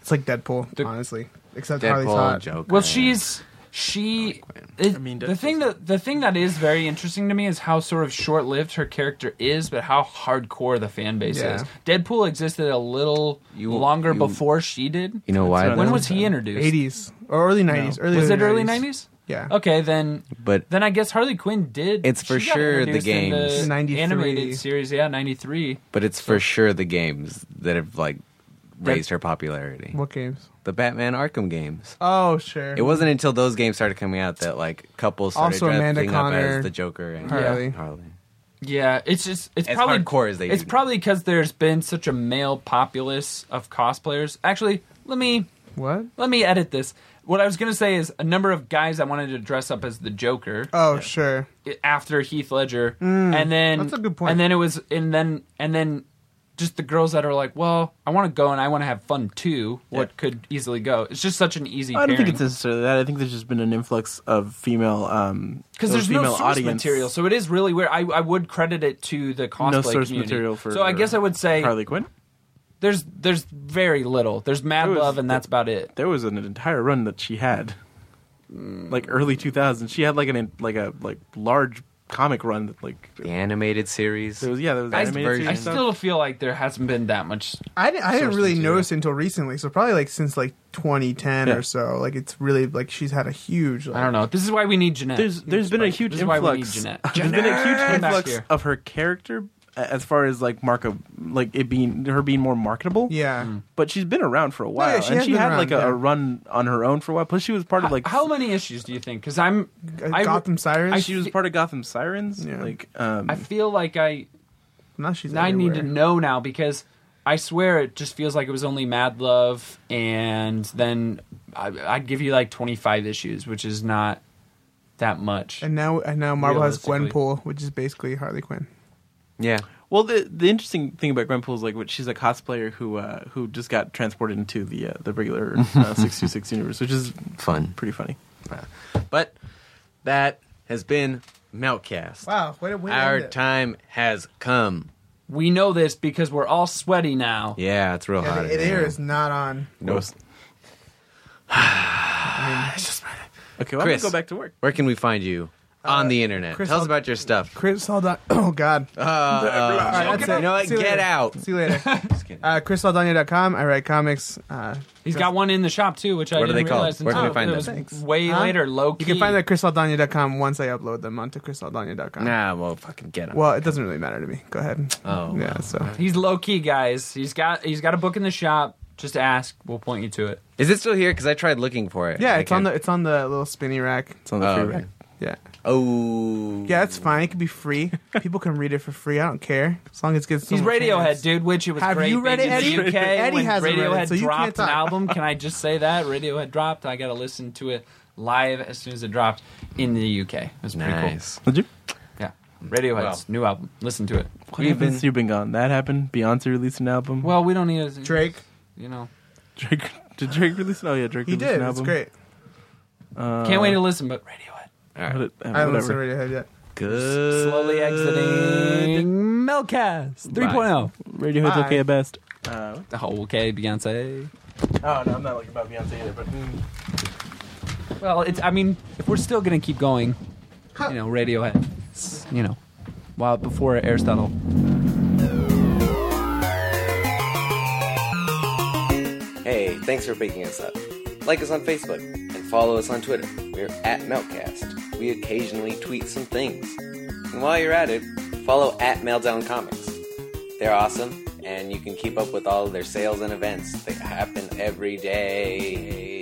[SPEAKER 2] it's like Deadpool, honestly. Except Harley's
[SPEAKER 4] Deadpool,
[SPEAKER 2] hot.
[SPEAKER 4] Joker.
[SPEAKER 1] Well, she's she. It,
[SPEAKER 5] I mean,
[SPEAKER 1] the
[SPEAKER 5] Deadpool's
[SPEAKER 1] thing that the thing that is very interesting to me is how sort of short lived her character is, but how hardcore the fan base
[SPEAKER 2] Yeah.
[SPEAKER 1] is. Deadpool existed a little
[SPEAKER 4] You-
[SPEAKER 1] longer
[SPEAKER 4] you-
[SPEAKER 1] before she did.
[SPEAKER 4] You know why?
[SPEAKER 5] what I
[SPEAKER 1] When
[SPEAKER 4] though?
[SPEAKER 1] was he introduced?
[SPEAKER 2] 80s or early 90s. Early
[SPEAKER 1] Was it early nineties?
[SPEAKER 2] Yeah.
[SPEAKER 1] Okay, then
[SPEAKER 4] But
[SPEAKER 1] then I guess Harley Quinn did.
[SPEAKER 4] It's for
[SPEAKER 1] she got
[SPEAKER 4] sure the
[SPEAKER 1] introduced in
[SPEAKER 4] games.
[SPEAKER 1] the
[SPEAKER 2] 93.
[SPEAKER 1] animated series. Yeah, ninety three.
[SPEAKER 4] but it's for sure the games that have like raised her popularity.
[SPEAKER 2] What games?
[SPEAKER 4] The Batman Arkham games.
[SPEAKER 2] Oh, sure.
[SPEAKER 4] It wasn't until those games started coming out that like couples started
[SPEAKER 2] Also Amanda
[SPEAKER 4] dressing up
[SPEAKER 2] Connor,
[SPEAKER 4] as the Joker and
[SPEAKER 2] Harley.
[SPEAKER 4] Harley.
[SPEAKER 1] Yeah, it's just it's
[SPEAKER 4] As
[SPEAKER 1] probably
[SPEAKER 4] hardcore as they
[SPEAKER 1] It's
[SPEAKER 4] do.
[SPEAKER 1] probably because there's been such a male populace of cosplayers. Actually, let me
[SPEAKER 2] What?
[SPEAKER 1] let me edit this. What I was gonna say is a number of guys that wanted to dress up as the Joker
[SPEAKER 2] Oh, sure.
[SPEAKER 1] after Heath Ledger,
[SPEAKER 5] Mm,
[SPEAKER 1] and then
[SPEAKER 2] that's a good point.
[SPEAKER 1] And then it was, and then and then just the girls that are like, well, I want to go and I want to have fun too. What could easily go? It's just such an easy.
[SPEAKER 5] I don't think it's necessarily that. I think there's just been an influx of female um
[SPEAKER 1] because
[SPEAKER 5] of
[SPEAKER 1] there's
[SPEAKER 5] female
[SPEAKER 1] no source
[SPEAKER 5] audience.
[SPEAKER 1] material, so it is really weird. I, I would credit it to the cosplay
[SPEAKER 5] no source
[SPEAKER 1] community.
[SPEAKER 5] material for
[SPEAKER 1] so I guess I would say
[SPEAKER 5] Harley Quinn.
[SPEAKER 1] there's there's very little. There's Mad
[SPEAKER 5] There was-
[SPEAKER 1] Love, and that's about it.
[SPEAKER 5] There was an entire run that she had, like early 2000s. She had like an like a like large comic run that like
[SPEAKER 4] The animated series.
[SPEAKER 5] there was yeah there was
[SPEAKER 4] I-
[SPEAKER 5] animated
[SPEAKER 4] version.
[SPEAKER 5] series
[SPEAKER 1] I
[SPEAKER 5] and stuff.
[SPEAKER 1] still feel like there hasn't been that much.
[SPEAKER 2] I didn't, I didn't
[SPEAKER 1] Source
[SPEAKER 2] really
[SPEAKER 1] material.
[SPEAKER 2] notice until recently. So probably like since like 2010
[SPEAKER 5] Yeah.
[SPEAKER 2] or so. Like it's really like she's had a huge. Like,
[SPEAKER 1] I don't know. This is why we need Jeanette.
[SPEAKER 5] there's there's been a huge
[SPEAKER 1] This is why we need
[SPEAKER 5] influx.
[SPEAKER 1] Jeanette.
[SPEAKER 5] [laughs] There's been a huge
[SPEAKER 1] Jeanette! Come back
[SPEAKER 5] influx
[SPEAKER 1] here.
[SPEAKER 5] of her character a- as far as like Marco, like it being her being more marketable.
[SPEAKER 2] Yeah.
[SPEAKER 1] Hmm.
[SPEAKER 5] But she's been around for a while,
[SPEAKER 2] yeah, she
[SPEAKER 5] and
[SPEAKER 2] has
[SPEAKER 5] she
[SPEAKER 2] been
[SPEAKER 5] had
[SPEAKER 2] around,
[SPEAKER 5] like a,
[SPEAKER 2] yeah.
[SPEAKER 5] a run on her own for a while. Plus, she was part of like
[SPEAKER 1] how many issues do you think? Because I'm
[SPEAKER 2] G-
[SPEAKER 1] I-
[SPEAKER 2] Gotham Sirens.
[SPEAKER 1] I-
[SPEAKER 5] she was part of Gotham Sirens.
[SPEAKER 2] Yeah.
[SPEAKER 5] Like, um,
[SPEAKER 1] I feel like I
[SPEAKER 2] now she's.
[SPEAKER 1] I need to
[SPEAKER 2] everywhere.
[SPEAKER 1] know now because I swear it just feels like it was only Mad Love, and then I, I'd give you like 25 issues, which is not that much.
[SPEAKER 2] And now, and now Marvel has
[SPEAKER 1] Realistically.
[SPEAKER 2] Gwenpool, which is basically Harley Quinn.
[SPEAKER 4] Yeah.
[SPEAKER 5] well, the the interesting thing about Gwenpool is like what she's a cosplayer who uh, who just got transported into the uh, the regular uh, [laughs] six two six universe, which is
[SPEAKER 4] Fun.
[SPEAKER 5] pretty funny.
[SPEAKER 4] But that has been Meltcast.
[SPEAKER 2] Wow, what a way
[SPEAKER 4] Our time has come.
[SPEAKER 1] we know this because we're all sweaty now.
[SPEAKER 4] Yeah, it's real
[SPEAKER 2] Yeah,
[SPEAKER 4] hot.
[SPEAKER 2] the
[SPEAKER 4] in here.
[SPEAKER 2] air is not on.
[SPEAKER 4] No,
[SPEAKER 5] Okay,
[SPEAKER 4] Chris.
[SPEAKER 5] well, I'm gonna go back to work.
[SPEAKER 4] where can we find you on the internet?
[SPEAKER 2] Uh, Chris,
[SPEAKER 4] Tell us
[SPEAKER 2] I'll-
[SPEAKER 4] about
[SPEAKER 2] [laughs]
[SPEAKER 4] your stuff.
[SPEAKER 2] Chris Saldana. [coughs] Oh God.
[SPEAKER 4] Uh, uh,
[SPEAKER 2] All right, that's
[SPEAKER 4] you
[SPEAKER 2] it.
[SPEAKER 4] know what?
[SPEAKER 2] See you
[SPEAKER 4] Get
[SPEAKER 2] later.
[SPEAKER 4] out.
[SPEAKER 2] See you
[SPEAKER 1] [laughs]
[SPEAKER 2] later.
[SPEAKER 4] Just kidding.
[SPEAKER 2] uh, ChrisSaldana.com. I write comics. Uh,
[SPEAKER 1] He's got one in the shop too, which I
[SPEAKER 4] What are
[SPEAKER 1] didn't
[SPEAKER 4] they called?
[SPEAKER 1] realize
[SPEAKER 4] Where can
[SPEAKER 1] until
[SPEAKER 4] we find
[SPEAKER 1] it
[SPEAKER 4] them?
[SPEAKER 1] was
[SPEAKER 2] Thanks.
[SPEAKER 1] way
[SPEAKER 2] Huh?
[SPEAKER 1] later. Low key.
[SPEAKER 2] you can find that at ChrisSaldana.com once I upload them onto ChrisSaldana.com.
[SPEAKER 4] Nah, well, fucking get out.
[SPEAKER 2] Well, it doesn't really matter to me. Go ahead.
[SPEAKER 4] Oh,
[SPEAKER 2] Yeah. So
[SPEAKER 1] He's low key, guys. He's got he's got a book in the shop. Just ask. We'll point you to it.
[SPEAKER 4] Is it still here? Because I tried looking for it.
[SPEAKER 2] yeah,
[SPEAKER 4] I
[SPEAKER 2] it's on the
[SPEAKER 4] can't-
[SPEAKER 2] it's on the little spinny rack.
[SPEAKER 5] It's on the
[SPEAKER 4] Oh,
[SPEAKER 5] free
[SPEAKER 4] okay.
[SPEAKER 5] rack.
[SPEAKER 2] Yeah.
[SPEAKER 4] Oh.
[SPEAKER 2] Yeah, it's fine. It could
[SPEAKER 1] [laughs]
[SPEAKER 2] be free. People can read it for free. I don't care as long as it gets.
[SPEAKER 1] He's
[SPEAKER 2] someone
[SPEAKER 1] Radiohead,
[SPEAKER 2] fans.
[SPEAKER 1] dude, which it was
[SPEAKER 2] Have
[SPEAKER 1] great.
[SPEAKER 2] you read
[SPEAKER 1] being
[SPEAKER 2] it,
[SPEAKER 1] in the
[SPEAKER 2] Eddie?
[SPEAKER 1] UK
[SPEAKER 2] Eddie
[SPEAKER 1] when
[SPEAKER 2] hasn't read it,
[SPEAKER 1] Radiohead
[SPEAKER 2] so you can't
[SPEAKER 1] dropped an
[SPEAKER 2] talk.
[SPEAKER 1] album. Can I just say that Radiohead dropped? I got to listen to it live as soon as it dropped in the UK. It was pretty
[SPEAKER 4] Nice.
[SPEAKER 5] Did you?
[SPEAKER 1] cool. Yeah, Radiohead's new album. Listen to it.
[SPEAKER 5] What happened since you've been gone? That happened. Beyonce released an album.
[SPEAKER 1] Well, we don't need to,
[SPEAKER 2] Drake.
[SPEAKER 1] You know,
[SPEAKER 5] Drake did Drake release? an- Oh yeah, Drake
[SPEAKER 2] He
[SPEAKER 5] released
[SPEAKER 2] did.
[SPEAKER 5] an
[SPEAKER 2] It's
[SPEAKER 5] album.
[SPEAKER 2] great.
[SPEAKER 5] Uh,
[SPEAKER 1] can't wait to listen. But Radiohead
[SPEAKER 4] All
[SPEAKER 5] what
[SPEAKER 4] right.
[SPEAKER 5] it- uh,
[SPEAKER 2] I haven't listened
[SPEAKER 5] whatever.
[SPEAKER 2] to Radiohead yet.
[SPEAKER 4] Good.
[SPEAKER 1] slowly exiting Melcast oh. 3.0.
[SPEAKER 5] Radiohead's
[SPEAKER 2] Bye.
[SPEAKER 5] okay at best. Uh,
[SPEAKER 1] [laughs] Oh, okay, Beyonce.
[SPEAKER 5] oh no, I'm not like about Beyonce either, but mm.
[SPEAKER 1] Well, it's. I mean, if we're still gonna keep going, you know, Radiohead. It's, you know, while before Aristotle.
[SPEAKER 4] Hey, thanks for picking us up. Like us on Facebook and follow us on Twitter. We're at Meltcast. We occasionally tweet some things. And while you're at it, follow at Meltdown Comics. They're awesome, and you can keep up with all of their sales and events. They happen every day.